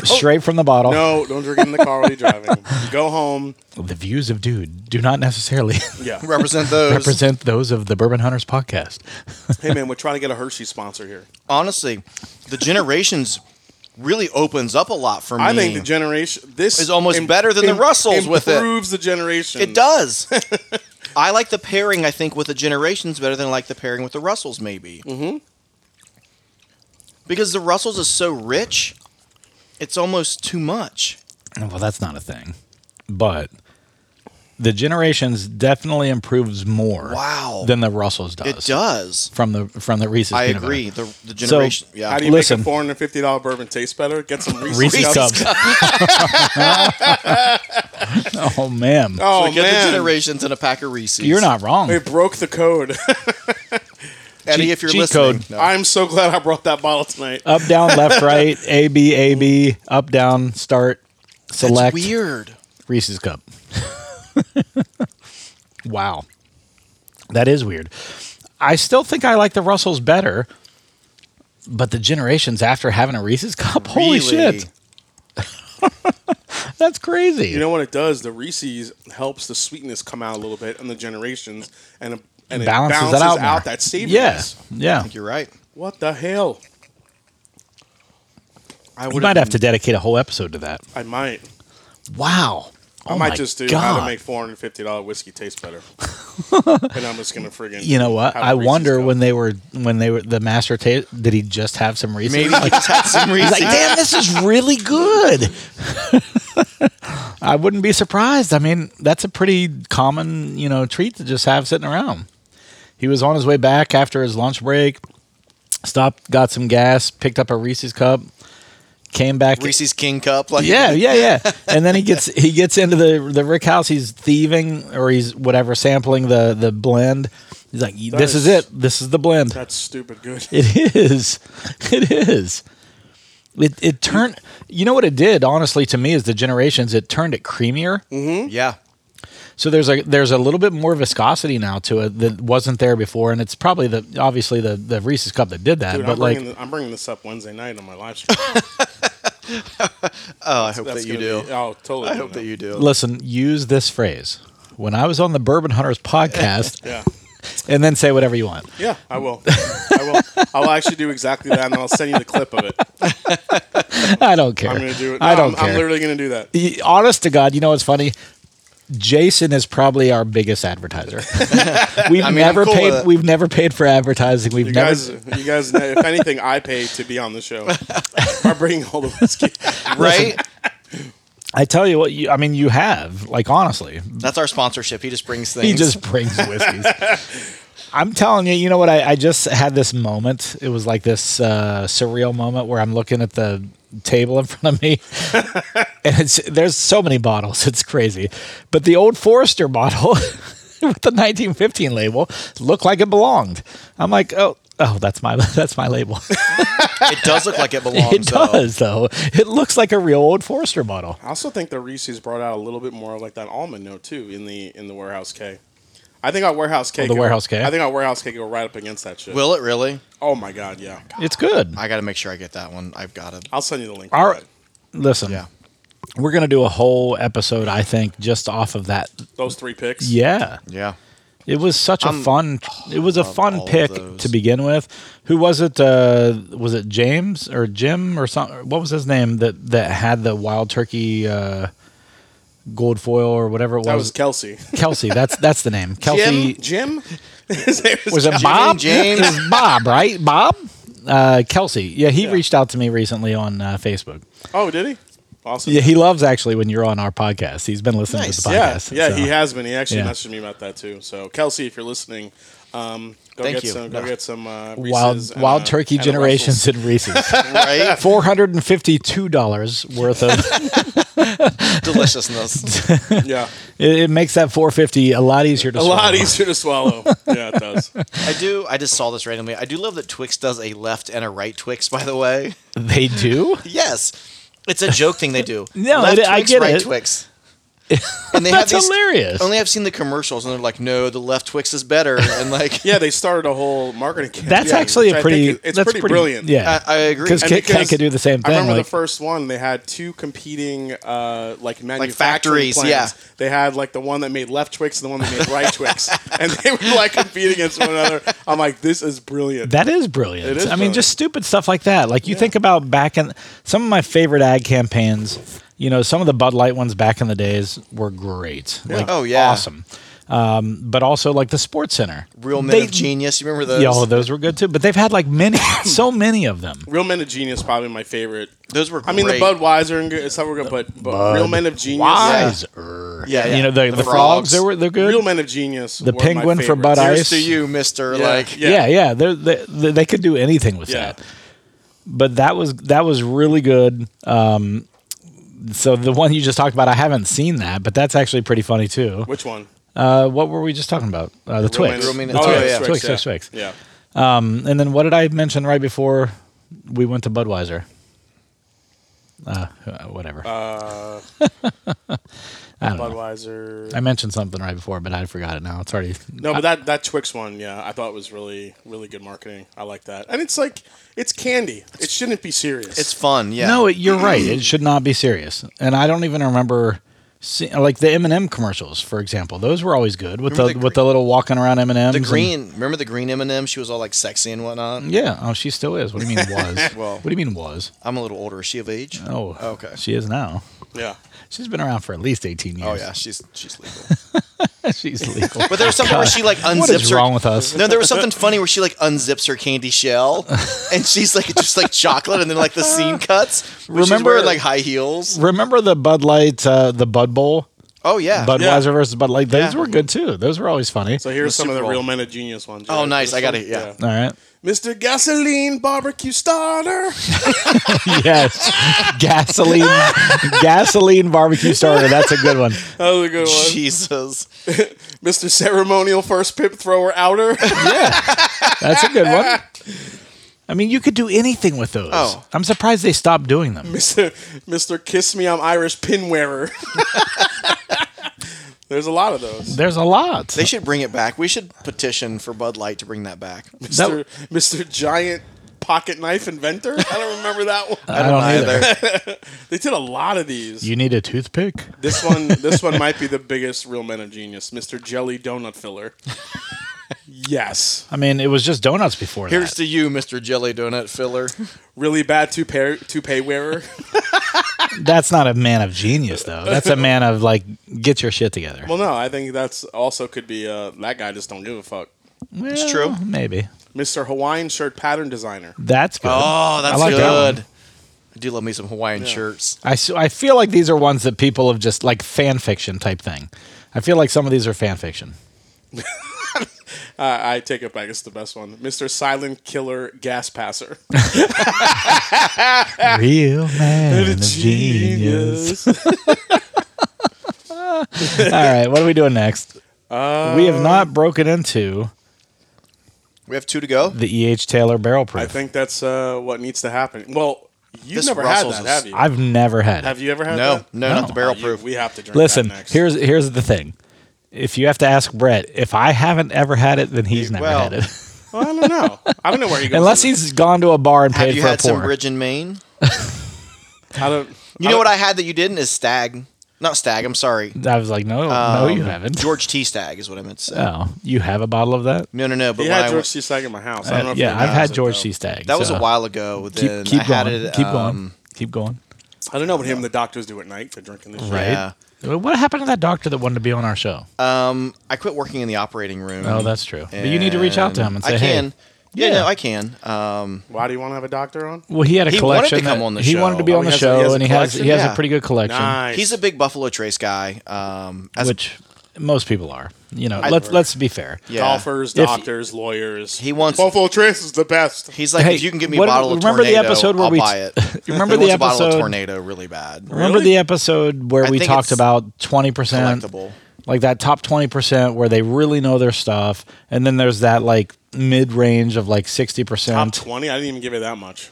[SPEAKER 1] straight from the bottle.
[SPEAKER 3] No, don't drink it in the car while you're driving. Go home.
[SPEAKER 1] The views of dude do not necessarily
[SPEAKER 3] Yeah.
[SPEAKER 2] Represent those.
[SPEAKER 1] represent those of the Bourbon Hunters podcast.
[SPEAKER 3] Hey man, we're trying to get a Hershey sponsor here.
[SPEAKER 2] Honestly, the generations really opens up a lot for me.
[SPEAKER 3] I think the generation this
[SPEAKER 2] It's almost better than the Russells with it.
[SPEAKER 3] Improves the generation.
[SPEAKER 2] It does. I like the pairing. I think with the generations better than I like the pairing with the Russells, maybe. Mm-hmm. Because the Russells is so rich, it's almost too much.
[SPEAKER 1] Well, that's not a thing, but the generations definitely improves more.
[SPEAKER 2] Wow.
[SPEAKER 1] than the Russells does.
[SPEAKER 2] It does.
[SPEAKER 1] from the from the Reese's.
[SPEAKER 2] I
[SPEAKER 1] peanut butter.
[SPEAKER 2] agree. The the generation. yeah.
[SPEAKER 3] How do you
[SPEAKER 1] Listen.
[SPEAKER 3] make a four hundred and fifty dollar bourbon taste better? Get some Reese's,
[SPEAKER 1] Reese's
[SPEAKER 2] Reese's
[SPEAKER 1] cups. oh man,
[SPEAKER 3] Oh
[SPEAKER 2] so get
[SPEAKER 3] man,
[SPEAKER 2] the generations and a pack of Reese's.
[SPEAKER 1] you're not wrong.
[SPEAKER 3] they broke the code.
[SPEAKER 2] Eddie.
[SPEAKER 1] Cheat-
[SPEAKER 2] if you're
[SPEAKER 1] cheat
[SPEAKER 2] listening,
[SPEAKER 1] code.
[SPEAKER 2] No.
[SPEAKER 3] I'm so glad I brought that bottle tonight.
[SPEAKER 1] Up down left right A B A B up down start
[SPEAKER 2] That's
[SPEAKER 1] select
[SPEAKER 2] weird.
[SPEAKER 1] Reese's cup. wow, that is weird. I still think I like the Russells better, but the generations after having a Reese's cup, holy
[SPEAKER 2] Really.
[SPEAKER 1] shit, that's crazy.
[SPEAKER 3] You know what it does? The Reese's helps the sweetness come out a little bit in the generations, and it, and it
[SPEAKER 1] Balances
[SPEAKER 3] balances,
[SPEAKER 1] that out
[SPEAKER 3] out,
[SPEAKER 1] more.
[SPEAKER 3] that
[SPEAKER 1] yeah,
[SPEAKER 3] savoriness.
[SPEAKER 1] yeah.
[SPEAKER 2] I think you're right.
[SPEAKER 3] What the hell? I
[SPEAKER 1] You
[SPEAKER 3] would.
[SPEAKER 1] might have to dedicate a whole episode to that.
[SPEAKER 3] I might.
[SPEAKER 1] Wow.
[SPEAKER 3] I
[SPEAKER 1] Oh my
[SPEAKER 3] might just do how to
[SPEAKER 1] God.
[SPEAKER 3] make four hundred fifty dollar whiskey taste better. and I'm just gonna friggin'
[SPEAKER 1] You know what?
[SPEAKER 3] have
[SPEAKER 1] I
[SPEAKER 3] Reese's
[SPEAKER 1] wonder
[SPEAKER 3] cup.
[SPEAKER 1] when they were when they were the master tape. Did he just have some Reese's?
[SPEAKER 2] Maybe
[SPEAKER 1] Like,
[SPEAKER 2] he just had some
[SPEAKER 1] he's
[SPEAKER 2] Reese's.
[SPEAKER 1] like, damn, this is really good. I wouldn't be surprised. I mean, that's a pretty common you know treat to just have sitting around. He was on his way back after his lunch break. Stopped, got some gas, picked up a Reese's cup, came back.
[SPEAKER 2] Reese's King Cup. Like
[SPEAKER 1] Yeah, yeah, yeah. And then he gets he gets into the the Rick House. He's thieving or he's whatever sampling the the blend. He's like, this is
[SPEAKER 3] is-
[SPEAKER 1] it. This is the blend.
[SPEAKER 3] That's stupid good.
[SPEAKER 1] It is. It is. It it turned. You know what it did, honestly, to me is the generations. It turned it creamier.
[SPEAKER 3] Mm.
[SPEAKER 2] Yeah.
[SPEAKER 1] So there's a there's a little bit more viscosity now to it that wasn't there before, and it's probably the obviously the the Reese's cup that did that.
[SPEAKER 3] Dude,
[SPEAKER 1] but
[SPEAKER 3] I'm,
[SPEAKER 1] like,
[SPEAKER 3] bringing, th- I'm bringing this up Wednesday night on my live stream.
[SPEAKER 2] Oh, I hope that you
[SPEAKER 3] gonna
[SPEAKER 2] do.
[SPEAKER 3] be- oh, totally.
[SPEAKER 2] I
[SPEAKER 3] do
[SPEAKER 2] hope that you do.
[SPEAKER 1] listen, use this phrase. When I was on the Bourbon Hunters podcast,
[SPEAKER 3] Yeah.
[SPEAKER 1] and then say whatever you want.
[SPEAKER 3] Yeah, I will. I will. I'll actually do exactly that, and I'll send you the clip of it.
[SPEAKER 1] I don't care.
[SPEAKER 3] I'm going to do it.
[SPEAKER 1] I don't
[SPEAKER 3] am
[SPEAKER 1] care.
[SPEAKER 3] I'm literally going to do that.
[SPEAKER 1] Y- honest to God, you know what's funny? Jason is probably our biggest advertiser. we've
[SPEAKER 2] mean,
[SPEAKER 1] never
[SPEAKER 2] I'm cool with
[SPEAKER 1] paid.
[SPEAKER 2] it.
[SPEAKER 1] We've never paid for advertising. We've
[SPEAKER 3] You
[SPEAKER 1] never.
[SPEAKER 3] guys, you guys, if anything, I pay to be on the show. I'm bringing all the whiskey.
[SPEAKER 2] Right?
[SPEAKER 1] I tell you what. You, I mean, you have. Like honestly,
[SPEAKER 2] That's our sponsorship. He just brings things.
[SPEAKER 1] he just brings whiskeys. I'm telling you, you know what? I, I just had this moment. It was like this uh, surreal moment where I'm looking at the table in front of me, and it's there's so many bottles. It's crazy, but the old Forester bottle with the 1915 label looked like it belonged. I'm like, oh. Oh, that's my that's my label.
[SPEAKER 2] it does look like it belongs.
[SPEAKER 1] it
[SPEAKER 2] though.
[SPEAKER 1] does though. It looks like a real old Forester bottle.
[SPEAKER 3] I also think that Reese's brought out a little bit more of like that almond note too in the in the warehouse K. I think our warehouse K.
[SPEAKER 1] Oh, the
[SPEAKER 3] could-
[SPEAKER 1] Warehouse K?
[SPEAKER 3] I think our warehouse K could go right up against that shit.
[SPEAKER 2] Will it really?
[SPEAKER 3] oh my god, yeah.
[SPEAKER 1] It's good.
[SPEAKER 2] I got to make sure I get that one. I've got it.
[SPEAKER 3] I'll send you the link.
[SPEAKER 1] Our listen,
[SPEAKER 2] Yeah.
[SPEAKER 1] we're gonna do a whole episode, I think, just off of that.
[SPEAKER 3] Those three picks.
[SPEAKER 1] Yeah,
[SPEAKER 2] Yeah.
[SPEAKER 1] it was such a
[SPEAKER 2] I'm-
[SPEAKER 1] fun. It was a
[SPEAKER 2] love
[SPEAKER 1] fun
[SPEAKER 2] all of
[SPEAKER 1] pick
[SPEAKER 2] those.
[SPEAKER 1] to begin with. Who was it? Uh, was it James or Jim or something? What was his name that that had the wild turkey uh, gold foil or whatever it
[SPEAKER 3] That
[SPEAKER 1] was?
[SPEAKER 3] was Kelsey.
[SPEAKER 1] Kelsey. That's that's the name. Kelsey
[SPEAKER 3] Jim. His name is
[SPEAKER 1] was it
[SPEAKER 3] Kelsey.
[SPEAKER 1] Bob? It
[SPEAKER 2] James.
[SPEAKER 1] was Bob, right? Bob. Uh, Kelsey. Yeah, he
[SPEAKER 3] Yeah.
[SPEAKER 1] reached out to me recently on uh, Facebook.
[SPEAKER 3] Oh, did he? Awesome.
[SPEAKER 1] Yeah, he loves actually when you're on our podcast. He's been listening to
[SPEAKER 2] Nice.
[SPEAKER 1] the podcast.
[SPEAKER 3] Yeah, yeah,
[SPEAKER 1] so.
[SPEAKER 3] he has been. He actually
[SPEAKER 1] Yeah.
[SPEAKER 3] messaged me about that too. So, Kelsey, if you're listening, um, go
[SPEAKER 2] Thank
[SPEAKER 3] get
[SPEAKER 2] you.
[SPEAKER 3] some. Go
[SPEAKER 2] No.
[SPEAKER 3] get some uh, Reese's
[SPEAKER 1] Wild
[SPEAKER 3] and,
[SPEAKER 1] Wild
[SPEAKER 3] uh,
[SPEAKER 1] Turkey
[SPEAKER 3] and a
[SPEAKER 1] Generations
[SPEAKER 3] Russell's.
[SPEAKER 1] and Reese's.
[SPEAKER 2] Right?
[SPEAKER 1] Four hundred and fifty-two dollars worth of
[SPEAKER 2] Deliciousness.
[SPEAKER 3] yeah,
[SPEAKER 1] it, it makes that four fifty a lot easier to
[SPEAKER 3] a
[SPEAKER 1] swallow.
[SPEAKER 3] lot easier to swallow. yeah, it does.
[SPEAKER 2] I do. I just saw this randomly. I do love that Twix does a left and a right Twix, by the way.
[SPEAKER 1] They do.
[SPEAKER 2] Yes. It's a joke thing they do.
[SPEAKER 1] No,
[SPEAKER 2] left
[SPEAKER 1] it- I
[SPEAKER 2] Twix,
[SPEAKER 1] get
[SPEAKER 2] right
[SPEAKER 1] it.
[SPEAKER 2] Twix. And they
[SPEAKER 1] That's
[SPEAKER 2] have these,
[SPEAKER 1] hilarious.
[SPEAKER 2] Only I've seen the commercials, and they're like, "No, the left Twix is better." And like,
[SPEAKER 3] Yeah, they started a whole marketing. Campaign,
[SPEAKER 1] That's actually
[SPEAKER 3] which
[SPEAKER 1] a
[SPEAKER 3] I think
[SPEAKER 1] pretty.
[SPEAKER 3] is- It's
[SPEAKER 1] that's
[SPEAKER 3] pretty, brilliant. Uh,
[SPEAKER 1] Yeah,
[SPEAKER 2] I, I agree.
[SPEAKER 1] because
[SPEAKER 3] And
[SPEAKER 1] Kit Kat
[SPEAKER 3] because
[SPEAKER 1] could do the same
[SPEAKER 3] I
[SPEAKER 1] thing.
[SPEAKER 3] remember
[SPEAKER 1] Like,
[SPEAKER 3] the first one. They had two competing, uh, like manufacturing
[SPEAKER 2] factories,
[SPEAKER 3] plants.
[SPEAKER 2] yeah.
[SPEAKER 3] They had like the one that made left Twix and the one that made right Twix, and they were like competing against one another. I'm like, this is brilliant.
[SPEAKER 1] that is brilliant.
[SPEAKER 3] It is
[SPEAKER 1] I mean,
[SPEAKER 3] brilliant.
[SPEAKER 1] just stupid stuff like that. Like you
[SPEAKER 3] Yeah.
[SPEAKER 1] think about back in some of my favorite ad campaigns. You know, some of the Bud Light ones back in the days were great. Like,
[SPEAKER 2] Oh, yeah.
[SPEAKER 1] awesome. Um, but also like the Sports Center.
[SPEAKER 2] Real men
[SPEAKER 1] They-
[SPEAKER 2] of genius. You remember those?
[SPEAKER 1] Yo, those were good too. But they've had like many, so many of them.
[SPEAKER 3] Real Men of Genius probably my favorite.
[SPEAKER 2] those were. Great.
[SPEAKER 3] I mean, the Budweiser and good stuff were good, but, but Real Men of Genius,
[SPEAKER 1] Wiser.
[SPEAKER 2] Yeah, yeah.
[SPEAKER 1] You know, the, the,
[SPEAKER 2] The
[SPEAKER 1] frogs,
[SPEAKER 2] frogs.
[SPEAKER 1] they were, they're good.
[SPEAKER 3] Real Men of Genius,
[SPEAKER 1] The
[SPEAKER 3] were my
[SPEAKER 1] penguin for
[SPEAKER 3] favorites.
[SPEAKER 1] Bud Ice.
[SPEAKER 2] Here's to you, Mister.
[SPEAKER 3] Yeah,
[SPEAKER 2] Like,
[SPEAKER 3] yeah.
[SPEAKER 1] yeah, yeah. They're, they, they they could do anything with
[SPEAKER 3] Yeah.
[SPEAKER 1] that. But that was that was really good. Um, so the one you just talked about, I haven't seen that, but that's actually pretty funny too.
[SPEAKER 3] Which one?
[SPEAKER 1] Uh, what were we just talking about? Uh, the Twix.
[SPEAKER 2] Real Men-
[SPEAKER 1] The
[SPEAKER 2] Oh,
[SPEAKER 1] Twix,
[SPEAKER 2] yeah.
[SPEAKER 1] Twix, Twix,
[SPEAKER 3] yeah.
[SPEAKER 1] Twix.
[SPEAKER 3] Yeah.
[SPEAKER 1] Um, and then what did I mention right before we went to Budweiser? Uh, uh, whatever.
[SPEAKER 3] Uh,
[SPEAKER 1] I don't know.
[SPEAKER 3] Budweiser.
[SPEAKER 1] I mentioned something right before, but I forgot it now. It's already
[SPEAKER 3] No, but that that Twix one, yeah, I thought was really really good marketing. I like that, and it's like it's candy. It shouldn't be serious.
[SPEAKER 2] it's fun. Yeah.
[SPEAKER 1] No, it- you're right. It should not be serious. And I don't even remember see, like the M&M commercials, for example. Those were always good with
[SPEAKER 2] Remember
[SPEAKER 1] the,
[SPEAKER 2] the
[SPEAKER 1] with the little walking around M&Ms.
[SPEAKER 2] the
[SPEAKER 1] and-
[SPEAKER 2] green. Remember the green M and m She was all like sexy and whatnot.
[SPEAKER 1] yeah. Oh, she still is. What do you mean was?
[SPEAKER 2] Well-
[SPEAKER 1] what do you mean was?
[SPEAKER 2] I'm a little older. Is she of age?
[SPEAKER 1] Oh,
[SPEAKER 2] Okay.
[SPEAKER 1] She is now.
[SPEAKER 3] yeah.
[SPEAKER 1] She's been around for at least 18
[SPEAKER 2] Oh
[SPEAKER 1] years.
[SPEAKER 2] yeah, she's she's legal.
[SPEAKER 1] yeah. She's legal.
[SPEAKER 2] But there was something where she like unzips
[SPEAKER 1] what is
[SPEAKER 2] her.
[SPEAKER 1] wrong with us?
[SPEAKER 2] No, there was something funny where she like unzips her candy shell, and she's like just like chocolate, and then like the scene cuts. where she's
[SPEAKER 1] Remember-
[SPEAKER 2] wearing, like high heels?
[SPEAKER 1] Remember the Bud Light, uh, the Bud Bowl?
[SPEAKER 2] Oh yeah,
[SPEAKER 1] Budweiser versus Bud Light. Those
[SPEAKER 2] Yeah.
[SPEAKER 1] were good too. Those were always funny.
[SPEAKER 3] So here's
[SPEAKER 2] The
[SPEAKER 3] some of
[SPEAKER 2] Super
[SPEAKER 3] the
[SPEAKER 2] Bowl.
[SPEAKER 3] real men of genius ones.
[SPEAKER 2] Oh,
[SPEAKER 3] right?
[SPEAKER 2] nice.
[SPEAKER 3] This
[SPEAKER 2] I got
[SPEAKER 3] one?
[SPEAKER 2] it, yeah.
[SPEAKER 1] All right.
[SPEAKER 3] Mr. Gasoline Barbecue Starter.
[SPEAKER 1] Yes. gasoline gasoline barbecue starter. That's a good one.
[SPEAKER 3] That was a good one.
[SPEAKER 2] Jesus.
[SPEAKER 3] Mr. Ceremonial First Pip Thrower Outer.
[SPEAKER 1] That's a good one. I mean, you could do anything with those.
[SPEAKER 2] Oh.
[SPEAKER 1] I'm surprised they stopped doing them.
[SPEAKER 3] Mr. Mr. Kiss Me, I'm Irish pin wearer. There's a lot of those.
[SPEAKER 1] There's a lot.
[SPEAKER 2] They should bring it back. We should petition for Bud Light to bring that back.
[SPEAKER 3] Mr. Mr. Giant pocket knife inventor. I don't remember that one.
[SPEAKER 2] Uh,
[SPEAKER 1] I don't either.
[SPEAKER 3] They did a lot of these.
[SPEAKER 1] You need a toothpick?
[SPEAKER 3] This one, this one might be the biggest real men of genius, Mr. Jelly Donut Filler. yes,
[SPEAKER 1] I mean, it was just donuts before
[SPEAKER 2] Here's
[SPEAKER 1] that.
[SPEAKER 2] to you, Mr. Jelly Donut Filler.
[SPEAKER 3] really bad toupee toupee wearer.
[SPEAKER 1] That's not a man of genius, though. That's a man of, like, get your shit together.
[SPEAKER 3] Well, no, I think that's also could be uh, that guy just don't give a fuck.
[SPEAKER 1] Well,
[SPEAKER 2] true.
[SPEAKER 1] Maybe.
[SPEAKER 3] Mr. Hawaiian shirt pattern designer.
[SPEAKER 1] That's good.
[SPEAKER 2] Oh, that's
[SPEAKER 1] I like that one.
[SPEAKER 2] good. I do love me some Hawaiian shirts.
[SPEAKER 1] I, s- I feel like these are ones that people have just, like, fan fiction type thing. I feel like some of these are fan fiction.
[SPEAKER 3] I, I take it back. It's the best one. Mr. Silent Killer Gas Passer.
[SPEAKER 2] Ah.
[SPEAKER 1] Real man of genius. All right, what are we doing next?
[SPEAKER 2] Uh,
[SPEAKER 1] we have not broken into
[SPEAKER 2] We have two to go.
[SPEAKER 1] the E.H. Taylor barrel proof.
[SPEAKER 3] I think that's uh, what needs to happen. Well, you've
[SPEAKER 2] This
[SPEAKER 3] never
[SPEAKER 2] Russell's is-
[SPEAKER 3] had that, have you?
[SPEAKER 1] I've never had it.
[SPEAKER 3] have you ever had
[SPEAKER 2] No,
[SPEAKER 3] that? Oh,
[SPEAKER 2] no, not the barrel proof.
[SPEAKER 3] We have to drink
[SPEAKER 1] Listen,
[SPEAKER 3] that next.
[SPEAKER 1] here's here's the thing. If you have to ask Brett, if I haven't ever had it, then he's never
[SPEAKER 2] well,
[SPEAKER 1] had it.
[SPEAKER 3] Well, I don't know. I don't know where he goes.
[SPEAKER 1] Unless
[SPEAKER 3] with
[SPEAKER 1] he's gone to a bar and
[SPEAKER 2] Have
[SPEAKER 1] paid
[SPEAKER 2] you
[SPEAKER 1] for a
[SPEAKER 2] had some
[SPEAKER 1] pour.
[SPEAKER 2] Ridge in Maine?
[SPEAKER 3] it. I don't.
[SPEAKER 2] You know what I had that you didn't is Stag. Not Stag. I'm sorry. Um,
[SPEAKER 1] I was like, no, no, you haven't.
[SPEAKER 2] George T. Stag is what I meant to say.
[SPEAKER 1] oh, you have a bottle of that?
[SPEAKER 2] No, no, no. But
[SPEAKER 3] He
[SPEAKER 2] when
[SPEAKER 3] had
[SPEAKER 2] I
[SPEAKER 3] George
[SPEAKER 2] went,
[SPEAKER 3] C. Stag in my house. I don't know if
[SPEAKER 1] Uh, yeah,
[SPEAKER 3] he
[SPEAKER 1] I've
[SPEAKER 3] has
[SPEAKER 1] had
[SPEAKER 3] it,
[SPEAKER 1] George
[SPEAKER 3] though.
[SPEAKER 1] C. Stag.
[SPEAKER 2] that was
[SPEAKER 1] so
[SPEAKER 2] a while ago.
[SPEAKER 1] Keep,
[SPEAKER 2] Then
[SPEAKER 1] keep
[SPEAKER 2] I
[SPEAKER 1] going.
[SPEAKER 2] had it.
[SPEAKER 1] keep
[SPEAKER 2] um,
[SPEAKER 1] going. Keep going.
[SPEAKER 3] I don't know what him and the doctors do at night for drinking this. shit.
[SPEAKER 1] Right.
[SPEAKER 2] Yeah.
[SPEAKER 1] Well, What happened to that doctor that wanted to be on our show?
[SPEAKER 2] Um, I quit working in the operating room.
[SPEAKER 1] oh, that's true. But you need to reach out to him and say,
[SPEAKER 2] I can.
[SPEAKER 1] hey.
[SPEAKER 2] Yeah,
[SPEAKER 1] Yeah.
[SPEAKER 2] no, I can. Um,
[SPEAKER 3] Why do you want to have a doctor on?
[SPEAKER 1] Well, he had a
[SPEAKER 2] He wanted to
[SPEAKER 1] collection.
[SPEAKER 2] come
[SPEAKER 1] that-
[SPEAKER 2] on the
[SPEAKER 1] he wanted
[SPEAKER 2] show.
[SPEAKER 1] to be
[SPEAKER 2] Oh,
[SPEAKER 1] on
[SPEAKER 2] he
[SPEAKER 1] the
[SPEAKER 3] has a- he
[SPEAKER 1] show,
[SPEAKER 3] has a
[SPEAKER 1] and he has
[SPEAKER 3] collection?
[SPEAKER 1] he has
[SPEAKER 2] Yeah.
[SPEAKER 1] a pretty good collection,
[SPEAKER 3] Nice.
[SPEAKER 2] he's a big Buffalo Trace guy. Um, as a-
[SPEAKER 1] which most people are. You know, let's let's be fair.
[SPEAKER 2] yeah.
[SPEAKER 3] Golfers,
[SPEAKER 1] If-
[SPEAKER 3] doctors, lawyers.
[SPEAKER 2] He wants-
[SPEAKER 3] Buffalo Trace is the best.
[SPEAKER 2] He's like,
[SPEAKER 1] Hey,
[SPEAKER 2] if you can give me a
[SPEAKER 1] what-
[SPEAKER 2] bottle of
[SPEAKER 1] remember the
[SPEAKER 2] tornado,
[SPEAKER 1] episode where
[SPEAKER 2] I'll
[SPEAKER 1] we-
[SPEAKER 2] buy it.
[SPEAKER 1] remember
[SPEAKER 2] He wants
[SPEAKER 1] the
[SPEAKER 2] a bottle of
[SPEAKER 1] episode-
[SPEAKER 2] tornado really bad.
[SPEAKER 1] Remember the episode where
[SPEAKER 2] I
[SPEAKER 1] we
[SPEAKER 2] think
[SPEAKER 1] talked
[SPEAKER 2] it's
[SPEAKER 1] about twenty percent,
[SPEAKER 2] Collectible.
[SPEAKER 1] like that top twenty percent where they really know their stuff, and then there's that like mid range of like sixty
[SPEAKER 3] Top
[SPEAKER 1] percent.
[SPEAKER 3] twenty. I didn't even give it that much.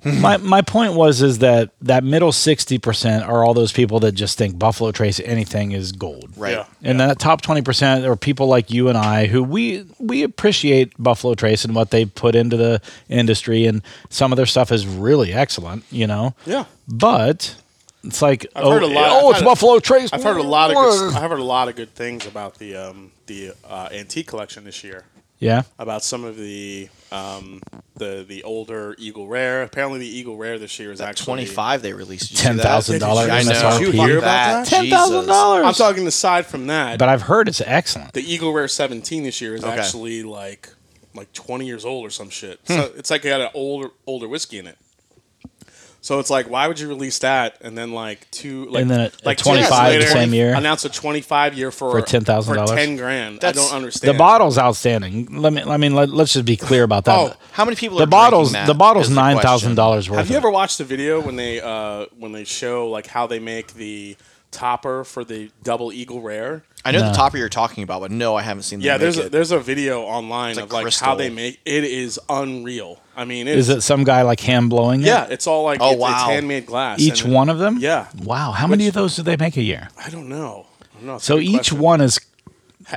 [SPEAKER 1] My my point was is that that middle sixty percent are all those people that just think Buffalo Trace anything is gold,
[SPEAKER 2] Right.
[SPEAKER 3] Yeah.
[SPEAKER 1] And then that top twenty percent are people like you and I who we we appreciate Buffalo Trace and what they put into the industry, and some of their stuff is really excellent, you know.
[SPEAKER 3] Yeah.
[SPEAKER 1] But it's like
[SPEAKER 3] I've
[SPEAKER 1] oh,
[SPEAKER 3] heard a lot-
[SPEAKER 1] oh,
[SPEAKER 3] I've
[SPEAKER 1] it's
[SPEAKER 3] had a-
[SPEAKER 1] Buffalo Trace.
[SPEAKER 3] I've heard a lot of good, I've heard a lot of good things about the um, the uh, antique collection this year.
[SPEAKER 1] yeah.
[SPEAKER 3] About some of the um, the the older Eagle Rare. Apparently, the Eagle Rare this year is actually
[SPEAKER 2] Twenty five they released. Did you see that?
[SPEAKER 1] $10,000
[SPEAKER 2] I know.
[SPEAKER 1] MSRP.
[SPEAKER 2] Fuck
[SPEAKER 1] Did you hear
[SPEAKER 3] about that?
[SPEAKER 1] Ten thousand
[SPEAKER 2] Jesus.
[SPEAKER 3] I'm
[SPEAKER 1] dollars.
[SPEAKER 3] talking aside from that.
[SPEAKER 1] But I've heard it's excellent.
[SPEAKER 3] the Eagle Rare 17 this year is
[SPEAKER 2] Okay. Hmm.
[SPEAKER 3] actually like like 20 years old or some shit. So it's like it had an older older whiskey in it. So it's like, why would you release that and then like two like
[SPEAKER 1] And then at- at
[SPEAKER 3] like two years
[SPEAKER 1] 25 the
[SPEAKER 3] later,
[SPEAKER 1] same year?
[SPEAKER 3] announce a 25 year for
[SPEAKER 1] For $10,000?
[SPEAKER 3] for 10 grand. I
[SPEAKER 2] That's-
[SPEAKER 3] don't understand
[SPEAKER 1] The bottle's outstanding. Let me. I mean, let, us just be clear about that.
[SPEAKER 3] Oh,
[SPEAKER 2] How many people?
[SPEAKER 1] the
[SPEAKER 2] are
[SPEAKER 1] bottles.
[SPEAKER 2] drinking that
[SPEAKER 1] The bottle's
[SPEAKER 2] is the
[SPEAKER 1] nine thousand
[SPEAKER 2] question.
[SPEAKER 1] dollars worth.
[SPEAKER 3] Have you
[SPEAKER 1] of it.
[SPEAKER 3] ever watched the video when they uh, when they show like how they make the topper for the double Eagle Rare?
[SPEAKER 2] I know the topper you're talking about, but no, I haven't seen. them
[SPEAKER 3] Yeah, there's
[SPEAKER 2] make
[SPEAKER 3] a,
[SPEAKER 2] it.
[SPEAKER 3] there's a video online
[SPEAKER 2] It's a
[SPEAKER 3] of like how they
[SPEAKER 2] crystal.
[SPEAKER 3] make it is unreal. I mean, it's,
[SPEAKER 1] Is it some guy like hand blowing? it?
[SPEAKER 3] Yeah, it's all like
[SPEAKER 2] Oh,
[SPEAKER 3] it's, it's
[SPEAKER 2] wow.
[SPEAKER 3] handmade glass.
[SPEAKER 1] Each
[SPEAKER 3] and it-
[SPEAKER 1] one of them.
[SPEAKER 3] Yeah.
[SPEAKER 1] Wow. How many of those do they make a year?
[SPEAKER 3] I don't know. I don't know. It's a
[SPEAKER 1] So
[SPEAKER 3] good
[SPEAKER 1] each
[SPEAKER 3] question.
[SPEAKER 1] one is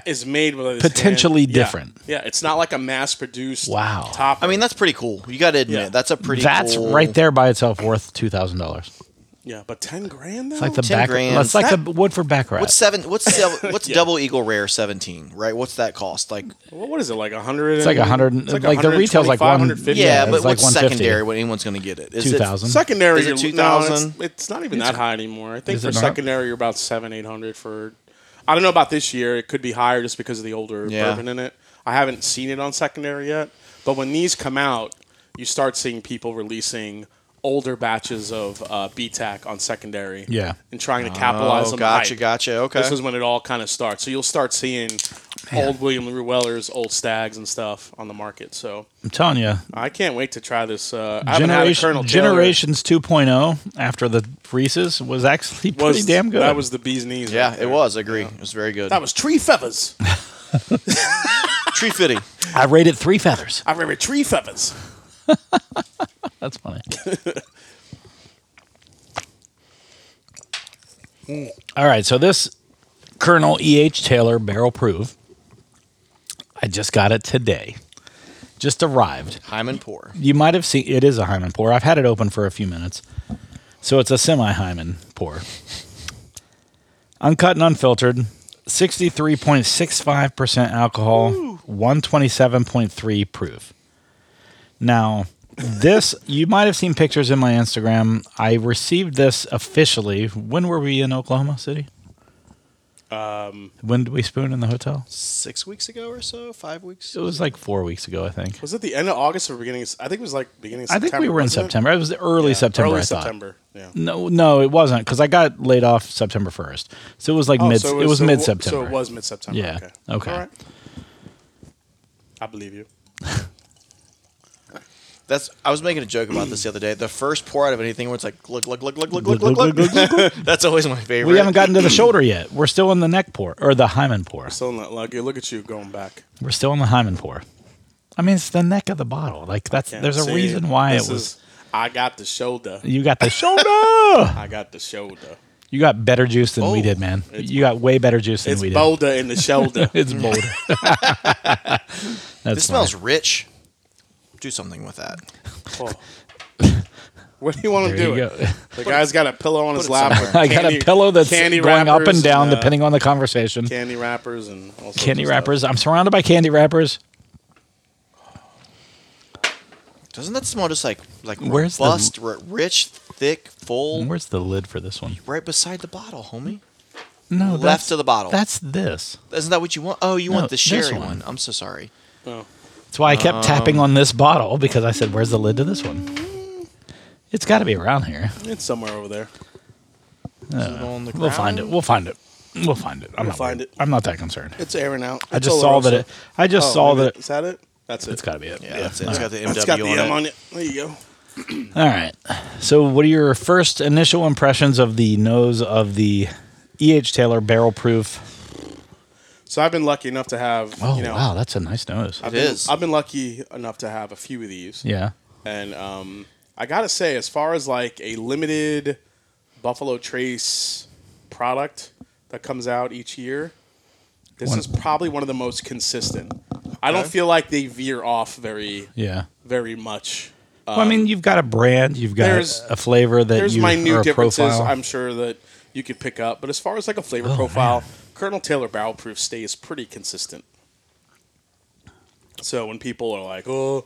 [SPEAKER 3] is made with this
[SPEAKER 1] potentially
[SPEAKER 3] hand- yeah.
[SPEAKER 1] different.
[SPEAKER 3] Yeah. it's not like a mass-produced.
[SPEAKER 1] Wow.
[SPEAKER 3] Top.
[SPEAKER 2] I mean, that's pretty cool. You got to admit,
[SPEAKER 3] Yeah.
[SPEAKER 2] that's a pretty.
[SPEAKER 1] that's
[SPEAKER 2] cool-
[SPEAKER 1] right there by itself worth two thousand dollars.
[SPEAKER 3] yeah, but ten grand though.
[SPEAKER 1] Like the
[SPEAKER 2] 10
[SPEAKER 1] back.
[SPEAKER 2] grand.
[SPEAKER 1] It's like
[SPEAKER 3] That-
[SPEAKER 1] the Woodford back rat.
[SPEAKER 2] What's seven? What's seven, what's
[SPEAKER 3] Yeah.
[SPEAKER 2] double eagle rare seventeen? Right? What's that cost? Like,
[SPEAKER 3] What what is it like? hundred.
[SPEAKER 1] It's like a hundred. and- Like, the retail's like one. it's
[SPEAKER 2] yeah, but
[SPEAKER 1] like
[SPEAKER 2] what's
[SPEAKER 1] 150.
[SPEAKER 2] secondary? What anyone's going to get it? Is it-
[SPEAKER 1] Two thousand.
[SPEAKER 3] Secondary,
[SPEAKER 2] Is it
[SPEAKER 3] you're- no,
[SPEAKER 2] 2,000?
[SPEAKER 3] it's, it's not even that high anymore. I think
[SPEAKER 1] Is
[SPEAKER 3] for
[SPEAKER 1] it not?
[SPEAKER 3] secondary, you're about seven, eight hundred for. I don't know about this year. It could be higher just because of the older
[SPEAKER 2] Yeah.
[SPEAKER 3] bourbon in it. I haven't seen it on secondary yet, but when these come out, you start seeing people releasing older batches of uh, BTAC on secondary.
[SPEAKER 1] Yeah.
[SPEAKER 3] and trying to capitalize
[SPEAKER 2] Oh,
[SPEAKER 3] on
[SPEAKER 2] gotcha,
[SPEAKER 3] the hype.
[SPEAKER 2] gotcha. Okay.
[SPEAKER 3] This is when it all kind of starts. So you'll start seeing old William Llewellers, old Stags, and stuff on the market. So
[SPEAKER 1] I'm telling you,
[SPEAKER 3] I can't wait to try this. Uh, I haven't had a Colonel
[SPEAKER 1] Generation, Generations
[SPEAKER 3] Taylor-
[SPEAKER 1] 2.0 after the Reese's was actually pretty
[SPEAKER 3] was
[SPEAKER 1] damn good.
[SPEAKER 3] That was the bee's knees.
[SPEAKER 2] yeah,
[SPEAKER 3] right
[SPEAKER 2] it
[SPEAKER 3] there.
[SPEAKER 2] was. I agree. It was very good.
[SPEAKER 3] That was tree feathers.
[SPEAKER 2] tree fitting.
[SPEAKER 1] I rated three feathers.
[SPEAKER 3] I remember tree feathers.
[SPEAKER 1] That's funny. Mm. All right, so this Colonel E.H. Taylor barrel proof. I just got it today. Just arrived.
[SPEAKER 2] Hyman pour.
[SPEAKER 1] You might have seen it is a hymen pour. I've had it open for a few minutes. So it's a semi hymen pour. Uncut and unfiltered. 63.65% alcohol, 127.3 proof. Now, this, you might have seen pictures in my Instagram. I received this officially. When were we in Oklahoma City? Um, when did we spoon in the hotel?
[SPEAKER 2] Six weeks ago or so, five weeks.
[SPEAKER 1] It was like four weeks ago, I think.
[SPEAKER 3] Was it the end of August or beginning? Of, I think it was like beginning. of
[SPEAKER 1] I
[SPEAKER 3] September,
[SPEAKER 1] think we were in
[SPEAKER 3] wasn't it?
[SPEAKER 1] September. It was early September.
[SPEAKER 3] Early
[SPEAKER 1] I thought. Mm,
[SPEAKER 3] September. Yeah.
[SPEAKER 1] No, no, it wasn't because I got laid off September first. So it was like
[SPEAKER 3] Oh,
[SPEAKER 1] mid.
[SPEAKER 3] so
[SPEAKER 1] it was
[SPEAKER 3] so
[SPEAKER 1] mid September.
[SPEAKER 3] So it was mid September.
[SPEAKER 1] Yeah.
[SPEAKER 3] Okay.
[SPEAKER 1] Okay.
[SPEAKER 3] All right. I believe you.
[SPEAKER 2] That's. I was making a joke about this the other day. The first pour out of anything where it's like look, look, look, look, look,
[SPEAKER 1] Look,
[SPEAKER 2] look, look,
[SPEAKER 1] look,
[SPEAKER 2] look. That's always my favorite.
[SPEAKER 1] We haven't gotten to the shoulder yet. We're still in the neck pour or the hymen pour.
[SPEAKER 3] Still not like look at you going back.
[SPEAKER 1] We're still in the hymen pour. I mean, it's the neck of the bottle. Like that's
[SPEAKER 3] Can't
[SPEAKER 1] there's a
[SPEAKER 3] see.
[SPEAKER 1] reason why it
[SPEAKER 3] This
[SPEAKER 1] was.
[SPEAKER 3] is- I got the shoulder.
[SPEAKER 1] You got the shoulder.
[SPEAKER 3] I got the shoulder.
[SPEAKER 1] You got better juice than we
[SPEAKER 3] Oh,
[SPEAKER 1] did, man.
[SPEAKER 3] it's
[SPEAKER 1] You got way better juice than
[SPEAKER 3] It's
[SPEAKER 1] we did.
[SPEAKER 3] boulder in the shoulder.
[SPEAKER 1] It's bold. That's
[SPEAKER 2] This
[SPEAKER 1] funny.
[SPEAKER 2] smells rich. Do something with that.
[SPEAKER 3] Oh. What do you want to
[SPEAKER 1] There
[SPEAKER 3] do?
[SPEAKER 1] you
[SPEAKER 3] it?
[SPEAKER 1] go.
[SPEAKER 3] The guy's got a pillow on his
[SPEAKER 2] it
[SPEAKER 3] lap.
[SPEAKER 2] somewhere.
[SPEAKER 3] with
[SPEAKER 1] I got a
[SPEAKER 3] candy-
[SPEAKER 1] pillow that's
[SPEAKER 3] candy
[SPEAKER 1] going up and
[SPEAKER 3] wrappers
[SPEAKER 1] down
[SPEAKER 3] uh,
[SPEAKER 1] depending on the conversation.
[SPEAKER 3] Candy wrappers and all sorts
[SPEAKER 1] candy
[SPEAKER 3] of stuff.
[SPEAKER 1] wrappers. I'm surrounded by candy wrappers.
[SPEAKER 2] Doesn't that smell just like like
[SPEAKER 1] Where's the-
[SPEAKER 2] robust, r- rich, thick, full,
[SPEAKER 1] Where's the lid for this one?
[SPEAKER 2] right beside the bottle, homie?
[SPEAKER 1] No,
[SPEAKER 2] Left
[SPEAKER 1] that's-
[SPEAKER 2] of the bottle.
[SPEAKER 1] That's this.
[SPEAKER 2] Isn't that what you want? Oh, you
[SPEAKER 1] No,
[SPEAKER 2] want the
[SPEAKER 1] this
[SPEAKER 2] sherry
[SPEAKER 1] one.
[SPEAKER 2] one. I'm so sorry.
[SPEAKER 3] Oh.
[SPEAKER 1] That's why I kept tapping on this bottle because I said, "Where's the lid to this one?" It's got to be around here.
[SPEAKER 3] It's somewhere over there.
[SPEAKER 2] Is it on the
[SPEAKER 1] We'll find it.
[SPEAKER 2] ground?
[SPEAKER 1] We'll find it. We'll find it. I'm
[SPEAKER 3] We'll
[SPEAKER 1] not
[SPEAKER 3] find
[SPEAKER 1] worried.
[SPEAKER 3] it.
[SPEAKER 1] I'm not that concerned.
[SPEAKER 3] It's airing out.
[SPEAKER 1] I just saw that it. I just saw that.
[SPEAKER 3] Oh, Is that it? That's it.
[SPEAKER 1] It's got to be it.
[SPEAKER 2] Yeah, that's it. It's
[SPEAKER 1] All
[SPEAKER 2] got the MW
[SPEAKER 3] It's got the
[SPEAKER 2] on
[SPEAKER 3] M
[SPEAKER 2] it.
[SPEAKER 3] on it. There you go.
[SPEAKER 1] All right. So, what are your first initial impressions of the nose of the E.H. Taylor Barrel Proof?
[SPEAKER 3] So I've been lucky enough to have.
[SPEAKER 1] Oh,
[SPEAKER 3] you know,
[SPEAKER 1] wow, that's a nice nose.
[SPEAKER 3] I've
[SPEAKER 2] It
[SPEAKER 3] been,
[SPEAKER 2] is.
[SPEAKER 3] I've been lucky enough to have a few of these.
[SPEAKER 1] yeah.
[SPEAKER 3] And um, I gotta say, as far as like a limited Buffalo Trace product that comes out each year, this
[SPEAKER 1] One-
[SPEAKER 3] is probably one of the most consistent. I don't feel like they veer off very,
[SPEAKER 1] Yeah.
[SPEAKER 3] very much.
[SPEAKER 1] well, I mean, you've got a brand, you've got
[SPEAKER 3] Um, there's-
[SPEAKER 1] a flavor that
[SPEAKER 3] There's
[SPEAKER 1] you or
[SPEAKER 3] minute
[SPEAKER 1] a
[SPEAKER 3] differences
[SPEAKER 1] profile.
[SPEAKER 3] I'm sure that you could pick up, but as far as like a flavor
[SPEAKER 1] Oh,
[SPEAKER 3] profile, Colonel Taylor Barrel Proof stays pretty consistent. So when people are like, "Oh,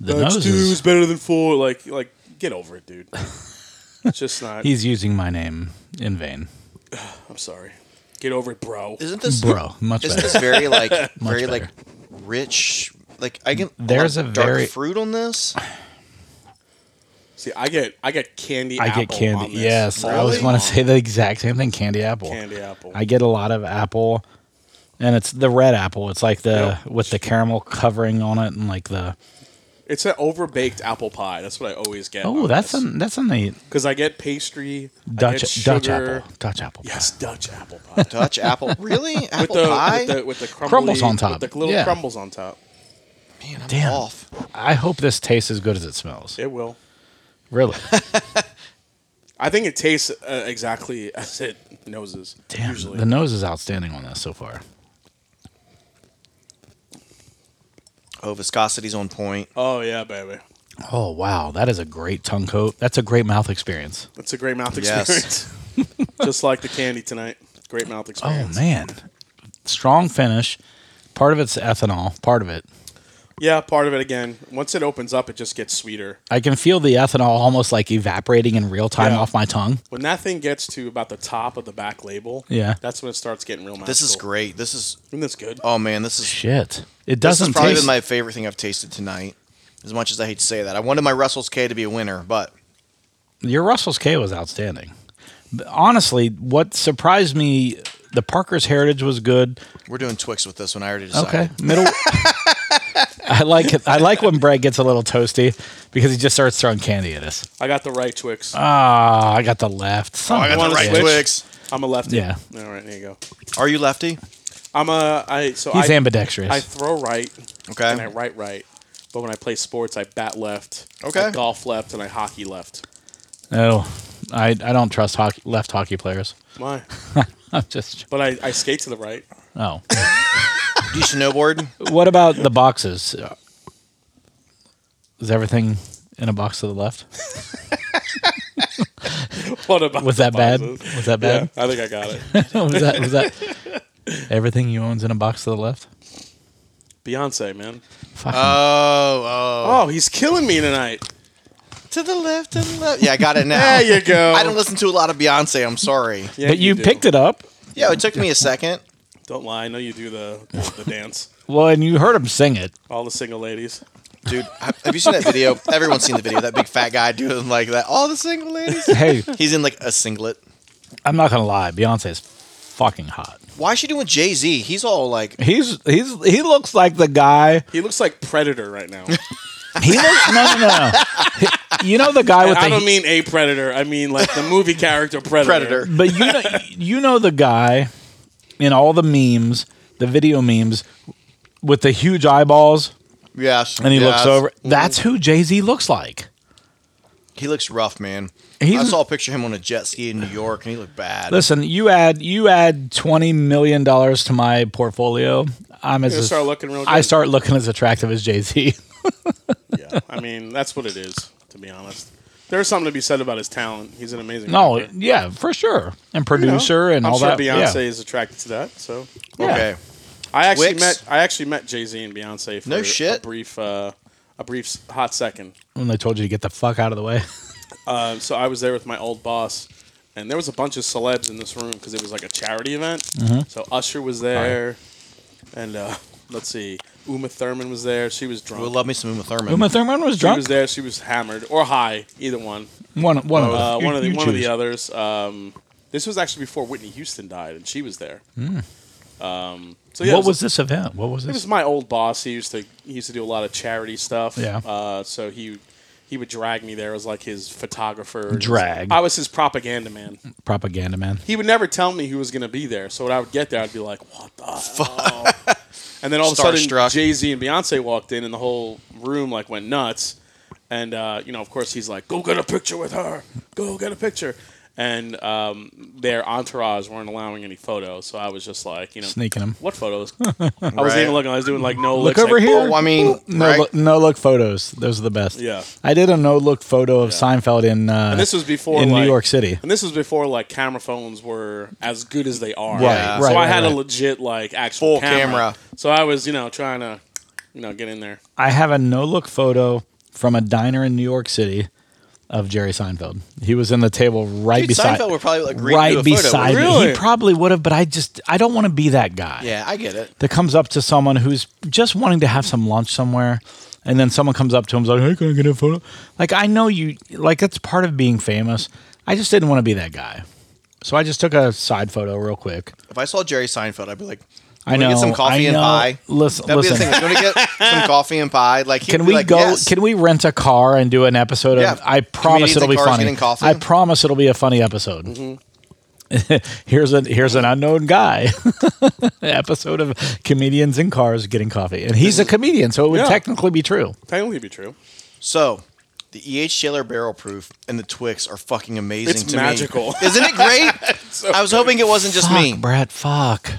[SPEAKER 1] The
[SPEAKER 3] that's
[SPEAKER 1] nose
[SPEAKER 3] two
[SPEAKER 1] is-
[SPEAKER 3] is better than four," like like get over it, dude. it's just not.
[SPEAKER 1] He's using my name in vain,
[SPEAKER 3] I'm sorry. Get over it, bro.
[SPEAKER 2] Isn't this
[SPEAKER 1] bro. Much
[SPEAKER 2] Isn't
[SPEAKER 1] better.
[SPEAKER 2] this very like very
[SPEAKER 1] better.
[SPEAKER 2] like rich? Like I can.
[SPEAKER 1] There's
[SPEAKER 2] lot
[SPEAKER 1] a
[SPEAKER 2] of dark
[SPEAKER 1] very-
[SPEAKER 2] fruit on this.
[SPEAKER 3] See, I get I get candy.
[SPEAKER 1] I
[SPEAKER 3] apple
[SPEAKER 1] get candy.
[SPEAKER 3] on this.
[SPEAKER 1] Yes, I was
[SPEAKER 2] Really?
[SPEAKER 1] going to say the exact same thing. Candy apple.
[SPEAKER 3] candy apple.
[SPEAKER 1] I get a lot of apple, and it's the red apple. It's like the
[SPEAKER 3] Yep.
[SPEAKER 1] with the caramel covering on it, and like the
[SPEAKER 3] it's an overbaked apple pie. That's what I always get.
[SPEAKER 1] oh, that's a that's a neat
[SPEAKER 3] because I get pastry. I get
[SPEAKER 1] Dutch
[SPEAKER 3] sugar.
[SPEAKER 1] Dutch apple Dutch apple.
[SPEAKER 3] Yes, Dutch apple pie.
[SPEAKER 2] Dutch apple, really? Apple
[SPEAKER 3] with the,
[SPEAKER 2] pie?
[SPEAKER 3] With the, with the crumbly,
[SPEAKER 1] Crumbles on top.
[SPEAKER 3] With the little
[SPEAKER 1] Yeah.
[SPEAKER 3] crumbles on top.
[SPEAKER 2] Man, I'm
[SPEAKER 1] Damn.
[SPEAKER 2] off.
[SPEAKER 1] I hope this tastes as good as it smells.
[SPEAKER 3] It will.
[SPEAKER 1] Really,
[SPEAKER 3] I think it tastes uh, exactly as it noses.
[SPEAKER 1] damn.
[SPEAKER 3] Usually.
[SPEAKER 1] The nose is outstanding on this so far.
[SPEAKER 2] Oh, viscosity's on point.
[SPEAKER 3] oh yeah, baby.
[SPEAKER 1] Oh wow, that is a great tongue coat. That's a great mouth experience.
[SPEAKER 3] That's a great mouth
[SPEAKER 2] Yes.
[SPEAKER 3] experience. Just like the candy tonight. Great mouth
[SPEAKER 1] Oh
[SPEAKER 3] experience.
[SPEAKER 1] man, strong finish. Part of it's ethanol. Part of it.
[SPEAKER 3] Yeah, part of it again. Once it opens up, it just gets sweeter.
[SPEAKER 1] I can feel the ethanol almost like evaporating in real time
[SPEAKER 3] Yeah.
[SPEAKER 1] off my tongue.
[SPEAKER 3] When that thing gets to about the top of the back label,
[SPEAKER 1] Yeah.
[SPEAKER 3] that's when it starts getting real. Magical.
[SPEAKER 2] This is great. This is
[SPEAKER 3] Isn't this good?
[SPEAKER 2] oh man, this is
[SPEAKER 1] Shit, it
[SPEAKER 2] this
[SPEAKER 1] doesn't
[SPEAKER 2] has probably
[SPEAKER 1] taste.
[SPEAKER 2] been my favorite thing I've tasted tonight. As much as I hate to say that, I wanted my Russell's K to be a winner, but
[SPEAKER 1] Your Russell's K was outstanding. But honestly, what surprised me, the Parker's Heritage was good.
[SPEAKER 2] we're doing Twix with this one. I already decided.
[SPEAKER 1] Okay, middle. I like it. I like when Brad gets a little toasty because he just starts throwing candy at us.
[SPEAKER 3] I got the right Twix.
[SPEAKER 1] Ah, I got the left.
[SPEAKER 2] Oh, I got
[SPEAKER 3] Wanna
[SPEAKER 2] the right
[SPEAKER 3] switch?
[SPEAKER 2] Twix.
[SPEAKER 3] I'm a lefty.
[SPEAKER 1] Yeah.
[SPEAKER 3] All right, there you go.
[SPEAKER 2] Are you lefty?
[SPEAKER 3] I'm a. I so
[SPEAKER 1] He's
[SPEAKER 3] I,
[SPEAKER 1] ambidextrous.
[SPEAKER 3] I throw right.
[SPEAKER 2] Okay.
[SPEAKER 3] and I write right. But when I play sports, I bat left,
[SPEAKER 2] Okay.
[SPEAKER 3] I golf left, and I hockey left.
[SPEAKER 1] No, Oh, I I don't trust hockey, left hockey players.
[SPEAKER 3] Why?
[SPEAKER 1] I'm just
[SPEAKER 3] But I, I skate to the right.
[SPEAKER 1] oh.
[SPEAKER 2] Do you snowboard?
[SPEAKER 1] what about the boxes? Is everything in a box to the left?
[SPEAKER 3] What about
[SPEAKER 1] Was
[SPEAKER 3] the
[SPEAKER 1] that bad?
[SPEAKER 3] boxes?
[SPEAKER 1] Was that bad?
[SPEAKER 3] Yeah, I think I got it.
[SPEAKER 1] was that was that everything you own's in a box to the left?
[SPEAKER 3] Beyonce, man. Uh,
[SPEAKER 1] Fuck.
[SPEAKER 2] Oh,
[SPEAKER 3] Oh, he's killing me tonight.
[SPEAKER 2] oh. To the left, to the left. Yeah, I got it now.
[SPEAKER 3] There you go.
[SPEAKER 2] I don't listen to a lot of Beyonce. I'm sorry.
[SPEAKER 3] Yeah,
[SPEAKER 1] but you,
[SPEAKER 3] do.
[SPEAKER 1] picked it up.
[SPEAKER 2] Yeah, it took me a second.
[SPEAKER 3] Don't lie. I know you do the the, the dance.
[SPEAKER 1] Well, and you heard him sing it.
[SPEAKER 3] All the single ladies.
[SPEAKER 2] Dude, have have you seen that video? Everyone's seen the video. That big fat guy doing like that. All the single ladies.
[SPEAKER 1] Hey,
[SPEAKER 2] He's in like a singlet.
[SPEAKER 1] I'm not gonna lie. Beyonce is fucking hot.
[SPEAKER 2] Why is she doing Jay Z? He's all like,
[SPEAKER 1] He's he's he looks like the guy.
[SPEAKER 3] He looks like Predator right now.
[SPEAKER 1] He looks no no no. no. He- you know the guy with
[SPEAKER 3] I
[SPEAKER 1] the
[SPEAKER 3] don't mean a predator. I mean like the movie character Predator.
[SPEAKER 2] Predator.
[SPEAKER 1] but you know you know the guy in all the memes, the video memes with the huge eyeballs,
[SPEAKER 2] yes.
[SPEAKER 1] and he
[SPEAKER 2] yes.
[SPEAKER 1] looks over. That's who Jay Z looks like.
[SPEAKER 2] He looks rough, man. I
[SPEAKER 1] He's-
[SPEAKER 2] saw a picture of him on a jet ski in New York, and he looked bad.
[SPEAKER 1] Listen, you add you add twenty million dollars to my portfolio. I'm as
[SPEAKER 3] You're gonna
[SPEAKER 1] a-
[SPEAKER 3] start looking real
[SPEAKER 1] I
[SPEAKER 3] good.
[SPEAKER 1] start looking as attractive as Jay Z.
[SPEAKER 3] Yeah. I mean that's what it is. To be honest, there's something to be said about his talent. He's an amazing.
[SPEAKER 1] no,
[SPEAKER 3] rapper.
[SPEAKER 1] yeah, for sure, and
[SPEAKER 3] You know,
[SPEAKER 1] producer and
[SPEAKER 3] I'm
[SPEAKER 1] all
[SPEAKER 3] sure
[SPEAKER 1] that.
[SPEAKER 3] Beyonce
[SPEAKER 1] yeah.
[SPEAKER 3] is attracted to that. So
[SPEAKER 1] yeah.
[SPEAKER 2] Okay.
[SPEAKER 3] I actually
[SPEAKER 2] Twix?
[SPEAKER 3] met I actually met Jay Z and Beyonce for
[SPEAKER 2] No shit.
[SPEAKER 3] a brief uh, a brief s- hot second.
[SPEAKER 1] When they told you to get the fuck out of the way,
[SPEAKER 3] Um, so I was there with my old boss, and there was a bunch of celebs in this room because it was like a charity event.
[SPEAKER 1] Mm-hmm.
[SPEAKER 3] So Usher was there, and uh, let's see, Uma Thurman was there. She was drunk.
[SPEAKER 2] We'll love me some Uma Thurman.
[SPEAKER 1] Uma Thurman was
[SPEAKER 3] she
[SPEAKER 1] drunk.
[SPEAKER 3] was there. She was hammered or high, either one.
[SPEAKER 1] one, one, of,
[SPEAKER 3] Uh,
[SPEAKER 1] the,
[SPEAKER 3] one of the one of the others. Um, this was actually before Whitney Houston died, and she was there. Um, so
[SPEAKER 1] Hmm.
[SPEAKER 3] yeah, it
[SPEAKER 1] what
[SPEAKER 3] a-
[SPEAKER 1] was this event? What was
[SPEAKER 3] It
[SPEAKER 1] this?
[SPEAKER 3] was my old boss. He used to he used to do a lot of charity stuff.
[SPEAKER 1] Yeah.
[SPEAKER 3] Uh, so he he would drag me there as like his photographer.
[SPEAKER 1] Drag.
[SPEAKER 3] I was his propaganda man.
[SPEAKER 1] Propaganda man.
[SPEAKER 3] He would never tell me who was going to be there. So when I would get there, I'd be like, "What the fuck?" And then all of a sudden,
[SPEAKER 2] Starstruck.
[SPEAKER 3] Jay Z and Beyonce walked in, and the whole room like went nuts. And uh, you know, of course, he's like, "Go get a picture with her. Go get a picture." And um, their entourage weren't allowing any photos, so I was just like, you know,
[SPEAKER 1] Sneaking him.
[SPEAKER 3] what photos? I wasn't even looking. I was doing like no
[SPEAKER 1] Look
[SPEAKER 3] looks,
[SPEAKER 1] over
[SPEAKER 3] like,
[SPEAKER 1] here.
[SPEAKER 2] Well, oh, I mean,
[SPEAKER 1] No,
[SPEAKER 2] right?
[SPEAKER 1] look, no look photos. Those are the best.
[SPEAKER 3] Yeah.
[SPEAKER 1] I did a no look photo of
[SPEAKER 3] Yeah.
[SPEAKER 1] Seinfeld in. Uh,
[SPEAKER 3] And this was before
[SPEAKER 1] in
[SPEAKER 3] like-
[SPEAKER 1] New York City.
[SPEAKER 3] And this was before like camera phones were as good as they are.
[SPEAKER 1] Right,
[SPEAKER 3] so
[SPEAKER 1] right,
[SPEAKER 3] I
[SPEAKER 1] right,
[SPEAKER 3] had
[SPEAKER 1] right.
[SPEAKER 3] a legit like actual
[SPEAKER 2] Full camera.
[SPEAKER 3] So I was you know trying to you know get in there.
[SPEAKER 1] I have a no look photo from a diner in New York City of Jerry Seinfeld. He was in the table right
[SPEAKER 2] Dude,
[SPEAKER 1] beside
[SPEAKER 2] Seinfeld would probably agree to do
[SPEAKER 1] right
[SPEAKER 2] a photo with
[SPEAKER 1] beside
[SPEAKER 2] you.
[SPEAKER 1] me.
[SPEAKER 3] Really?
[SPEAKER 1] He probably would have, but I just I don't want to be that guy
[SPEAKER 2] Yeah, I get it.
[SPEAKER 1] that comes up to someone who's just wanting to have some lunch somewhere and then someone comes up to him's like, "Hey, can I get a photo?" Like I know you like that's part of being famous. I just didn't want to be that guy. So I just took a side photo real quick.
[SPEAKER 2] If I saw Jerry Seinfeld, I'd be like,
[SPEAKER 1] I
[SPEAKER 2] "Wanna
[SPEAKER 1] know.
[SPEAKER 2] Get some coffee
[SPEAKER 1] I
[SPEAKER 2] and
[SPEAKER 1] know.
[SPEAKER 2] pie.
[SPEAKER 1] Listen,
[SPEAKER 2] That'd
[SPEAKER 1] listen.
[SPEAKER 2] be the thing. Going to get some coffee and pie. Like, he'd
[SPEAKER 1] Can
[SPEAKER 2] be
[SPEAKER 1] we
[SPEAKER 2] like,
[SPEAKER 1] go?
[SPEAKER 2] yes.
[SPEAKER 1] Can we rent a car and do an episode
[SPEAKER 2] Yeah.
[SPEAKER 1] of? I promise
[SPEAKER 2] Comedians
[SPEAKER 1] it'll
[SPEAKER 2] in
[SPEAKER 1] be
[SPEAKER 2] cars
[SPEAKER 1] funny.
[SPEAKER 2] getting coffee. Mm-hmm.
[SPEAKER 1] I promise it'll be a funny episode. here's a here's an unknown guy episode of comedians in cars getting coffee, and
[SPEAKER 2] Mm-hmm.
[SPEAKER 1] he's a comedian, so it would
[SPEAKER 3] Yeah.
[SPEAKER 1] technically be true.
[SPEAKER 3] Technically, be true.
[SPEAKER 2] So, the EH Taylor Barrel Proof and the Twix are fucking amazing.
[SPEAKER 3] It's
[SPEAKER 2] to
[SPEAKER 3] magical.
[SPEAKER 2] me. isn't it great? I was hoping it wasn't just
[SPEAKER 1] fuck,
[SPEAKER 2] me.
[SPEAKER 1] Brett. Fuck.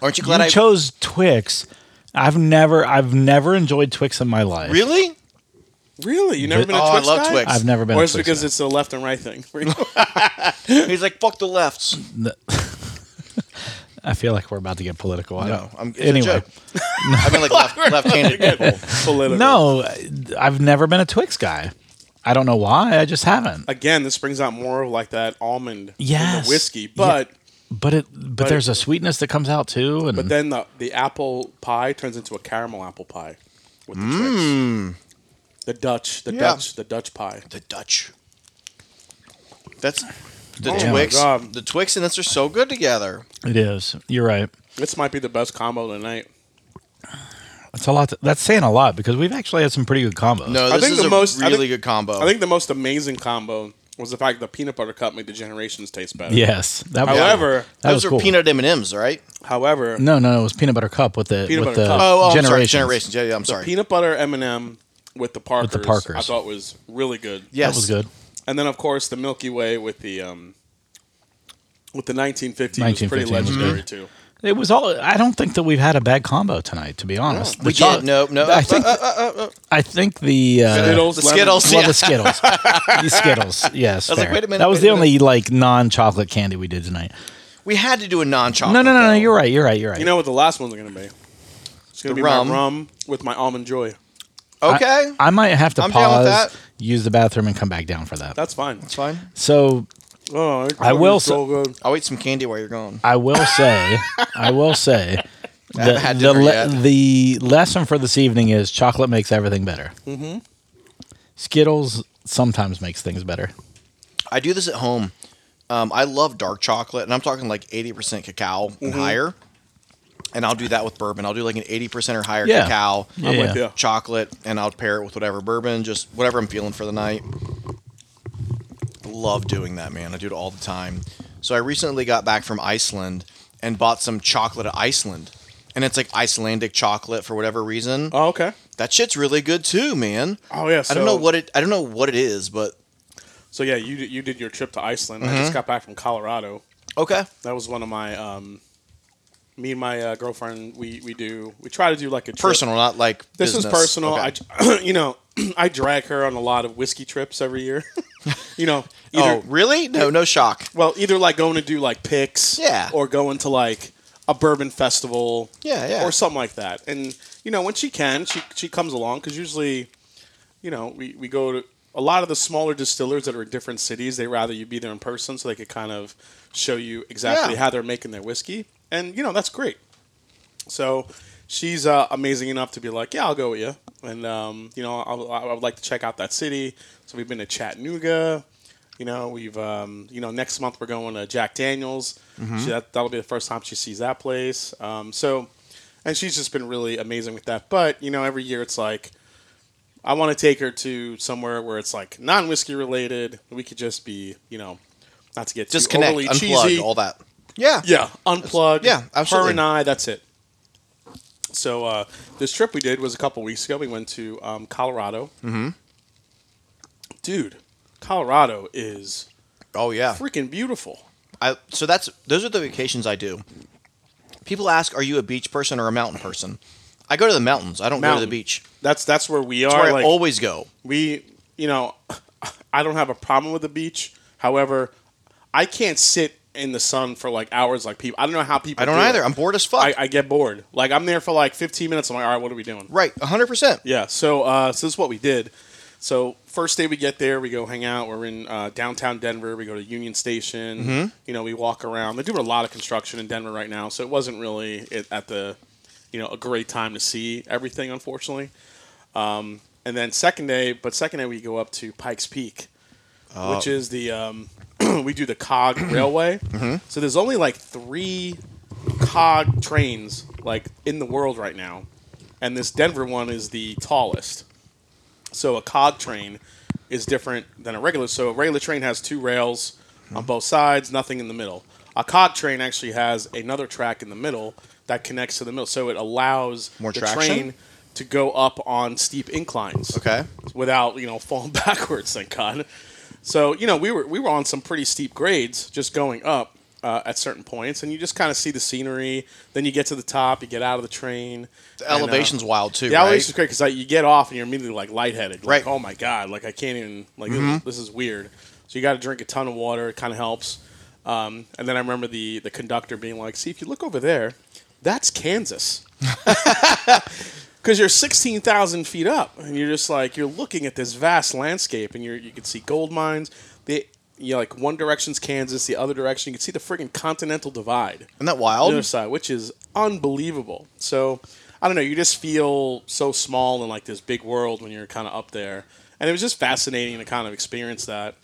[SPEAKER 2] Aren't you glad
[SPEAKER 1] You
[SPEAKER 2] I
[SPEAKER 1] chose Twix. I've never I've never enjoyed Twix in my life.
[SPEAKER 2] really?
[SPEAKER 3] Really, you never been a
[SPEAKER 2] Oh, I
[SPEAKER 3] Twix
[SPEAKER 2] love
[SPEAKER 3] guy?
[SPEAKER 2] Twix.
[SPEAKER 1] I've never been.
[SPEAKER 3] Or
[SPEAKER 1] a
[SPEAKER 3] it's
[SPEAKER 1] Twix
[SPEAKER 3] because
[SPEAKER 1] guy.
[SPEAKER 3] it's a left and right thing.
[SPEAKER 2] He's like, "Fuck the lefts."
[SPEAKER 1] I feel like we're about to get political. I
[SPEAKER 2] No,
[SPEAKER 1] don't.
[SPEAKER 2] I'm it's
[SPEAKER 1] anyway.
[SPEAKER 2] A joke. I mean, like left, left-handed people.
[SPEAKER 3] Political.
[SPEAKER 1] No, I've never been a Twix guy. I don't know why. I just haven't.
[SPEAKER 3] Again, this brings out more of like that almond in
[SPEAKER 1] Yes.
[SPEAKER 3] the whiskey,
[SPEAKER 1] Yeah.
[SPEAKER 3] but
[SPEAKER 1] But it, but,
[SPEAKER 3] it-
[SPEAKER 1] there's a sweetness that comes out too, and
[SPEAKER 3] but then the the apple pie turns into a caramel apple pie with the Twix. The Dutch, the
[SPEAKER 2] Mmm. Yeah.
[SPEAKER 3] Dutch, the Dutch pie.
[SPEAKER 2] The Dutch. That's the
[SPEAKER 3] Oh my
[SPEAKER 2] Twix.
[SPEAKER 3] God.
[SPEAKER 2] The Twix and this are so good together.
[SPEAKER 1] it is. You're right.
[SPEAKER 3] This might be the best combo tonight.
[SPEAKER 1] That's a lot. To, that's saying a lot because we've actually had some pretty good combos.
[SPEAKER 2] No,
[SPEAKER 3] I
[SPEAKER 2] this
[SPEAKER 3] think
[SPEAKER 2] is
[SPEAKER 3] the
[SPEAKER 2] a
[SPEAKER 3] most- I
[SPEAKER 2] really good
[SPEAKER 3] think-
[SPEAKER 2] combo.
[SPEAKER 3] I think the most amazing combo was the fact that the peanut butter cup made the generations taste better.
[SPEAKER 1] Yes. That was,
[SPEAKER 3] However,
[SPEAKER 1] that
[SPEAKER 2] those
[SPEAKER 1] was
[SPEAKER 2] are
[SPEAKER 1] cool.
[SPEAKER 2] peanut M and M's, right?
[SPEAKER 3] however,
[SPEAKER 1] No, no, no. It was peanut butter cup with the
[SPEAKER 3] Peanut
[SPEAKER 1] with
[SPEAKER 3] butter
[SPEAKER 1] the
[SPEAKER 3] cup.
[SPEAKER 2] Oh, oh I'm sorry,
[SPEAKER 1] generations.
[SPEAKER 2] generations. Yeah, yeah. I'm
[SPEAKER 3] the
[SPEAKER 2] sorry.
[SPEAKER 3] peanut butter M and m with the Parkers.
[SPEAKER 4] the
[SPEAKER 3] I
[SPEAKER 4] Parkers.
[SPEAKER 3] thought was really good.
[SPEAKER 2] Yes.
[SPEAKER 4] That was good.
[SPEAKER 3] And then of course the Milky Way with the um, with the 1950 was pretty
[SPEAKER 4] 1915
[SPEAKER 2] mm-hmm.
[SPEAKER 4] was
[SPEAKER 3] legendary too.
[SPEAKER 4] It was all. I don't think that we've had a bad combo tonight, to be honest. The
[SPEAKER 2] We
[SPEAKER 4] cho-
[SPEAKER 2] did. No, Uh, no.
[SPEAKER 4] I think. I think the uh,
[SPEAKER 3] Skittles,
[SPEAKER 2] the
[SPEAKER 3] lemon-
[SPEAKER 2] Skittles.
[SPEAKER 4] Well,
[SPEAKER 2] yeah.
[SPEAKER 4] the Skittles. the Skittles. Yes.
[SPEAKER 2] I was like,
[SPEAKER 4] fair.
[SPEAKER 2] wait a minute,
[SPEAKER 4] That was
[SPEAKER 2] wait
[SPEAKER 4] the
[SPEAKER 2] a
[SPEAKER 4] only like non-chocolate candy we did tonight.
[SPEAKER 2] We had to do a non-chocolate.
[SPEAKER 4] No, no, no, no.
[SPEAKER 2] though.
[SPEAKER 4] You're right. You're right. You're right.
[SPEAKER 3] You know what the last one's gonna be? It's
[SPEAKER 2] The
[SPEAKER 3] gonna be
[SPEAKER 2] rum.
[SPEAKER 3] my rum with my almond joy.
[SPEAKER 2] Okay.
[SPEAKER 4] I might have to
[SPEAKER 2] I'm down
[SPEAKER 4] pause,
[SPEAKER 2] with that.
[SPEAKER 4] use the bathroom, and come back down for that.
[SPEAKER 3] That's fine.
[SPEAKER 2] It's fine.
[SPEAKER 4] So
[SPEAKER 3] Oh, it's
[SPEAKER 4] I will
[SPEAKER 3] so good.
[SPEAKER 2] I'll eat some candy while you're gone.
[SPEAKER 4] I will say, I will say,
[SPEAKER 2] haven't
[SPEAKER 4] the
[SPEAKER 2] had
[SPEAKER 4] the,
[SPEAKER 2] dinner
[SPEAKER 4] le-
[SPEAKER 2] yet.
[SPEAKER 4] the lesson for this evening is chocolate makes everything better. Mm-hmm. Skittles sometimes makes things better.
[SPEAKER 2] I do this at home. Um, I love dark chocolate, and I'm talking like 80% cacao and
[SPEAKER 4] Mm-hmm.
[SPEAKER 2] higher. And I'll do that with bourbon. I'll do like an 80% or higher
[SPEAKER 4] Yeah.
[SPEAKER 2] cacao
[SPEAKER 4] I'm
[SPEAKER 3] with you.
[SPEAKER 2] chocolate, and I'll pair it with whatever bourbon, just whatever I'm feeling for the night. Love doing that, man. I do it all the time. So I recently got back from Iceland and bought some chocolate at Iceland. And it's like Icelandic chocolate for whatever reason.
[SPEAKER 3] Oh, okay.
[SPEAKER 2] That shit's really good too, man.
[SPEAKER 3] Oh yeah. So,
[SPEAKER 2] I don't know what it I don't know what it is, but
[SPEAKER 3] So yeah, you you did your trip to Iceland. I
[SPEAKER 2] Mm-hmm.
[SPEAKER 3] just got back from Colorado.
[SPEAKER 2] okay.
[SPEAKER 3] That was one of my um, me and my uh, girlfriend. We we do we try to do like a trip.
[SPEAKER 2] Personal, not like
[SPEAKER 3] This is
[SPEAKER 2] business.
[SPEAKER 3] personal.
[SPEAKER 2] Okay.
[SPEAKER 3] I you know I drag her on a lot of whiskey trips every year. you know either
[SPEAKER 2] oh, really? No, no shock.
[SPEAKER 3] well either like going to do like picks
[SPEAKER 2] Yeah.
[SPEAKER 3] or going to like a bourbon festival
[SPEAKER 2] Yeah, yeah.
[SPEAKER 3] or something like that. And you know when she can she she comes along because usually you know we we go to. A lot of the smaller distillers that are in different cities, they rather you be there in person so they could kind of show you exactly
[SPEAKER 2] Yeah.
[SPEAKER 3] how they're making their whiskey, and you know that's great. So she's uh, amazing enough to be like, yeah, I'll go with you. And, um, you know, I'll, I would like to check out that city. So we've been to Chattanooga. You know, we've, um, you know, next month we're going to Jack Daniels. She, that, that'll be the first time she sees that place. Um, so, and she's just been really amazing with that. But, you know, every year it's like, I want to take her to somewhere where it's like non whiskey related. We could just be, you know, not to get too
[SPEAKER 2] Disconnect,
[SPEAKER 3] overly
[SPEAKER 2] unplug,
[SPEAKER 3] cheesy.
[SPEAKER 2] all that. Yeah.
[SPEAKER 3] Yeah, unplugged.
[SPEAKER 2] Yeah, absolutely.
[SPEAKER 3] Her and I. That's it. So uh, this trip we did was a couple weeks ago. We went to um, Colorado. Mm-hmm. Dude, Colorado is
[SPEAKER 2] Oh yeah.
[SPEAKER 3] freaking beautiful.
[SPEAKER 2] I, so that's those are the vacations I do. People ask, "Are you a beach person or a mountain person?" I go to the mountains. I don't go to
[SPEAKER 3] Mountain.
[SPEAKER 2] the beach.
[SPEAKER 3] That's that's where we
[SPEAKER 2] That's
[SPEAKER 3] are.
[SPEAKER 2] where
[SPEAKER 3] like,
[SPEAKER 2] I always go.
[SPEAKER 3] we, you know, I don't have a problem with the beach. However, I can't sit in the sun for like hours like people. I don't know how people.
[SPEAKER 2] I don't
[SPEAKER 3] do it.
[SPEAKER 2] either. I'm bored as fuck.
[SPEAKER 3] I, I get bored. Like I'm there for like 15 minutes. I'm like, all right, what are we doing?
[SPEAKER 2] right, 100. percent
[SPEAKER 3] Yeah. So, uh, so this is what we did. So first day we get there, we go hang out. We're in uh, downtown Denver. We go to Union Station.
[SPEAKER 2] Mm-hmm.
[SPEAKER 3] You know, we walk around. They're doing a lot of construction in Denver right now, so it wasn't really it, at the you know a great time to see everything, unfortunately. Um, and then second day, but second day we go up to Pikes Peak,
[SPEAKER 2] Oh.
[SPEAKER 3] which is the um, we do the cog railway.
[SPEAKER 2] Mm-hmm.
[SPEAKER 3] So there's only like three cog trains like in the world right now, and this Denver one is the tallest. So a cog train is different than a regular. So a regular train has two rails on
[SPEAKER 2] Mm-hmm.
[SPEAKER 3] both sides, nothing in the middle. A cog train actually has another track in the middle that connects to the middle, so it allows
[SPEAKER 2] More
[SPEAKER 3] the
[SPEAKER 2] traction?
[SPEAKER 3] train to go up on steep inclines
[SPEAKER 2] Okay.
[SPEAKER 3] without you know falling backwards. Thank God. So you know we were we were on some pretty steep grades, just going up uh, at certain points, and you just kind of see the scenery. Then you get to the top, you get out of the train.
[SPEAKER 2] The
[SPEAKER 3] and, uh,
[SPEAKER 2] elevation's wild too.
[SPEAKER 3] the
[SPEAKER 2] right?
[SPEAKER 3] elevation's great because like, you get off and you're immediately like lightheaded. Like,
[SPEAKER 2] Right. Mm-hmm.
[SPEAKER 3] Oh my god! Like I can't even. Like this is- this, is weird. So you got to drink a ton of water. It kind of helps. Um, and then I remember the the conductor being like, "See if you look over there, that's Kansas." Because you're sixteen thousand feet up, and you're just like you're looking at this vast landscape, and you are you can see gold mines. They you know, like one direction's Kansas, the other direction you can see the friggin' continental divide
[SPEAKER 2] Isn't that
[SPEAKER 3] the
[SPEAKER 2] wild?
[SPEAKER 3] other side, which is unbelievable. So I don't know. You just feel so small in like this big world when you're kind of up there, and it was just fascinating to kind of experience that.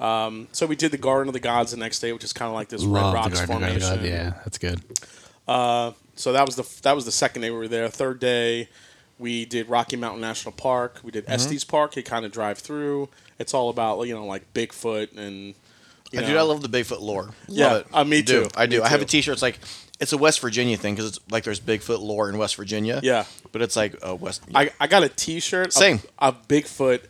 [SPEAKER 3] Um, so we did the Garden of the Gods the next day, which is kind of like this
[SPEAKER 4] Love
[SPEAKER 3] Red
[SPEAKER 4] the
[SPEAKER 3] Rocks
[SPEAKER 4] Garden of
[SPEAKER 3] formation.
[SPEAKER 4] God. Yeah, that's good.
[SPEAKER 3] So that was the that was the second day we were there. Third day, we did Rocky Mountain National Park. We did
[SPEAKER 4] Mm-hmm.
[SPEAKER 3] Estes Park. You kind of drive through. It's all about you know like Bigfoot and. You
[SPEAKER 2] I
[SPEAKER 3] know,
[SPEAKER 2] Dude, I love the Bigfoot lore.
[SPEAKER 3] Yeah,
[SPEAKER 2] love it.
[SPEAKER 3] uh, me
[SPEAKER 2] I do.
[SPEAKER 3] too.
[SPEAKER 2] I do.
[SPEAKER 3] Me
[SPEAKER 2] I have
[SPEAKER 3] too.
[SPEAKER 2] a T-shirt. It's like it's a West Virginia thing because it's like there's Bigfoot lore in West Virginia.
[SPEAKER 3] Yeah.
[SPEAKER 2] but it's like uh, West.
[SPEAKER 3] I, I got a T-shirt. of-
[SPEAKER 2] Same.
[SPEAKER 3] Of, Bigfoot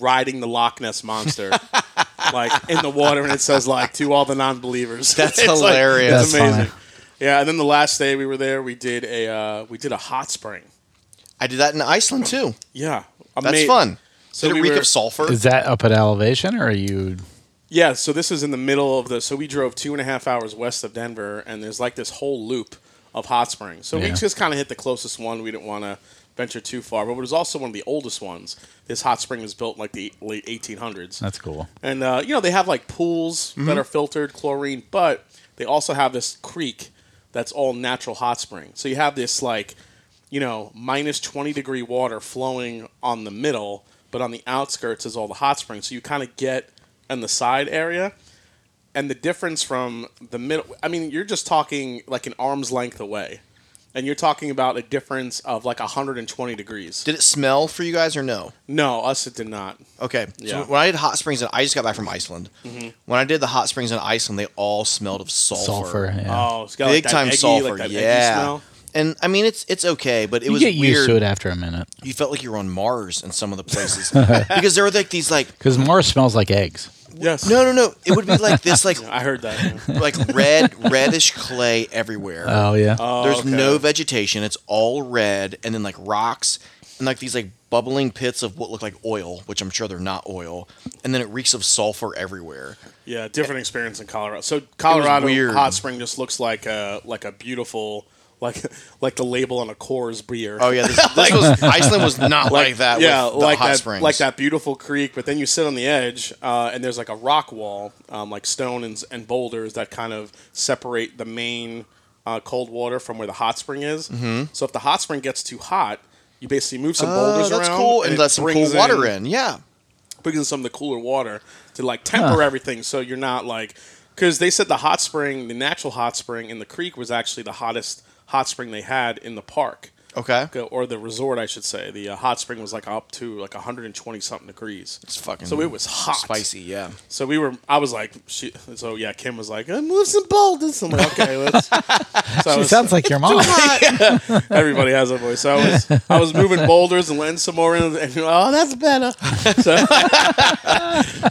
[SPEAKER 3] riding the Loch Ness monster, like in the water, and it says like to all the non-believers.
[SPEAKER 2] That's
[SPEAKER 3] It's like-
[SPEAKER 2] hilarious.
[SPEAKER 3] it's
[SPEAKER 4] That's funny.
[SPEAKER 3] amazing. Yeah, and then the last day we were there, we did a uh, we did a hot spring.
[SPEAKER 2] I did that in Iceland too.
[SPEAKER 3] Yeah,
[SPEAKER 2] That's
[SPEAKER 3] ama-
[SPEAKER 2] fun.
[SPEAKER 3] So
[SPEAKER 2] did
[SPEAKER 3] we
[SPEAKER 2] it reek
[SPEAKER 3] were-
[SPEAKER 2] of sulfur?
[SPEAKER 4] Is that up at elevation or are you?
[SPEAKER 3] Yeah, so this is in the middle of the. So we drove two and a half hours west of Denver, and there's like this whole loop of hot springs. So we
[SPEAKER 4] Yeah.
[SPEAKER 3] just kind of hit the closest one. We didn't want to venture too far, but it was also one of the oldest ones. This hot spring was built in like the late 1800s.
[SPEAKER 4] That's cool.
[SPEAKER 3] And uh, you know they have like pools
[SPEAKER 2] Mm-hmm.
[SPEAKER 3] that are filtered chlorine, but they also have this creek that's all natural hot spring. So you have this like, you know, minus twenty degree water flowing on the middle, but on the outskirts is all the hot spring. So you kind of get in the side area, and the difference from the middle. I mean, you're just talking like an arm's length away, and you're talking about a difference of like hundred and twenty degrees.
[SPEAKER 2] Did it smell for you guys or no?
[SPEAKER 3] no, us it did not.
[SPEAKER 2] Okay.
[SPEAKER 3] Yeah. Mm-hmm.
[SPEAKER 2] So when I did hot springs, and I just got back from Iceland. When I did the hot springs in Iceland, they all smelled of sulfur.
[SPEAKER 4] Sulfur. Yeah.
[SPEAKER 3] Oh, it's got
[SPEAKER 2] Big
[SPEAKER 3] like that
[SPEAKER 2] time
[SPEAKER 3] eggy,
[SPEAKER 2] sulfur.
[SPEAKER 3] like that eggy
[SPEAKER 2] yeah.
[SPEAKER 3] smell.
[SPEAKER 2] And I mean, it's it's okay, but it
[SPEAKER 4] you
[SPEAKER 2] was
[SPEAKER 4] get
[SPEAKER 2] weird.
[SPEAKER 4] used to it after a minute
[SPEAKER 2] You felt like you were on Mars in some of the places because there were like these like
[SPEAKER 4] because Mars smells like eggs.
[SPEAKER 3] Yes.
[SPEAKER 2] no no no it would be like this like
[SPEAKER 3] I heard that. yeah.
[SPEAKER 2] like red reddish clay everywhere.
[SPEAKER 4] Oh yeah.
[SPEAKER 3] Oh,
[SPEAKER 2] There's
[SPEAKER 3] okay.
[SPEAKER 2] no vegetation. It's all red, and then like rocks and like these like bubbling pits of what look like oil, which I'm sure they're not oil. And then it reeks of sulfur everywhere.
[SPEAKER 3] Yeah, different experience in Colorado. So Colorado
[SPEAKER 2] weird.
[SPEAKER 3] hot spring just looks like a like a beautiful like like the label on a Coors beer.
[SPEAKER 2] Oh yeah, this, this was Iceland was not like, that.
[SPEAKER 3] Yeah,
[SPEAKER 2] with the
[SPEAKER 3] like
[SPEAKER 2] hot
[SPEAKER 3] that
[SPEAKER 2] springs.
[SPEAKER 3] like that beautiful creek. But then you sit on the edge, uh, and there's like a rock wall, um, like stone and, and boulders that kind of separate the main uh, cold water from where the hot spring is. Mm-hmm. So if the hot spring gets too hot, you basically move some
[SPEAKER 2] Oh,
[SPEAKER 3] boulders
[SPEAKER 2] that's
[SPEAKER 3] around
[SPEAKER 2] cool, and
[SPEAKER 3] it
[SPEAKER 2] let some cool
[SPEAKER 3] brings
[SPEAKER 2] water in. Yeah,
[SPEAKER 3] brings in some of the cooler water to like temper everything so you're not like because they said the hot spring the natural hot spring in the creek was actually the hottest hot spring they had in the park
[SPEAKER 2] okay,
[SPEAKER 3] Go- or the resort i should say the uh, hot spring was like up to like 120 something degrees
[SPEAKER 2] it's fucking
[SPEAKER 3] so it was hot
[SPEAKER 2] spicy. Yeah,
[SPEAKER 3] so we were i was like she, so yeah kim was like "Uh, move some boulders i'm like okay let's so I
[SPEAKER 4] She
[SPEAKER 3] was-
[SPEAKER 4] sounds like your mom.
[SPEAKER 3] Everybody has a voice. So I was I was moving boulders and letting some more in, and oh, that's better. So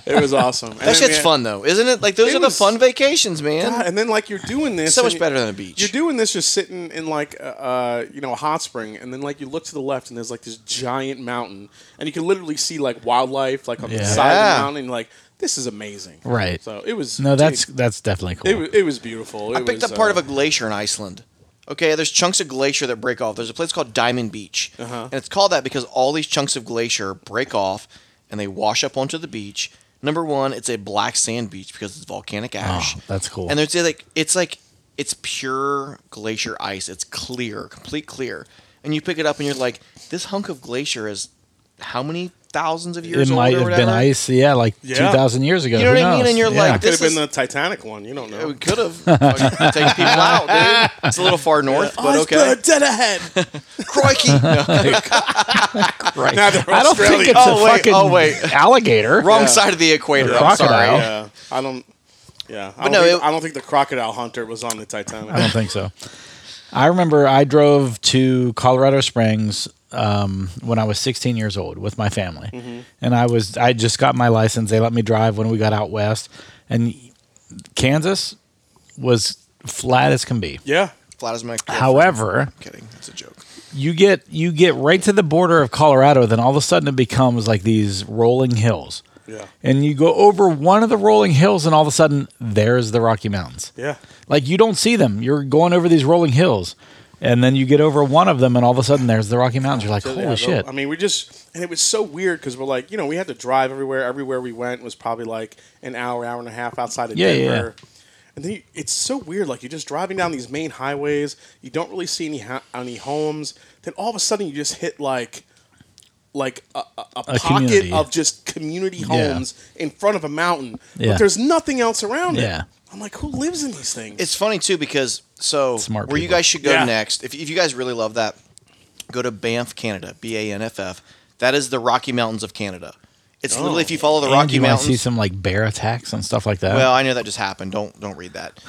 [SPEAKER 3] it was awesome. And
[SPEAKER 2] that
[SPEAKER 3] then
[SPEAKER 2] shit's
[SPEAKER 3] we-
[SPEAKER 2] fun though, isn't it? Like those
[SPEAKER 3] It
[SPEAKER 2] are the
[SPEAKER 3] was-
[SPEAKER 2] fun vacations, man.
[SPEAKER 3] God, Ah, and then like you're doing this
[SPEAKER 2] so much
[SPEAKER 3] and
[SPEAKER 2] better than a beach.
[SPEAKER 3] You're doing this just sitting in like a, uh, you know a hot spring, and then like you look to the left, and there's like this giant mountain, and you can literally see like wildlife like on the
[SPEAKER 4] Yeah.
[SPEAKER 3] side of
[SPEAKER 2] Yeah.
[SPEAKER 3] the mountain. and you're Like this is amazing,
[SPEAKER 4] Right.
[SPEAKER 3] So it was
[SPEAKER 4] No,
[SPEAKER 3] dude,
[SPEAKER 4] that's that's definitely
[SPEAKER 3] it,
[SPEAKER 4] cool.
[SPEAKER 3] wa- it was beautiful. It
[SPEAKER 2] I picked
[SPEAKER 3] was,
[SPEAKER 2] up part
[SPEAKER 3] uh,
[SPEAKER 2] of a glacier in Iceland. Okay, there's chunks of glacier that break off. There's a place called Diamond Beach,
[SPEAKER 3] Uh-huh.
[SPEAKER 2] and it's called that because all these chunks of glacier break off and they wash up onto the beach. Number one, it's a black sand beach because it's volcanic ash.
[SPEAKER 4] Oh, that's cool.
[SPEAKER 2] And there's like it's like it's pure glacier ice. It's clear, complete clear. And you pick it up and you're like, this hunk of glacier is how many thousands of years
[SPEAKER 4] it
[SPEAKER 2] old
[SPEAKER 4] might
[SPEAKER 2] or
[SPEAKER 4] have been
[SPEAKER 2] whatever?
[SPEAKER 4] ice, yeah, like
[SPEAKER 3] Yeah.
[SPEAKER 4] two thousand years ago.
[SPEAKER 2] You know
[SPEAKER 4] Who
[SPEAKER 2] what I mean?
[SPEAKER 4] knows?
[SPEAKER 2] And you're
[SPEAKER 4] Yeah.
[SPEAKER 2] like,
[SPEAKER 3] Could have
[SPEAKER 2] This
[SPEAKER 3] been the Titanic one. You don't
[SPEAKER 2] Yeah,
[SPEAKER 3] know.
[SPEAKER 2] we could have Fucking take people out, dude. It's a little far north, but okay.
[SPEAKER 3] dead ahead.
[SPEAKER 2] Crikey! No,
[SPEAKER 4] Right.
[SPEAKER 3] Now they're
[SPEAKER 4] I don't think
[SPEAKER 3] Australian.
[SPEAKER 4] it's
[SPEAKER 2] Oh,
[SPEAKER 4] a
[SPEAKER 2] wait,
[SPEAKER 4] fucking
[SPEAKER 2] oh, wait.
[SPEAKER 4] alligator.
[SPEAKER 2] wrong side of the equator.
[SPEAKER 4] The
[SPEAKER 2] I'm sorry.
[SPEAKER 4] crocodile.
[SPEAKER 3] Yeah, uh, I don't. Yeah, I
[SPEAKER 2] But
[SPEAKER 3] don't,
[SPEAKER 2] no,
[SPEAKER 3] think,
[SPEAKER 2] it-
[SPEAKER 3] I don't think the crocodile hunter was on the
[SPEAKER 4] I
[SPEAKER 3] Titanic.
[SPEAKER 4] don't think so. I remember I drove to Colorado Springs um, when I was 16 years old with my family,
[SPEAKER 2] Mm-hmm.
[SPEAKER 4] and I was I just got my license. They let me drive when we got out west, and Kansas was flat as can be.
[SPEAKER 3] yeah,
[SPEAKER 2] Flat as my.
[SPEAKER 4] However,
[SPEAKER 2] I'm kidding. It's a joke.
[SPEAKER 4] you get you get right to the border of Colorado, then all of a sudden it becomes like these rolling hills.
[SPEAKER 3] yeah,
[SPEAKER 4] And you go over one of the rolling hills, and all of a sudden there's the Rocky Mountains.
[SPEAKER 3] yeah.
[SPEAKER 4] Like you don't see them. You're going over these rolling hills, and then you get over one of them, and all of a sudden there's the Rocky Mountains. You're like,
[SPEAKER 3] So,
[SPEAKER 4] holy
[SPEAKER 3] yeah, the-
[SPEAKER 4] shit!
[SPEAKER 3] I mean, we just and it was so weird because we're like, you know, we had to drive everywhere. Everywhere we went was probably like an hour, hour and a half outside of
[SPEAKER 4] Yeah, yeah,
[SPEAKER 3] Denver. And then you, it's so weird. Like you're just driving down these main highways. You don't really see any ho- any homes. Then all of a sudden you just hit like like a, a, a pocket
[SPEAKER 4] community.
[SPEAKER 3] of just community homes in front of a mountain,
[SPEAKER 4] Yeah.
[SPEAKER 3] but there's nothing else around
[SPEAKER 4] Yeah.
[SPEAKER 3] it. I'm like, who lives in these things?
[SPEAKER 2] It's funny too because so
[SPEAKER 4] Smart
[SPEAKER 2] where you
[SPEAKER 4] people.
[SPEAKER 2] guys should go
[SPEAKER 3] Yeah.
[SPEAKER 2] next. If, if you guys really love that, go to Banff, Canada. B A N F F. That is the Rocky Mountains of Canada. It's literally if you follow the
[SPEAKER 4] And
[SPEAKER 2] Rocky
[SPEAKER 4] you want to see
[SPEAKER 2] Mountains.
[SPEAKER 4] some like bear attacks and stuff like that.
[SPEAKER 2] Well, I know that just happened. Don't don't read that.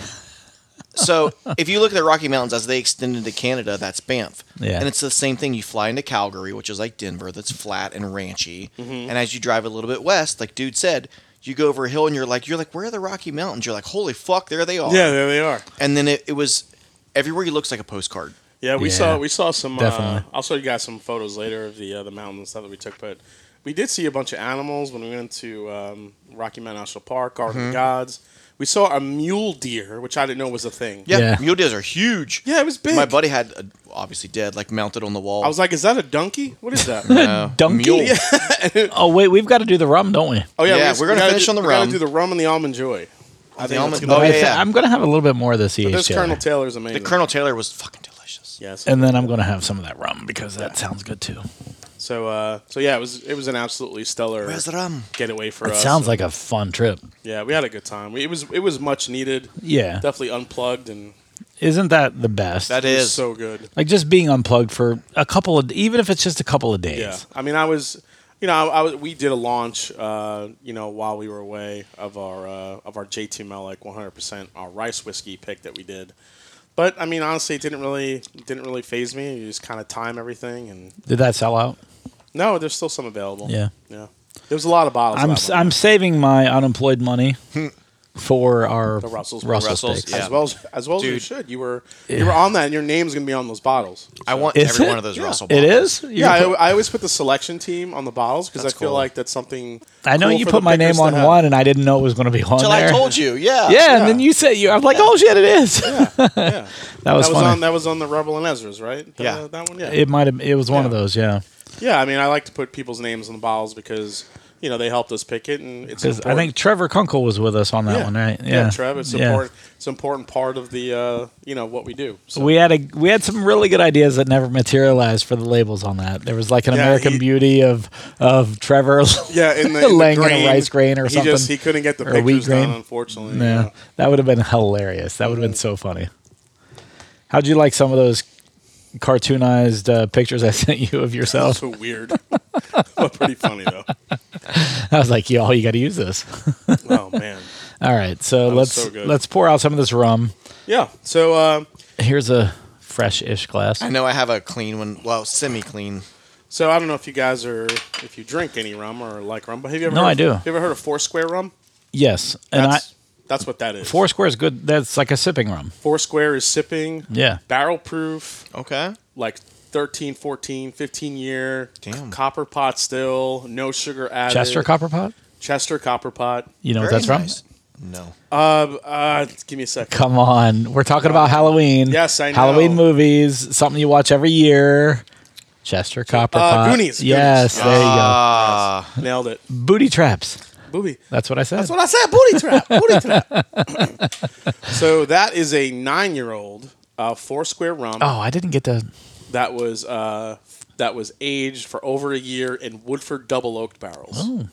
[SPEAKER 2] so if you look at the Rocky Mountains as they extend into Canada, that's Banff.
[SPEAKER 1] Yeah.
[SPEAKER 2] And it's the same thing. You fly into Calgary, which is like Denver, that's flat and ranchy. And as you drive a little bit west, like dude said, you go over a hill and you're like, you're like, where are the Rocky Mountains? You're like, holy fuck, there they are.
[SPEAKER 3] Yeah, there they are.
[SPEAKER 2] And then it, it was everywhere you looks like a postcard.
[SPEAKER 3] Yeah, we
[SPEAKER 1] Yeah,
[SPEAKER 3] saw we saw some. Uh,
[SPEAKER 1] definitely.
[SPEAKER 3] I'll show you guys some photos later of the uh, the mountain and stuff that we took, but we did see a bunch of animals when we went to um, Rocky Mountain National Park, Garden
[SPEAKER 2] Mm-hmm.
[SPEAKER 3] of the Gods. We saw a mule deer, which I didn't know was a thing.
[SPEAKER 2] Yeah,
[SPEAKER 1] Yeah.
[SPEAKER 2] mule deers are huge.
[SPEAKER 3] yeah, it was big.
[SPEAKER 2] My buddy had a, obviously dead, like mounted on the wall.
[SPEAKER 3] I was like, "Is that a donkey? What is that?"
[SPEAKER 2] Uh,
[SPEAKER 1] Donkey?
[SPEAKER 2] mule.
[SPEAKER 1] Oh wait, we've got to do the rum, don't we?
[SPEAKER 3] oh
[SPEAKER 2] Yeah,
[SPEAKER 3] just-
[SPEAKER 2] we're gonna
[SPEAKER 3] gotta
[SPEAKER 2] finish
[SPEAKER 3] do,
[SPEAKER 2] on the
[SPEAKER 3] we gotta
[SPEAKER 2] rum.
[SPEAKER 3] do the rum and the almond joy. I
[SPEAKER 2] The
[SPEAKER 3] think
[SPEAKER 2] almond-
[SPEAKER 3] that's gonna
[SPEAKER 2] oh,
[SPEAKER 3] be-
[SPEAKER 1] I
[SPEAKER 2] yeah,
[SPEAKER 1] th-
[SPEAKER 2] yeah.
[SPEAKER 1] I'm gonna have a little bit more of this
[SPEAKER 3] This
[SPEAKER 1] EH
[SPEAKER 3] Colonel
[SPEAKER 1] Taylor,
[SPEAKER 3] Taylor's amazing.
[SPEAKER 2] the Colonel Taylor was fucking delicious.
[SPEAKER 3] Yes.
[SPEAKER 1] and then I'm gonna have some of that rum because that sounds good too.
[SPEAKER 3] so, uh, so yeah, it was it was an absolutely stellar
[SPEAKER 2] Where's the rum?
[SPEAKER 3] getaway for
[SPEAKER 1] It
[SPEAKER 3] us.
[SPEAKER 2] uh,
[SPEAKER 1] sounds like a fun trip.
[SPEAKER 3] yeah, we had a good time. We- It was it was much needed.
[SPEAKER 1] Yeah,
[SPEAKER 3] Definitely unplugged and
[SPEAKER 1] isn't that the best?
[SPEAKER 2] That
[SPEAKER 3] it was
[SPEAKER 2] is
[SPEAKER 3] so good.
[SPEAKER 1] like just being unplugged for a couple of, even if it's just a couple of days.
[SPEAKER 3] Yeah, I mean, I was, you know, I, I was, we did a launch, uh, you know, while we were away of our uh, of our JT Melick 100% our rice whiskey pick that we did. But I mean, honestly, it didn't really didn't really phase me. You just kind of time everything, and
[SPEAKER 1] Did that sell out?
[SPEAKER 3] no, there's still some available.
[SPEAKER 1] Yeah.
[SPEAKER 3] yeah. There was a lot of bottles.
[SPEAKER 1] I'm
[SPEAKER 3] left
[SPEAKER 1] s-
[SPEAKER 3] on
[SPEAKER 1] I'm
[SPEAKER 3] that.
[SPEAKER 1] saving my unemployed money for our
[SPEAKER 3] The Russells.
[SPEAKER 1] Russell
[SPEAKER 2] Russells,
[SPEAKER 1] steaks.
[SPEAKER 2] yeah.
[SPEAKER 3] as well as, as well as you
[SPEAKER 2] Dude.
[SPEAKER 3] should. You were you were on that, and your name's gonna be on those bottles.
[SPEAKER 2] I want
[SPEAKER 1] Is
[SPEAKER 2] every
[SPEAKER 1] it?
[SPEAKER 2] one of those
[SPEAKER 3] Yeah.
[SPEAKER 2] Russell.
[SPEAKER 1] It
[SPEAKER 2] bottles.
[SPEAKER 1] is. You're
[SPEAKER 3] Yeah, I,
[SPEAKER 1] put-
[SPEAKER 3] I always put the selection team on the bottles because I
[SPEAKER 2] That's
[SPEAKER 3] feel
[SPEAKER 2] cool.
[SPEAKER 3] like that's something.
[SPEAKER 1] I know
[SPEAKER 3] cool
[SPEAKER 1] you
[SPEAKER 3] for
[SPEAKER 1] put
[SPEAKER 3] the
[SPEAKER 1] my
[SPEAKER 3] pickers
[SPEAKER 1] name on
[SPEAKER 3] to have.
[SPEAKER 1] one, and I didn't know it was going to be on
[SPEAKER 2] Till
[SPEAKER 1] there.
[SPEAKER 2] I told you. Yeah.
[SPEAKER 1] Yeah, and then
[SPEAKER 3] Yeah.
[SPEAKER 1] you said you. I'm like, oh shit, it is.
[SPEAKER 3] Yeah.
[SPEAKER 1] That was
[SPEAKER 3] that was
[SPEAKER 1] funny.
[SPEAKER 3] on that was on the Rebel and Ezra's, right? That-
[SPEAKER 2] Yeah.
[SPEAKER 3] that one. Yeah,
[SPEAKER 1] It might have. It was one of
[SPEAKER 3] Yeah.
[SPEAKER 1] those. Yeah,
[SPEAKER 3] yeah. I mean, I like to put people's names on the bottles because you know they helped us pick it, and it's
[SPEAKER 1] because I
[SPEAKER 3] important.
[SPEAKER 1] think Trevor Kunkel was with us on that one, right?
[SPEAKER 3] Yeah, Trev, it's
[SPEAKER 1] Yeah.
[SPEAKER 3] important. It's an important part of the uh, you know what we do. So
[SPEAKER 1] We had a we had some really good ideas that never materialized for the labels on that. There was like an
[SPEAKER 3] Yeah,
[SPEAKER 1] American
[SPEAKER 3] he-
[SPEAKER 1] Beauty of of Trevor.
[SPEAKER 3] yeah, in the, in the
[SPEAKER 1] Laying in a
[SPEAKER 3] grain,
[SPEAKER 1] rice grain or
[SPEAKER 3] he
[SPEAKER 1] something.
[SPEAKER 3] Just, he couldn't get the
[SPEAKER 1] Or a wheat
[SPEAKER 3] pictures done,
[SPEAKER 1] grain.
[SPEAKER 3] unfortunately.
[SPEAKER 1] Yeah,
[SPEAKER 3] Yeah.
[SPEAKER 1] that would have been hilarious. That would have been so funny. How'd you like some of those cartoonized uh, pictures I sent you of yourself?
[SPEAKER 3] So weird, but pretty funny though.
[SPEAKER 1] I was like, yo, you got to use this.
[SPEAKER 3] Oh man,
[SPEAKER 1] All right, so
[SPEAKER 3] was
[SPEAKER 1] let's
[SPEAKER 3] so good.
[SPEAKER 1] let's pour out some of this rum.
[SPEAKER 3] yeah. So uh,
[SPEAKER 1] Here's a fresh-ish glass.
[SPEAKER 2] I know I have a clean one. Well, semi-clean.
[SPEAKER 3] so I don't know if you guys are if you drink any rum or like rum, but have you ever
[SPEAKER 1] No,
[SPEAKER 3] heard
[SPEAKER 1] I
[SPEAKER 3] of-
[SPEAKER 1] do.
[SPEAKER 3] Have you ever heard of four square rum?
[SPEAKER 1] Yes, and I
[SPEAKER 3] That's that's what that is.
[SPEAKER 1] four square is good. That's like a sipping rum.
[SPEAKER 3] Four square is sipping.
[SPEAKER 1] Yeah,
[SPEAKER 3] barrel proof
[SPEAKER 2] Okay.
[SPEAKER 3] like 13 14 15 year
[SPEAKER 2] Damn.
[SPEAKER 3] c- copper pot still no sugar added
[SPEAKER 1] Chester copper pot.
[SPEAKER 3] chester copper pot
[SPEAKER 1] You know what
[SPEAKER 2] Very
[SPEAKER 1] that's
[SPEAKER 2] nice.
[SPEAKER 1] from?
[SPEAKER 2] No.
[SPEAKER 3] uh, uh give me a second
[SPEAKER 1] Come on, we're talking about Halloween.
[SPEAKER 3] Yes, I know.
[SPEAKER 1] Halloween movies, something you watch every year. Chester copper
[SPEAKER 3] Uh,
[SPEAKER 1] pot.
[SPEAKER 3] Goonies,
[SPEAKER 1] Yes,
[SPEAKER 3] Goonies.
[SPEAKER 1] there you go.
[SPEAKER 2] Ah.
[SPEAKER 3] nailed it
[SPEAKER 1] Booty traps.
[SPEAKER 3] booby
[SPEAKER 1] That's what I said.
[SPEAKER 3] that's what i said booty trap booty trap so that is a nine year old uh four square rum
[SPEAKER 1] oh, I didn't get to.
[SPEAKER 3] that was uh that was aged for over a year in woodford double oak barrels
[SPEAKER 1] Oh.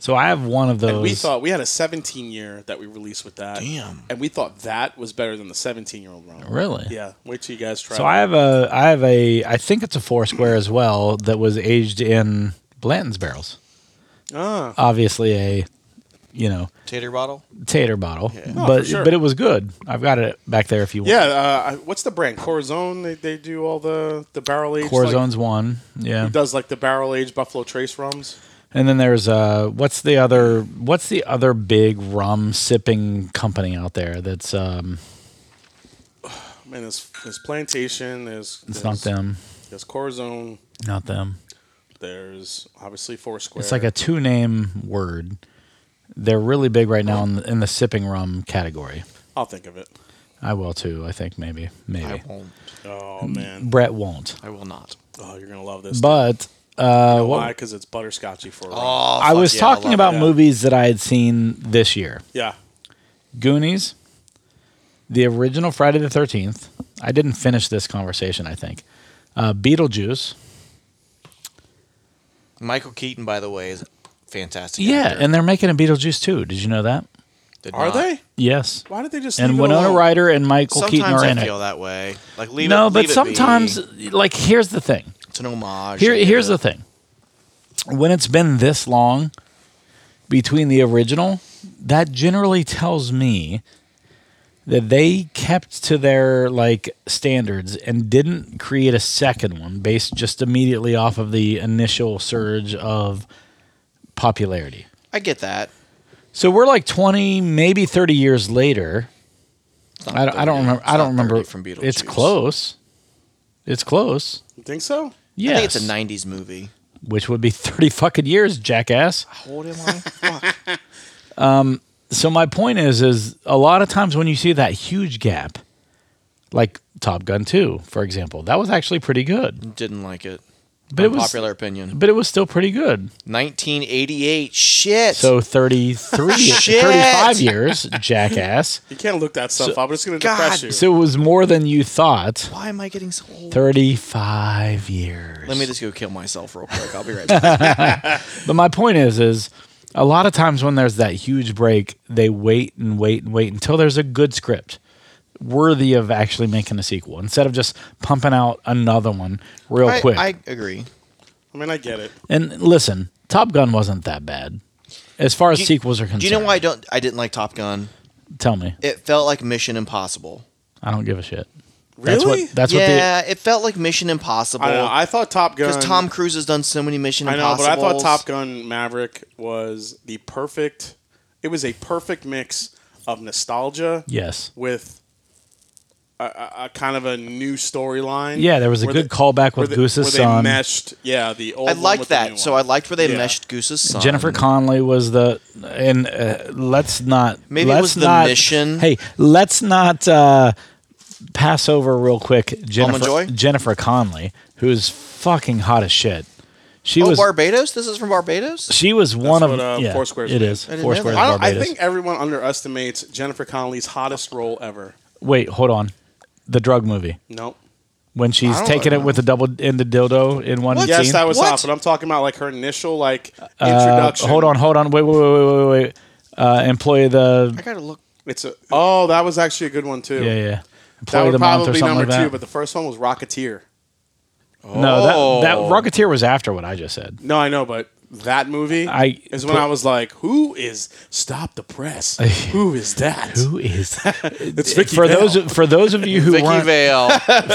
[SPEAKER 1] So I have one of those.
[SPEAKER 3] And we thought we had a 17 year that we released with that.
[SPEAKER 2] Damn.
[SPEAKER 3] And we thought that was better than the 17 year old rum.
[SPEAKER 1] really.
[SPEAKER 3] Yeah. Wait till you guys try.
[SPEAKER 1] So
[SPEAKER 3] it.
[SPEAKER 1] I have a, I have a, I think it's a four square as well that was aged in Blanton's barrels.
[SPEAKER 3] Ah.
[SPEAKER 1] Obviously a, you know,
[SPEAKER 2] Tater bottle.
[SPEAKER 1] tater bottle,
[SPEAKER 3] Oh,
[SPEAKER 1] but
[SPEAKER 3] for sure.
[SPEAKER 1] but it was good. I've got it back there if you want.
[SPEAKER 3] Yeah. Uh, I- what's the brand? Corazon. They, they do all the the barrel age.
[SPEAKER 1] Corzone's one. Yeah.
[SPEAKER 3] Like, does like the barrel age Buffalo Trace rums?
[SPEAKER 1] And then there's uh what's the other what's the other big rum sipping company out there that's um
[SPEAKER 3] I mean, there's, there's plantation. There's
[SPEAKER 1] it's
[SPEAKER 3] there's,
[SPEAKER 1] not them.
[SPEAKER 3] There's Corazon.
[SPEAKER 1] Not them.
[SPEAKER 3] There's obviously Foursquare.
[SPEAKER 1] It's like a two name word. They're really big right now in the, in the sipping rum category.
[SPEAKER 3] I'll think of it.
[SPEAKER 1] I will too, I think maybe. Maybe.
[SPEAKER 2] I won't.
[SPEAKER 3] Oh man.
[SPEAKER 1] Brett won't.
[SPEAKER 2] I will not.
[SPEAKER 3] Oh, you're gonna love this.
[SPEAKER 1] But
[SPEAKER 3] You
[SPEAKER 1] uh
[SPEAKER 3] know
[SPEAKER 1] what-
[SPEAKER 3] why? Because it's butterscotchy for a rum.
[SPEAKER 2] Oh,
[SPEAKER 1] I
[SPEAKER 2] fuck
[SPEAKER 1] was
[SPEAKER 2] yeah, I
[SPEAKER 1] talking
[SPEAKER 2] love
[SPEAKER 1] about
[SPEAKER 3] it.
[SPEAKER 1] movies that I had seen this year.
[SPEAKER 3] Yeah.
[SPEAKER 1] Goonies, the original Friday the 13th. I didn't finish this conversation, I think. Uh, Beetlejuice.
[SPEAKER 2] it. Michael Keaton, by the way, is fantastic.
[SPEAKER 1] Yeah,
[SPEAKER 2] actor.
[SPEAKER 1] and they're making a Beetlejuice too. Did you know that?
[SPEAKER 2] Did
[SPEAKER 3] Are
[SPEAKER 2] not-
[SPEAKER 3] they?
[SPEAKER 1] Yes.
[SPEAKER 3] Why did they just
[SPEAKER 1] And
[SPEAKER 3] leave it
[SPEAKER 1] Winona
[SPEAKER 3] alone?
[SPEAKER 1] Ryder and Michael
[SPEAKER 2] Sometimes
[SPEAKER 1] Keaton are in
[SPEAKER 2] I
[SPEAKER 1] it.
[SPEAKER 2] feel that way. Like leave
[SPEAKER 1] no,
[SPEAKER 2] it.
[SPEAKER 1] but
[SPEAKER 2] leave it
[SPEAKER 1] sometimes,
[SPEAKER 2] be.
[SPEAKER 1] like, here's the thing.
[SPEAKER 2] it's an homage.
[SPEAKER 1] Here,
[SPEAKER 2] I get
[SPEAKER 1] here's
[SPEAKER 2] it.
[SPEAKER 1] the thing. When it's been this long between the original, that generally tells me that they kept to their like standards and didn't create a second one based just immediately off of the initial surge of popularity.
[SPEAKER 2] I get that.
[SPEAKER 1] So we're like 20, maybe 30 years later.
[SPEAKER 2] It's not
[SPEAKER 1] I don't, I
[SPEAKER 2] 30.
[SPEAKER 1] don't remember.
[SPEAKER 2] It's
[SPEAKER 1] I don't
[SPEAKER 2] not 30
[SPEAKER 1] remember.
[SPEAKER 2] from Beetlejuice.
[SPEAKER 1] It's close. It's close.
[SPEAKER 3] You think so?
[SPEAKER 1] Yes.
[SPEAKER 2] I think it's a '90s movie.
[SPEAKER 1] Which would be 30 fucking years, jackass.
[SPEAKER 2] How old am I? Fuck.
[SPEAKER 1] So my point is, is a lot of times when you see that huge gap, like Top Gun 2, for example, that was actually pretty good.
[SPEAKER 2] Didn't like it.
[SPEAKER 1] But it was-
[SPEAKER 2] popular opinion.
[SPEAKER 1] But it was still pretty good.
[SPEAKER 2] 1988. Shit.
[SPEAKER 1] So 33,
[SPEAKER 2] Shit.
[SPEAKER 1] 35 years, jackass.
[SPEAKER 3] You can't look that stuff up. It's going to
[SPEAKER 2] God.
[SPEAKER 3] depress you.
[SPEAKER 1] So it was more than you thought.
[SPEAKER 2] why am I getting so old?
[SPEAKER 1] 35 years.
[SPEAKER 2] Let me just go kill myself real quick. I'll be right back.
[SPEAKER 1] But my point is, is a lot of times when there's that huge break, they wait and wait and wait until there's a good script worthy of actually making a sequel instead of just pumping out another one real
[SPEAKER 2] I,
[SPEAKER 1] quick.
[SPEAKER 2] I agree.
[SPEAKER 3] I mean, I get it.
[SPEAKER 1] and listen, Top Gun wasn't that bad as far as
[SPEAKER 2] Do you-
[SPEAKER 1] sequels are concerned.
[SPEAKER 2] Do you know why I don't? I didn't like Top Gun.
[SPEAKER 1] Tell me,
[SPEAKER 2] It felt like Mission Impossible.
[SPEAKER 1] I don't give a shit.
[SPEAKER 3] Really?
[SPEAKER 1] That's what. That's
[SPEAKER 2] yeah, it felt like Mission Impossible.
[SPEAKER 3] I, don't know. I thought Top Gun.
[SPEAKER 2] Because Tom Cruise has done so many Mission
[SPEAKER 3] I know,
[SPEAKER 2] Impossible.
[SPEAKER 3] but I thought Top Gun Maverick was the perfect. It was a perfect mix of nostalgia
[SPEAKER 1] what. The, yes.
[SPEAKER 3] with a, a, a kind of a new storyline.
[SPEAKER 1] Yeah, there was a
[SPEAKER 3] where
[SPEAKER 1] good
[SPEAKER 3] they-
[SPEAKER 1] callback
[SPEAKER 3] where
[SPEAKER 1] with
[SPEAKER 3] they-
[SPEAKER 1] Goose's
[SPEAKER 3] where
[SPEAKER 1] son.
[SPEAKER 3] They meshed, yeah, the old.
[SPEAKER 2] I
[SPEAKER 3] one
[SPEAKER 2] liked
[SPEAKER 3] with the new
[SPEAKER 2] that. So I
[SPEAKER 3] one.
[SPEAKER 2] liked where they
[SPEAKER 3] Yeah.
[SPEAKER 2] meshed Goose's son.
[SPEAKER 1] Jennifer Conley was the, and uh, let's not.
[SPEAKER 2] Maybe it
[SPEAKER 1] let's
[SPEAKER 2] was the
[SPEAKER 1] not-
[SPEAKER 2] mission.
[SPEAKER 1] Hey, let's not uh, pass over real quick Jennifer
[SPEAKER 2] Joy?
[SPEAKER 1] Jennifer Conley, who's fucking hot as shit. She
[SPEAKER 2] oh,
[SPEAKER 1] was
[SPEAKER 2] Barbados. This is from Barbados.
[SPEAKER 1] she was one of
[SPEAKER 3] what, uh,
[SPEAKER 1] yeah,
[SPEAKER 3] Foursquare's
[SPEAKER 1] It
[SPEAKER 3] made.
[SPEAKER 1] is
[SPEAKER 2] I didn't know
[SPEAKER 1] Foursquare's
[SPEAKER 2] that.
[SPEAKER 3] I, don't, I
[SPEAKER 1] Barbados.
[SPEAKER 3] think everyone underestimates Jennifer Connelly's hottest role ever.
[SPEAKER 1] Wait, hold on. The drug movie
[SPEAKER 3] Nope.
[SPEAKER 1] when
[SPEAKER 2] I
[SPEAKER 1] she's
[SPEAKER 2] don't
[SPEAKER 1] taking it
[SPEAKER 2] know.
[SPEAKER 1] with the double-ended dildo in one
[SPEAKER 2] What?
[SPEAKER 1] scene.
[SPEAKER 3] Yes, that was
[SPEAKER 2] What?
[SPEAKER 3] hot, but I'm talking about like her initial like
[SPEAKER 1] Uh,
[SPEAKER 3] introduction.
[SPEAKER 1] hold on, hold on. Wait, wait, wait, wait, wait, wait. Uh, employee of
[SPEAKER 2] I
[SPEAKER 1] the
[SPEAKER 2] gotta look.
[SPEAKER 3] It's a oh, that was actually a good one too.
[SPEAKER 1] yeah, yeah. Employee
[SPEAKER 3] That
[SPEAKER 1] of
[SPEAKER 3] would
[SPEAKER 1] the month
[SPEAKER 3] probably
[SPEAKER 1] or
[SPEAKER 3] be
[SPEAKER 1] something
[SPEAKER 3] number
[SPEAKER 1] like that.
[SPEAKER 3] two, but the first one was Rocketeer.
[SPEAKER 1] No, that, that
[SPEAKER 2] Oh.
[SPEAKER 1] Rocketeer was after what I just said.
[SPEAKER 3] No, I know, but that movie
[SPEAKER 1] I-
[SPEAKER 3] is when I was like, "Who is Stop the Press? Who is that?
[SPEAKER 1] Who is
[SPEAKER 3] It's Vicky
[SPEAKER 1] for
[SPEAKER 3] Vale.
[SPEAKER 1] those for those of you who
[SPEAKER 2] Vicky
[SPEAKER 1] weren't-
[SPEAKER 2] Vale.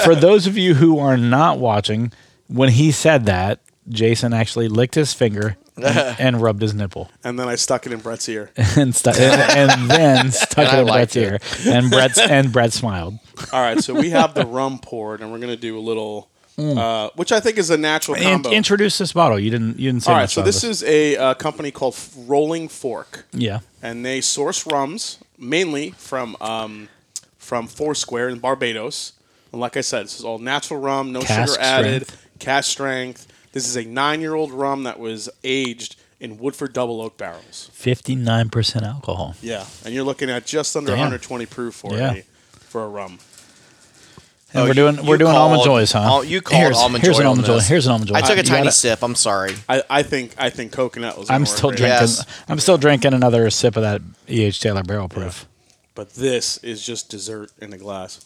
[SPEAKER 1] for those of you who are not watching, when he said that, Jason actually licked his finger and, and rubbed his nipple,
[SPEAKER 3] And then I stuck it in Brett's ear.
[SPEAKER 1] and, stu- and, and then stuck
[SPEAKER 2] And I
[SPEAKER 1] it in
[SPEAKER 2] liked
[SPEAKER 1] Brett's ear, and Brett's and Brett smiled.
[SPEAKER 3] All right, so we have the rum poured, and we're gonna do a little,
[SPEAKER 1] Hmm.
[SPEAKER 3] uh, which I think is a natural
[SPEAKER 1] In-
[SPEAKER 3] combo.
[SPEAKER 1] introduce this bottle. You didn't. You didn't say
[SPEAKER 3] All right,
[SPEAKER 1] much
[SPEAKER 3] so
[SPEAKER 1] about
[SPEAKER 3] this is a uh, company called F- Rolling Fork,
[SPEAKER 1] yeah.
[SPEAKER 3] and they source rums mainly from um, from Foursquare in Barbados. And like I said, this is all natural rum, no
[SPEAKER 1] Cask
[SPEAKER 3] sugar added,
[SPEAKER 1] strength.
[SPEAKER 3] cask strength. This is a nine-year-old rum that was aged in Woodford double oak barrels.
[SPEAKER 1] Fifty nine percent alcohol.
[SPEAKER 3] Yeah, and you're looking at just under
[SPEAKER 1] Damn.
[SPEAKER 3] 120 proof for
[SPEAKER 1] Yeah.
[SPEAKER 3] a for a rum.
[SPEAKER 1] And
[SPEAKER 2] Oh,
[SPEAKER 1] we're
[SPEAKER 2] you-
[SPEAKER 1] doing
[SPEAKER 2] you
[SPEAKER 1] we're doing almond
[SPEAKER 2] called-
[SPEAKER 1] joys, huh?
[SPEAKER 2] al- you called
[SPEAKER 1] here's,
[SPEAKER 2] almond
[SPEAKER 1] here's
[SPEAKER 2] joy
[SPEAKER 1] an
[SPEAKER 2] on
[SPEAKER 1] almond joy.
[SPEAKER 2] this.
[SPEAKER 1] Here's an almond joy.
[SPEAKER 2] I took
[SPEAKER 1] You
[SPEAKER 2] a tiny
[SPEAKER 1] gotta-
[SPEAKER 2] sip. I'm sorry.
[SPEAKER 3] I, I think I think coconut was.
[SPEAKER 1] I'm
[SPEAKER 3] gonna work
[SPEAKER 1] still
[SPEAKER 3] great.
[SPEAKER 1] drinking.
[SPEAKER 2] Yes.
[SPEAKER 1] I'm still drinking another sip of that E. H. Taylor Barrel Proof.
[SPEAKER 3] but this is just dessert in a glass.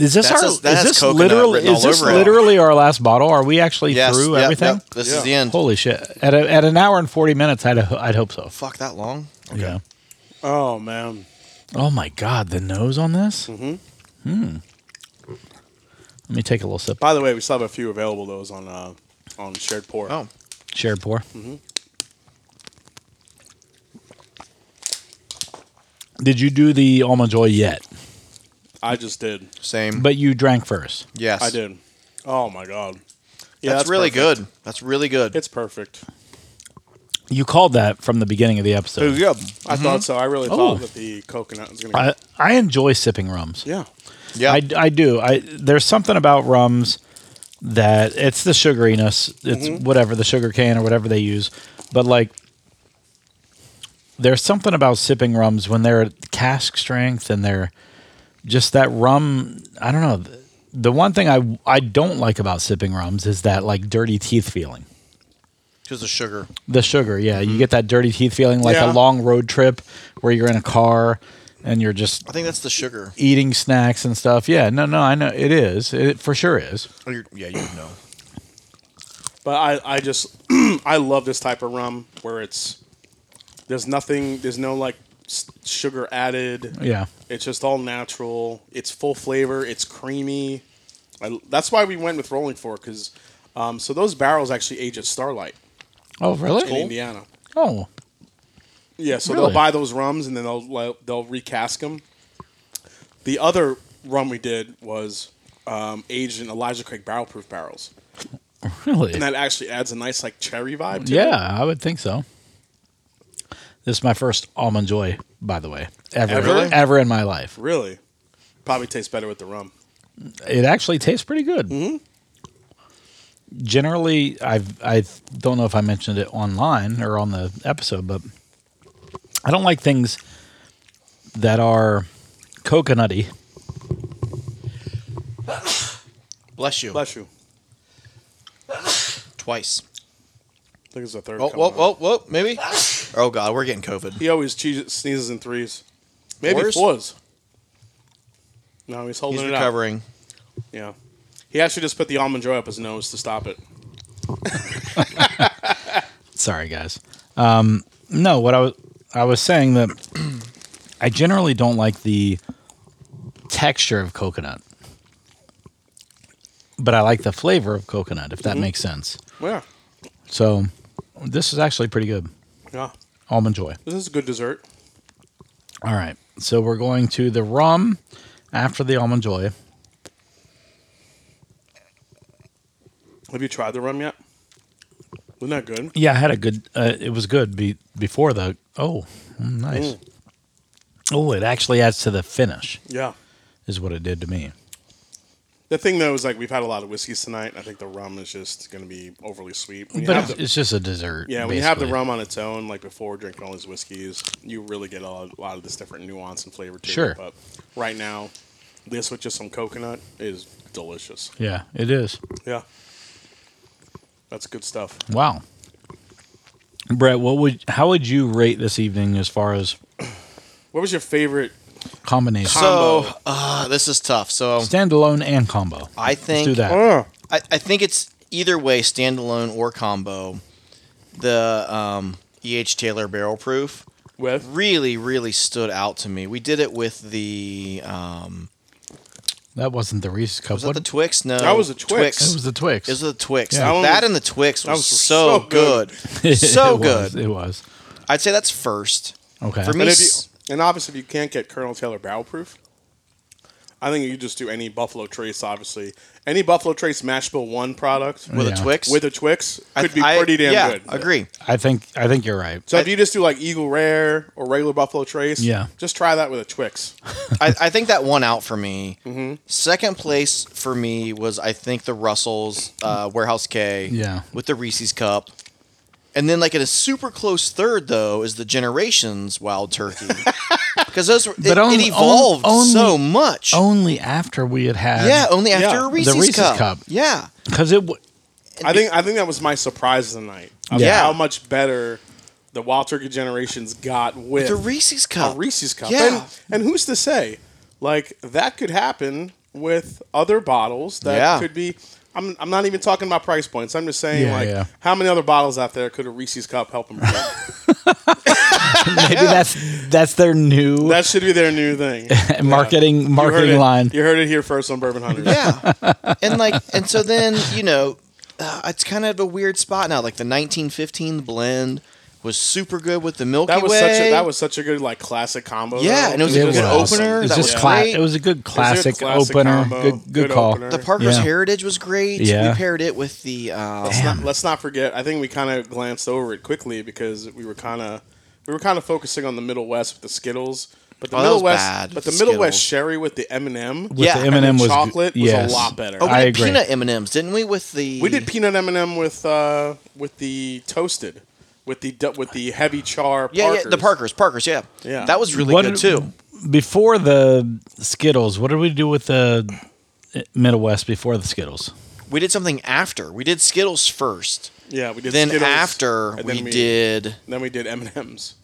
[SPEAKER 1] Is this
[SPEAKER 2] That's
[SPEAKER 1] our?
[SPEAKER 2] a- that
[SPEAKER 1] is
[SPEAKER 2] has
[SPEAKER 1] this
[SPEAKER 2] coconut
[SPEAKER 1] literally?
[SPEAKER 2] written
[SPEAKER 1] Is
[SPEAKER 2] all
[SPEAKER 1] this
[SPEAKER 2] over it.
[SPEAKER 1] literally our last bottle? Are we actually
[SPEAKER 2] Yes.
[SPEAKER 1] through
[SPEAKER 2] yep,
[SPEAKER 1] everything?
[SPEAKER 2] yep. This
[SPEAKER 3] Yeah.
[SPEAKER 2] is the end.
[SPEAKER 1] Holy shit! At, a, at an hour and forty minutes, I'd I'd hope so.
[SPEAKER 2] Fuck that long.
[SPEAKER 1] Yeah.
[SPEAKER 3] Oh man,
[SPEAKER 1] Oh my god, the nose on this. Mm-hmm. Hmm. Let me take a little sip.
[SPEAKER 3] By the way, we still have a few available those on uh, on shared pour.
[SPEAKER 2] Oh,
[SPEAKER 1] Shared pour. Did you do the almond joy yet?
[SPEAKER 3] I just did.
[SPEAKER 2] same.
[SPEAKER 1] But you drank first.
[SPEAKER 2] yes,
[SPEAKER 3] I did. Oh my god.
[SPEAKER 2] that's, really
[SPEAKER 3] perfect.
[SPEAKER 2] good. That's really good.
[SPEAKER 3] It's perfect.
[SPEAKER 1] You called that from the beginning of the episode.
[SPEAKER 2] good. Mm-hmm.
[SPEAKER 3] I thought so. I really
[SPEAKER 1] Oh.
[SPEAKER 3] thought that the coconut was gonna.
[SPEAKER 1] I I enjoy sipping rums.
[SPEAKER 3] yeah.
[SPEAKER 2] Yeah.
[SPEAKER 1] I, I do. I there's something about rums that it's the sugariness. It's whatever the sugar cane or whatever they use, but like there's something about sipping rums when they're at cask strength and they're just that rum. I don't know. The- The one thing I I don't like about sipping rums is that like dirty teeth feeling.
[SPEAKER 2] Because the sugar.
[SPEAKER 1] The sugar, yeah, you get that dirty teeth feeling like a
[SPEAKER 3] Yeah.
[SPEAKER 1] long road trip where you're in a car and you're just
[SPEAKER 2] I think that's the sugar.
[SPEAKER 1] eating snacks and stuff. Yeah, no, no, I know it is. It for sure is.
[SPEAKER 2] Oh, you're- yeah, you would know.
[SPEAKER 3] But I I just I love this type of rum where it's there's nothing there's no like s- sugar added.
[SPEAKER 1] Yeah.
[SPEAKER 3] It's just all natural. It's full flavor. It's creamy. I, that's why we went with Rolling Fork because um, so those barrels actually age at Starlight
[SPEAKER 1] Oh, really?
[SPEAKER 3] in Indiana.
[SPEAKER 1] Oh,
[SPEAKER 3] Yeah, so
[SPEAKER 1] Really?
[SPEAKER 3] they'll buy those rums and then they'll li- they'll recast them. The other rum we did was um, aged in Elijah Craig barrel proof barrels,
[SPEAKER 1] really?
[SPEAKER 3] and that actually adds a nice like cherry vibe. to
[SPEAKER 1] Yeah, I would think so. This is my first almond joy, by the way, ever,
[SPEAKER 3] Ever?
[SPEAKER 1] ever, in my life.
[SPEAKER 3] it. Really, probably tastes better with the rum.
[SPEAKER 1] It actually tastes pretty good.
[SPEAKER 3] Mm-hmm.
[SPEAKER 1] Generally, I've I don't know if I mentioned it online or on the episode, but I don't like things that are coconutty.
[SPEAKER 2] Bless you.
[SPEAKER 3] Bless you.
[SPEAKER 2] Twice.
[SPEAKER 3] I think it's the third.
[SPEAKER 2] Oh,
[SPEAKER 3] coming
[SPEAKER 2] whoa,
[SPEAKER 3] on.
[SPEAKER 2] whoa, whoa, maybe. Oh God, we're getting COVID.
[SPEAKER 3] He always cheese- sneezes in threes, maybe
[SPEAKER 2] Fours?
[SPEAKER 3] fours. No, he's holding
[SPEAKER 2] He's
[SPEAKER 3] it
[SPEAKER 2] recovering.
[SPEAKER 3] out. Yeah, he actually just put the almond joy up his nose to stop it.
[SPEAKER 1] Sorry, guys. Um, no, what I was I was saying that I generally don't like the texture of coconut, but I like the flavor of coconut. If that makes sense.
[SPEAKER 3] Yeah,
[SPEAKER 1] So this is actually pretty good.
[SPEAKER 3] yeah.
[SPEAKER 1] Almond joy.
[SPEAKER 3] This is a good dessert.
[SPEAKER 1] All right, so we're going to the rum after the almond joy.
[SPEAKER 3] Have you tried the rum yet? Wasn't that good?
[SPEAKER 1] Yeah, I had a good. Uh, it was good be, before the. Oh, mm, nice.
[SPEAKER 3] Mm.
[SPEAKER 1] Oh, it actually adds to the finish,
[SPEAKER 3] Yeah.
[SPEAKER 1] is what it did to me.
[SPEAKER 3] The thing though is like we've had a lot of whiskeys tonight. and I think the rum is just going to be overly sweet. When you
[SPEAKER 1] But
[SPEAKER 3] have
[SPEAKER 1] it's,
[SPEAKER 3] the,
[SPEAKER 1] it's just a dessert.
[SPEAKER 3] yeah, when you have the
[SPEAKER 1] basically.
[SPEAKER 3] rum on its own, like before drinking all these whiskeys, you really get a lot, a lot of this different nuance and flavor to
[SPEAKER 1] Sure.
[SPEAKER 3] it. But right now, this with just some coconut is delicious.
[SPEAKER 1] Yeah, it is.
[SPEAKER 3] Yeah, that's good stuff.
[SPEAKER 1] Wow. Brett, what would how would you rate this evening as far as
[SPEAKER 3] What was your favorite?
[SPEAKER 1] combination,
[SPEAKER 2] So
[SPEAKER 3] Combo.
[SPEAKER 2] uh, this is tough. So
[SPEAKER 1] standalone and combo?
[SPEAKER 2] I think
[SPEAKER 1] Let's do that.
[SPEAKER 3] Oh,
[SPEAKER 2] I, I think it's either way, standalone or combo. The um, EH Taylor barrel proof
[SPEAKER 3] with
[SPEAKER 2] really, really stood out to me. We did it with the um,
[SPEAKER 1] That wasn't the Reese's cup.
[SPEAKER 2] was that the Twix? No,
[SPEAKER 3] That was a Twix.
[SPEAKER 1] it was the Twix.
[SPEAKER 2] It was the Twix.
[SPEAKER 1] Yeah.
[SPEAKER 2] That, and the Twix was,
[SPEAKER 3] was
[SPEAKER 2] so,
[SPEAKER 3] so
[SPEAKER 2] good,
[SPEAKER 3] good.
[SPEAKER 2] so
[SPEAKER 1] It was,
[SPEAKER 2] good.
[SPEAKER 1] It was.
[SPEAKER 2] I'd say that's first.
[SPEAKER 1] Okay.
[SPEAKER 2] For me-
[SPEAKER 3] and if you
[SPEAKER 2] Nice.
[SPEAKER 3] and obviously if you can't get Colonel Taylor barrel proof, I think you just do any Buffalo Trace. Obviously, any Buffalo Trace Mash Bill One product
[SPEAKER 2] With
[SPEAKER 1] Yeah.
[SPEAKER 2] a Twix,
[SPEAKER 3] with a Twix
[SPEAKER 2] I-
[SPEAKER 3] could be
[SPEAKER 2] I-
[SPEAKER 3] pretty damn
[SPEAKER 2] yeah,
[SPEAKER 3] good.
[SPEAKER 2] Agree.
[SPEAKER 1] I think I think you're right.
[SPEAKER 3] So if you just do like Eagle Rare or regular Buffalo Trace,
[SPEAKER 1] Yeah.
[SPEAKER 3] just try that with a Twix.
[SPEAKER 2] I, I think that one out for me.
[SPEAKER 3] Mm-hmm.
[SPEAKER 2] Second place for me was I think the Russells uh, Warehouse K.
[SPEAKER 1] Yeah.
[SPEAKER 2] With the Reese's Cup, and then like in a super close third though is the Generations Wild Turkey because those were, it,
[SPEAKER 1] only-
[SPEAKER 2] it evolved
[SPEAKER 1] only-
[SPEAKER 2] so much.
[SPEAKER 1] Only after we had had
[SPEAKER 2] yeah, only after
[SPEAKER 3] Yeah.
[SPEAKER 2] a Reese's,
[SPEAKER 1] Reese's
[SPEAKER 2] cup.
[SPEAKER 1] Cup.
[SPEAKER 2] Yeah.
[SPEAKER 1] because it. W-
[SPEAKER 3] I think I think that was my surprise of the night. Of
[SPEAKER 2] Yeah.
[SPEAKER 3] how much better the Wild Turkey Generations got with
[SPEAKER 2] The Reese's Cup.
[SPEAKER 3] a Reese's cup.
[SPEAKER 2] Oh, Yeah.
[SPEAKER 3] And, and who's to say, like that could happen with other bottles that
[SPEAKER 2] Yeah.
[SPEAKER 3] could be. I'm, I'm not even talking about price points. I'm just saying,
[SPEAKER 1] Yeah,
[SPEAKER 3] like,
[SPEAKER 1] yeah.
[SPEAKER 3] how many other bottles out there could a Reese's cup help them?
[SPEAKER 1] maybe that's that's their new
[SPEAKER 3] that should be their new thing.
[SPEAKER 1] marketing
[SPEAKER 3] You heard
[SPEAKER 1] marketing
[SPEAKER 3] it-
[SPEAKER 1] line.
[SPEAKER 3] You heard it here first on Bourbon Hunters.
[SPEAKER 2] yeah and like and so then you know uh, it's kind of a weird spot now like the 1915 blend was super good with the milky
[SPEAKER 3] That was
[SPEAKER 2] way
[SPEAKER 3] such a that was such a good like classic combo.
[SPEAKER 2] Yeah,
[SPEAKER 3] though.
[SPEAKER 2] and it was a good opener.
[SPEAKER 1] It was
[SPEAKER 2] That
[SPEAKER 1] just
[SPEAKER 2] was
[SPEAKER 1] cla-
[SPEAKER 2] great.
[SPEAKER 1] It was a good
[SPEAKER 3] It was a
[SPEAKER 1] classic,
[SPEAKER 3] classic
[SPEAKER 1] opener.
[SPEAKER 3] combo,
[SPEAKER 1] Good, good, call.
[SPEAKER 3] opener.
[SPEAKER 2] the Parker's
[SPEAKER 1] Yeah.
[SPEAKER 2] heritage was great
[SPEAKER 1] Yeah.
[SPEAKER 2] we paired it with the uh,
[SPEAKER 3] Let's not, let's not forget. I think we kind of glanced over it quickly because we were kind of we were kind of focusing on the Middle West with the Skittles, but the
[SPEAKER 2] Oh, that
[SPEAKER 3] Middle
[SPEAKER 2] was
[SPEAKER 3] West,
[SPEAKER 2] bad,
[SPEAKER 3] but the
[SPEAKER 2] the
[SPEAKER 3] Middle West
[SPEAKER 2] Skittles.
[SPEAKER 3] sherry with the M and M,
[SPEAKER 1] With
[SPEAKER 2] Yeah,
[SPEAKER 1] the
[SPEAKER 2] and
[SPEAKER 1] M and m
[SPEAKER 3] the
[SPEAKER 1] was g-
[SPEAKER 3] chocolate was a
[SPEAKER 1] yes.
[SPEAKER 3] lot better.
[SPEAKER 2] oh we
[SPEAKER 1] I
[SPEAKER 2] did
[SPEAKER 1] agree.
[SPEAKER 2] peanut m&ms didn't we with the
[SPEAKER 3] we did peanut M and M with uh, with the toasted, with the du- with the heavy char.
[SPEAKER 2] yeah yeah the
[SPEAKER 3] Parkers.
[SPEAKER 2] Parker's Parker's yeah
[SPEAKER 3] Yeah.
[SPEAKER 2] that was really
[SPEAKER 1] What
[SPEAKER 2] good
[SPEAKER 1] did-
[SPEAKER 2] too
[SPEAKER 1] Before the Skittles, what did we do with the eh, Middle West before the Skittles?
[SPEAKER 2] we did something after we did Skittles first
[SPEAKER 3] Yeah, we did.
[SPEAKER 2] then
[SPEAKER 3] Skittles,
[SPEAKER 2] after
[SPEAKER 3] and
[SPEAKER 2] we,
[SPEAKER 3] then
[SPEAKER 2] did
[SPEAKER 3] Then we did M and M's.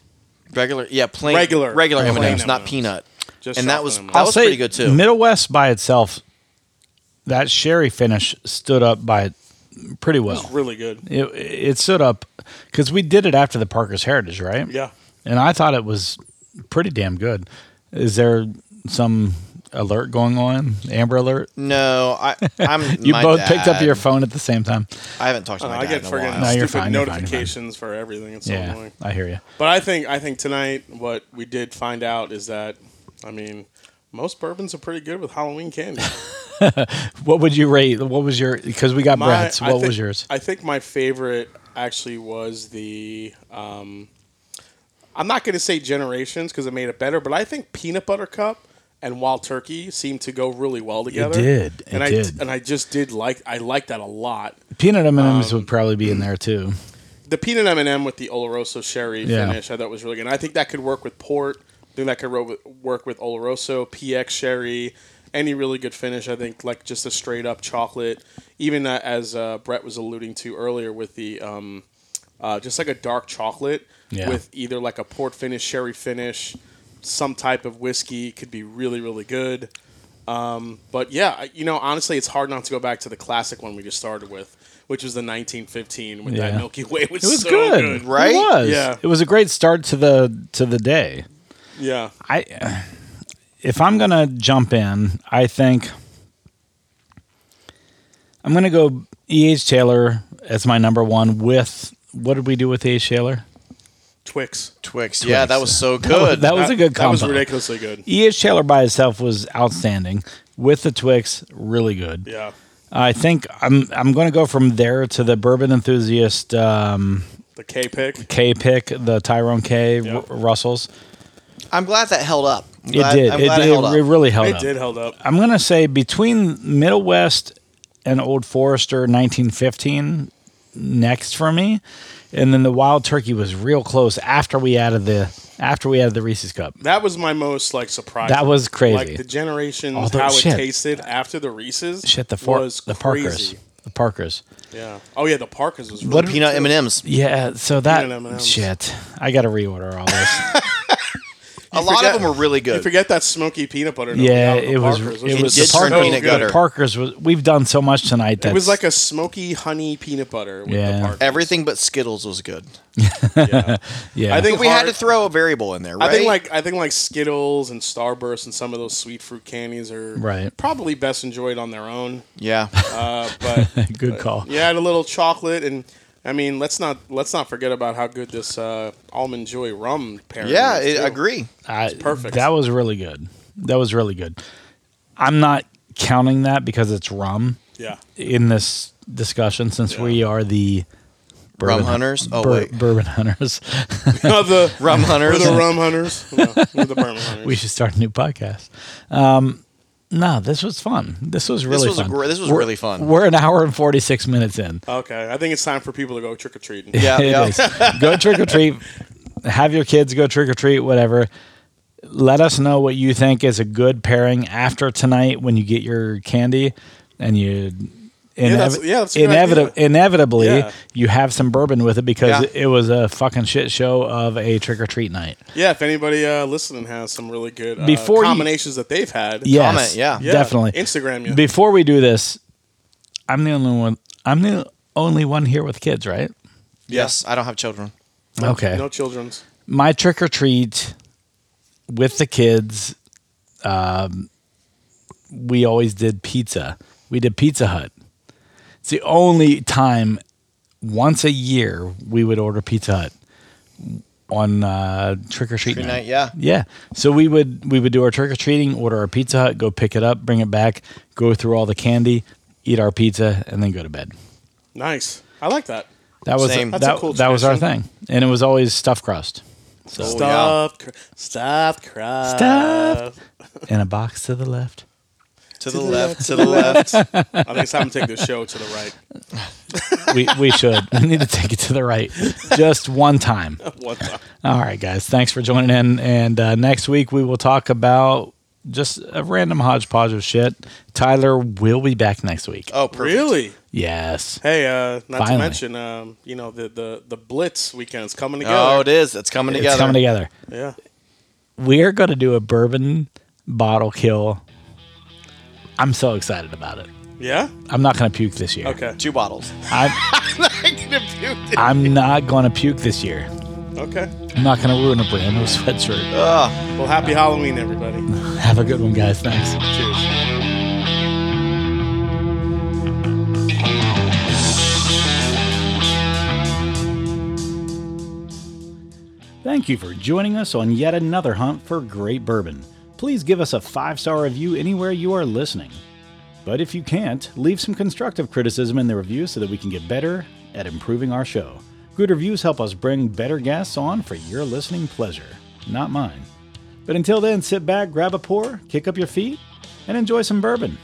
[SPEAKER 2] regular yeah plain
[SPEAKER 3] Regular.
[SPEAKER 2] regular
[SPEAKER 3] Plain
[SPEAKER 2] m&ms, not
[SPEAKER 3] M&Ms.
[SPEAKER 2] peanut
[SPEAKER 3] Just
[SPEAKER 2] and
[SPEAKER 3] chocolate
[SPEAKER 2] that was
[SPEAKER 3] M&Ms.
[SPEAKER 2] that was pretty good too
[SPEAKER 1] Middle West by itself, that sherry finish stood up by it pretty well.
[SPEAKER 2] Oh.
[SPEAKER 3] Really good.
[SPEAKER 1] It, it stood up because we did it after the Parker's Heritage, right?
[SPEAKER 3] Yeah.
[SPEAKER 1] And I thought it was pretty damn good. Is there some alert going on? Amber alert?
[SPEAKER 2] No, I, I'm.
[SPEAKER 1] You
[SPEAKER 2] my
[SPEAKER 1] both picked up
[SPEAKER 2] dad-
[SPEAKER 1] your phone at the same time.
[SPEAKER 2] I haven't talked to Oh, my
[SPEAKER 3] Oh, I
[SPEAKER 2] dad
[SPEAKER 3] get
[SPEAKER 2] in a
[SPEAKER 3] friggin'
[SPEAKER 2] while.
[SPEAKER 1] No, you're
[SPEAKER 3] stupid
[SPEAKER 1] fine, you're fine, you're
[SPEAKER 3] notifications for everything. It's so
[SPEAKER 1] yeah,
[SPEAKER 3] annoying.
[SPEAKER 1] I hear you.
[SPEAKER 3] But I think I think tonight what we did find out is that I mean most bourbons are pretty good with Halloween candy.
[SPEAKER 1] What would you rate? What was your? Because we got
[SPEAKER 3] My-
[SPEAKER 1] Brett's.
[SPEAKER 3] I
[SPEAKER 1] What
[SPEAKER 3] think-
[SPEAKER 1] was yours?
[SPEAKER 3] I think my favorite actually was the. Um, I'm not going to say generations because it made it better, but I think peanut butter cup and wild turkey seemed to go really well together.
[SPEAKER 1] did. It
[SPEAKER 3] and I
[SPEAKER 1] did.
[SPEAKER 3] and I just did like I liked that a lot.
[SPEAKER 1] Peanut M and
[SPEAKER 3] Um,
[SPEAKER 1] M's would probably be in there too.
[SPEAKER 3] The peanut M and m with the Oloroso sherry
[SPEAKER 1] Yeah.
[SPEAKER 3] finish, I thought was really good. And I think that could work with port. I think that could ro- work with Oloroso, PX sherry, any really good finish. I think like just a straight up chocolate, even uh, as uh, Brett was alluding to earlier with the um, uh, just like a dark chocolate
[SPEAKER 1] Yeah.
[SPEAKER 3] with either like a port finish, sherry finish, some type of whiskey could be really really good. But yeah, I- you know, honestly, it's hard not to go back to the classic one we just started with, which was the 1915 when
[SPEAKER 1] Yeah.
[SPEAKER 3] that Milky Way was,
[SPEAKER 1] It was
[SPEAKER 3] so
[SPEAKER 1] good.
[SPEAKER 3] good.
[SPEAKER 2] right?
[SPEAKER 1] It was.
[SPEAKER 3] Yeah.
[SPEAKER 1] It was a great start to the to the day.
[SPEAKER 3] Yeah,
[SPEAKER 1] I if I'm gonna jump in, I think I'm gonna go E. H. Taylor as my number one with what did we do with E. H. Taylor?
[SPEAKER 3] Twix.
[SPEAKER 2] Twix. Yeah, that was so good.
[SPEAKER 1] That was a good
[SPEAKER 3] That was
[SPEAKER 1] combo.
[SPEAKER 3] ridiculously good.
[SPEAKER 1] E. H. Taylor by itself was outstanding. With the Twix, really good.
[SPEAKER 3] Yeah,
[SPEAKER 1] I think I'm I'm gonna go from there to the bourbon enthusiast um,
[SPEAKER 3] the K pick.
[SPEAKER 1] K pick, the Tyrone K
[SPEAKER 3] Yeah.
[SPEAKER 1] R- Russells.
[SPEAKER 2] I'm glad that held up. I'm
[SPEAKER 1] It
[SPEAKER 2] glad,
[SPEAKER 1] did.
[SPEAKER 2] I'm
[SPEAKER 1] It,
[SPEAKER 2] glad it,
[SPEAKER 1] it,
[SPEAKER 2] held up.
[SPEAKER 1] it really held
[SPEAKER 3] It
[SPEAKER 1] up.
[SPEAKER 3] did held up.
[SPEAKER 1] I'm gonna say between Middle West and Old Forester, 1915, next for me, and then the Wild Turkey was real close after we added the after we added the Reese's Cup.
[SPEAKER 3] That was my most like surprise.
[SPEAKER 1] That was crazy.
[SPEAKER 3] Like the generations,
[SPEAKER 1] All the-
[SPEAKER 3] how
[SPEAKER 1] shit.
[SPEAKER 3] it tasted after the Reese's.
[SPEAKER 1] Shit, the for-
[SPEAKER 3] was
[SPEAKER 1] the
[SPEAKER 3] crazy.
[SPEAKER 1] Parkers, the Parkers.
[SPEAKER 3] Yeah. Oh yeah, the Parkers was.
[SPEAKER 1] What
[SPEAKER 3] Really
[SPEAKER 2] Peanut M and M's.
[SPEAKER 1] Yeah, so
[SPEAKER 3] Peanut
[SPEAKER 1] that
[SPEAKER 3] M&Ms.
[SPEAKER 1] shit. I gotta reorder all this.
[SPEAKER 2] A lot
[SPEAKER 3] forget-
[SPEAKER 2] of them were really
[SPEAKER 3] you
[SPEAKER 2] good.
[SPEAKER 3] forget that smoky peanut butter? that we
[SPEAKER 1] yeah,
[SPEAKER 3] got with the
[SPEAKER 1] it was
[SPEAKER 3] Parkers, which
[SPEAKER 1] it was
[SPEAKER 2] did
[SPEAKER 1] the
[SPEAKER 2] turn
[SPEAKER 1] Parkers.
[SPEAKER 2] peanut
[SPEAKER 1] the
[SPEAKER 2] gutter.
[SPEAKER 1] Parkers was. We've done so much tonight. That's,
[SPEAKER 3] It was like a smoky honey peanut butter with
[SPEAKER 1] Yeah.
[SPEAKER 3] the Parkers.
[SPEAKER 2] Everything but Skittles was good.
[SPEAKER 3] Yeah.
[SPEAKER 1] yeah.
[SPEAKER 3] I think
[SPEAKER 2] We had
[SPEAKER 3] hard-
[SPEAKER 2] to throw a variable in there, right?
[SPEAKER 3] I think like I think like Skittles and Starburst and some of those sweet fruit candies are
[SPEAKER 1] Right.
[SPEAKER 3] probably best enjoyed on their own.
[SPEAKER 2] yeah,
[SPEAKER 3] Uh, but
[SPEAKER 1] good call.
[SPEAKER 3] you add a little chocolate and I mean let's not let's not forget about how good this uh, almond joy rum pairing.
[SPEAKER 2] yeah,
[SPEAKER 3] is,
[SPEAKER 2] it,
[SPEAKER 3] too.
[SPEAKER 2] I agree.
[SPEAKER 1] I,
[SPEAKER 3] perfect.
[SPEAKER 1] That was really good. That was really good. I'm not counting that because it's rum
[SPEAKER 3] Yeah,
[SPEAKER 1] in this discussion since we are the
[SPEAKER 2] Rum hunters? Oh, wait.
[SPEAKER 1] bourbon hunters.
[SPEAKER 3] Of the
[SPEAKER 2] Rum
[SPEAKER 3] We're
[SPEAKER 2] hunters.
[SPEAKER 3] the rum hunters. No, we're the bourbon hunters.
[SPEAKER 1] we should start a new podcast. Um, no, this was fun. This was really
[SPEAKER 2] was a
[SPEAKER 1] fun.
[SPEAKER 2] gr- this was
[SPEAKER 1] We're-
[SPEAKER 2] really fun.
[SPEAKER 1] We're an hour and 46 minutes in.
[SPEAKER 3] okay, I think it's time for people to go trick or treating.
[SPEAKER 2] Yeah,
[SPEAKER 1] It
[SPEAKER 2] yeah.
[SPEAKER 1] is. Go trick or treat. Have your kids go trick or treat, whatever. Let us know what you think is a good pairing after tonight when you get your candy and you.
[SPEAKER 3] that's-
[SPEAKER 1] inevi-
[SPEAKER 3] yeah, that's a good
[SPEAKER 1] inevita-
[SPEAKER 3] idea.
[SPEAKER 1] inevitably,
[SPEAKER 3] Yeah.
[SPEAKER 1] you have some bourbon with it because
[SPEAKER 2] Yeah.
[SPEAKER 1] it was a fucking shit show of a trick or treat night.
[SPEAKER 3] Yeah, if anybody uh, listening has some really good uh,
[SPEAKER 1] Before you-
[SPEAKER 3] combinations that they've had,
[SPEAKER 1] Yes,
[SPEAKER 2] Comment, yeah.
[SPEAKER 3] Yeah,
[SPEAKER 1] definitely.
[SPEAKER 3] Instagram you.
[SPEAKER 1] Before we do this, I'm the only one. I'm the only one here with kids, right?
[SPEAKER 2] Yes, I don't have children.
[SPEAKER 1] Okay.
[SPEAKER 3] no children's.
[SPEAKER 1] my trick or treat with the kids, um, we always did pizza. We did Pizza Hut. It's the only time once a year we would order Pizza Hut on uh, trick or treat
[SPEAKER 2] Good
[SPEAKER 1] night.
[SPEAKER 2] night. Yeah,
[SPEAKER 1] Yeah. So we would we would do our trick or treating, order our Pizza Hut, go pick it up, bring it back, go through all the candy, eat our pizza, and then go to bed.
[SPEAKER 3] Nice. I like that.
[SPEAKER 1] That was
[SPEAKER 2] Same.
[SPEAKER 1] that,
[SPEAKER 2] That's
[SPEAKER 3] a cool
[SPEAKER 1] that was our thing,
[SPEAKER 3] tradition.
[SPEAKER 1] and it was always stuffed crust.
[SPEAKER 2] Oh,
[SPEAKER 1] So
[SPEAKER 3] Stuffed, cr- stuffed crust.
[SPEAKER 1] Stuffed. in a box to the left.
[SPEAKER 2] to the left, to the left.
[SPEAKER 3] I think it's time to take the show to the right
[SPEAKER 1] we, we should. We need to take it to the right just one time.
[SPEAKER 3] one time.
[SPEAKER 1] All right, guys. Thanks for joining in. And uh, next week, we will talk about just a random hodgepodge of shit. Tyler will be back next week.
[SPEAKER 2] Oh, perfect.
[SPEAKER 3] Really?
[SPEAKER 1] Yes.
[SPEAKER 3] Hey, uh, not
[SPEAKER 1] Finally.
[SPEAKER 3] to mention, um, you know, the, the, the Blitz weekend is coming together.
[SPEAKER 2] Oh, it is. It's coming together.
[SPEAKER 1] It's coming together.
[SPEAKER 3] yeah.
[SPEAKER 1] We are going to do a bourbon bottle kill. I'm so excited about it.
[SPEAKER 3] Yeah?
[SPEAKER 1] I'm not going to puke this year.
[SPEAKER 3] Okay.
[SPEAKER 2] Two bottles.
[SPEAKER 1] I'm, I'm not going to puke this year.
[SPEAKER 3] Okay.
[SPEAKER 4] I'm not going to ruin a brand new sweatshirt.
[SPEAKER 3] Well, happy Halloween, everybody.
[SPEAKER 4] Have a good one, guys. Thanks.
[SPEAKER 3] Cheers.
[SPEAKER 1] Thank you for joining us on yet another hunt for great bourbon. Please give us a five star review anywhere you are listening. But if you can't, leave some constructive criticism in the review so that we can get better at improving our show. Good reviews help us bring better guests on for your listening pleasure, not mine. But until then, sit back, grab a pour, kick up your feet, and enjoy some bourbon.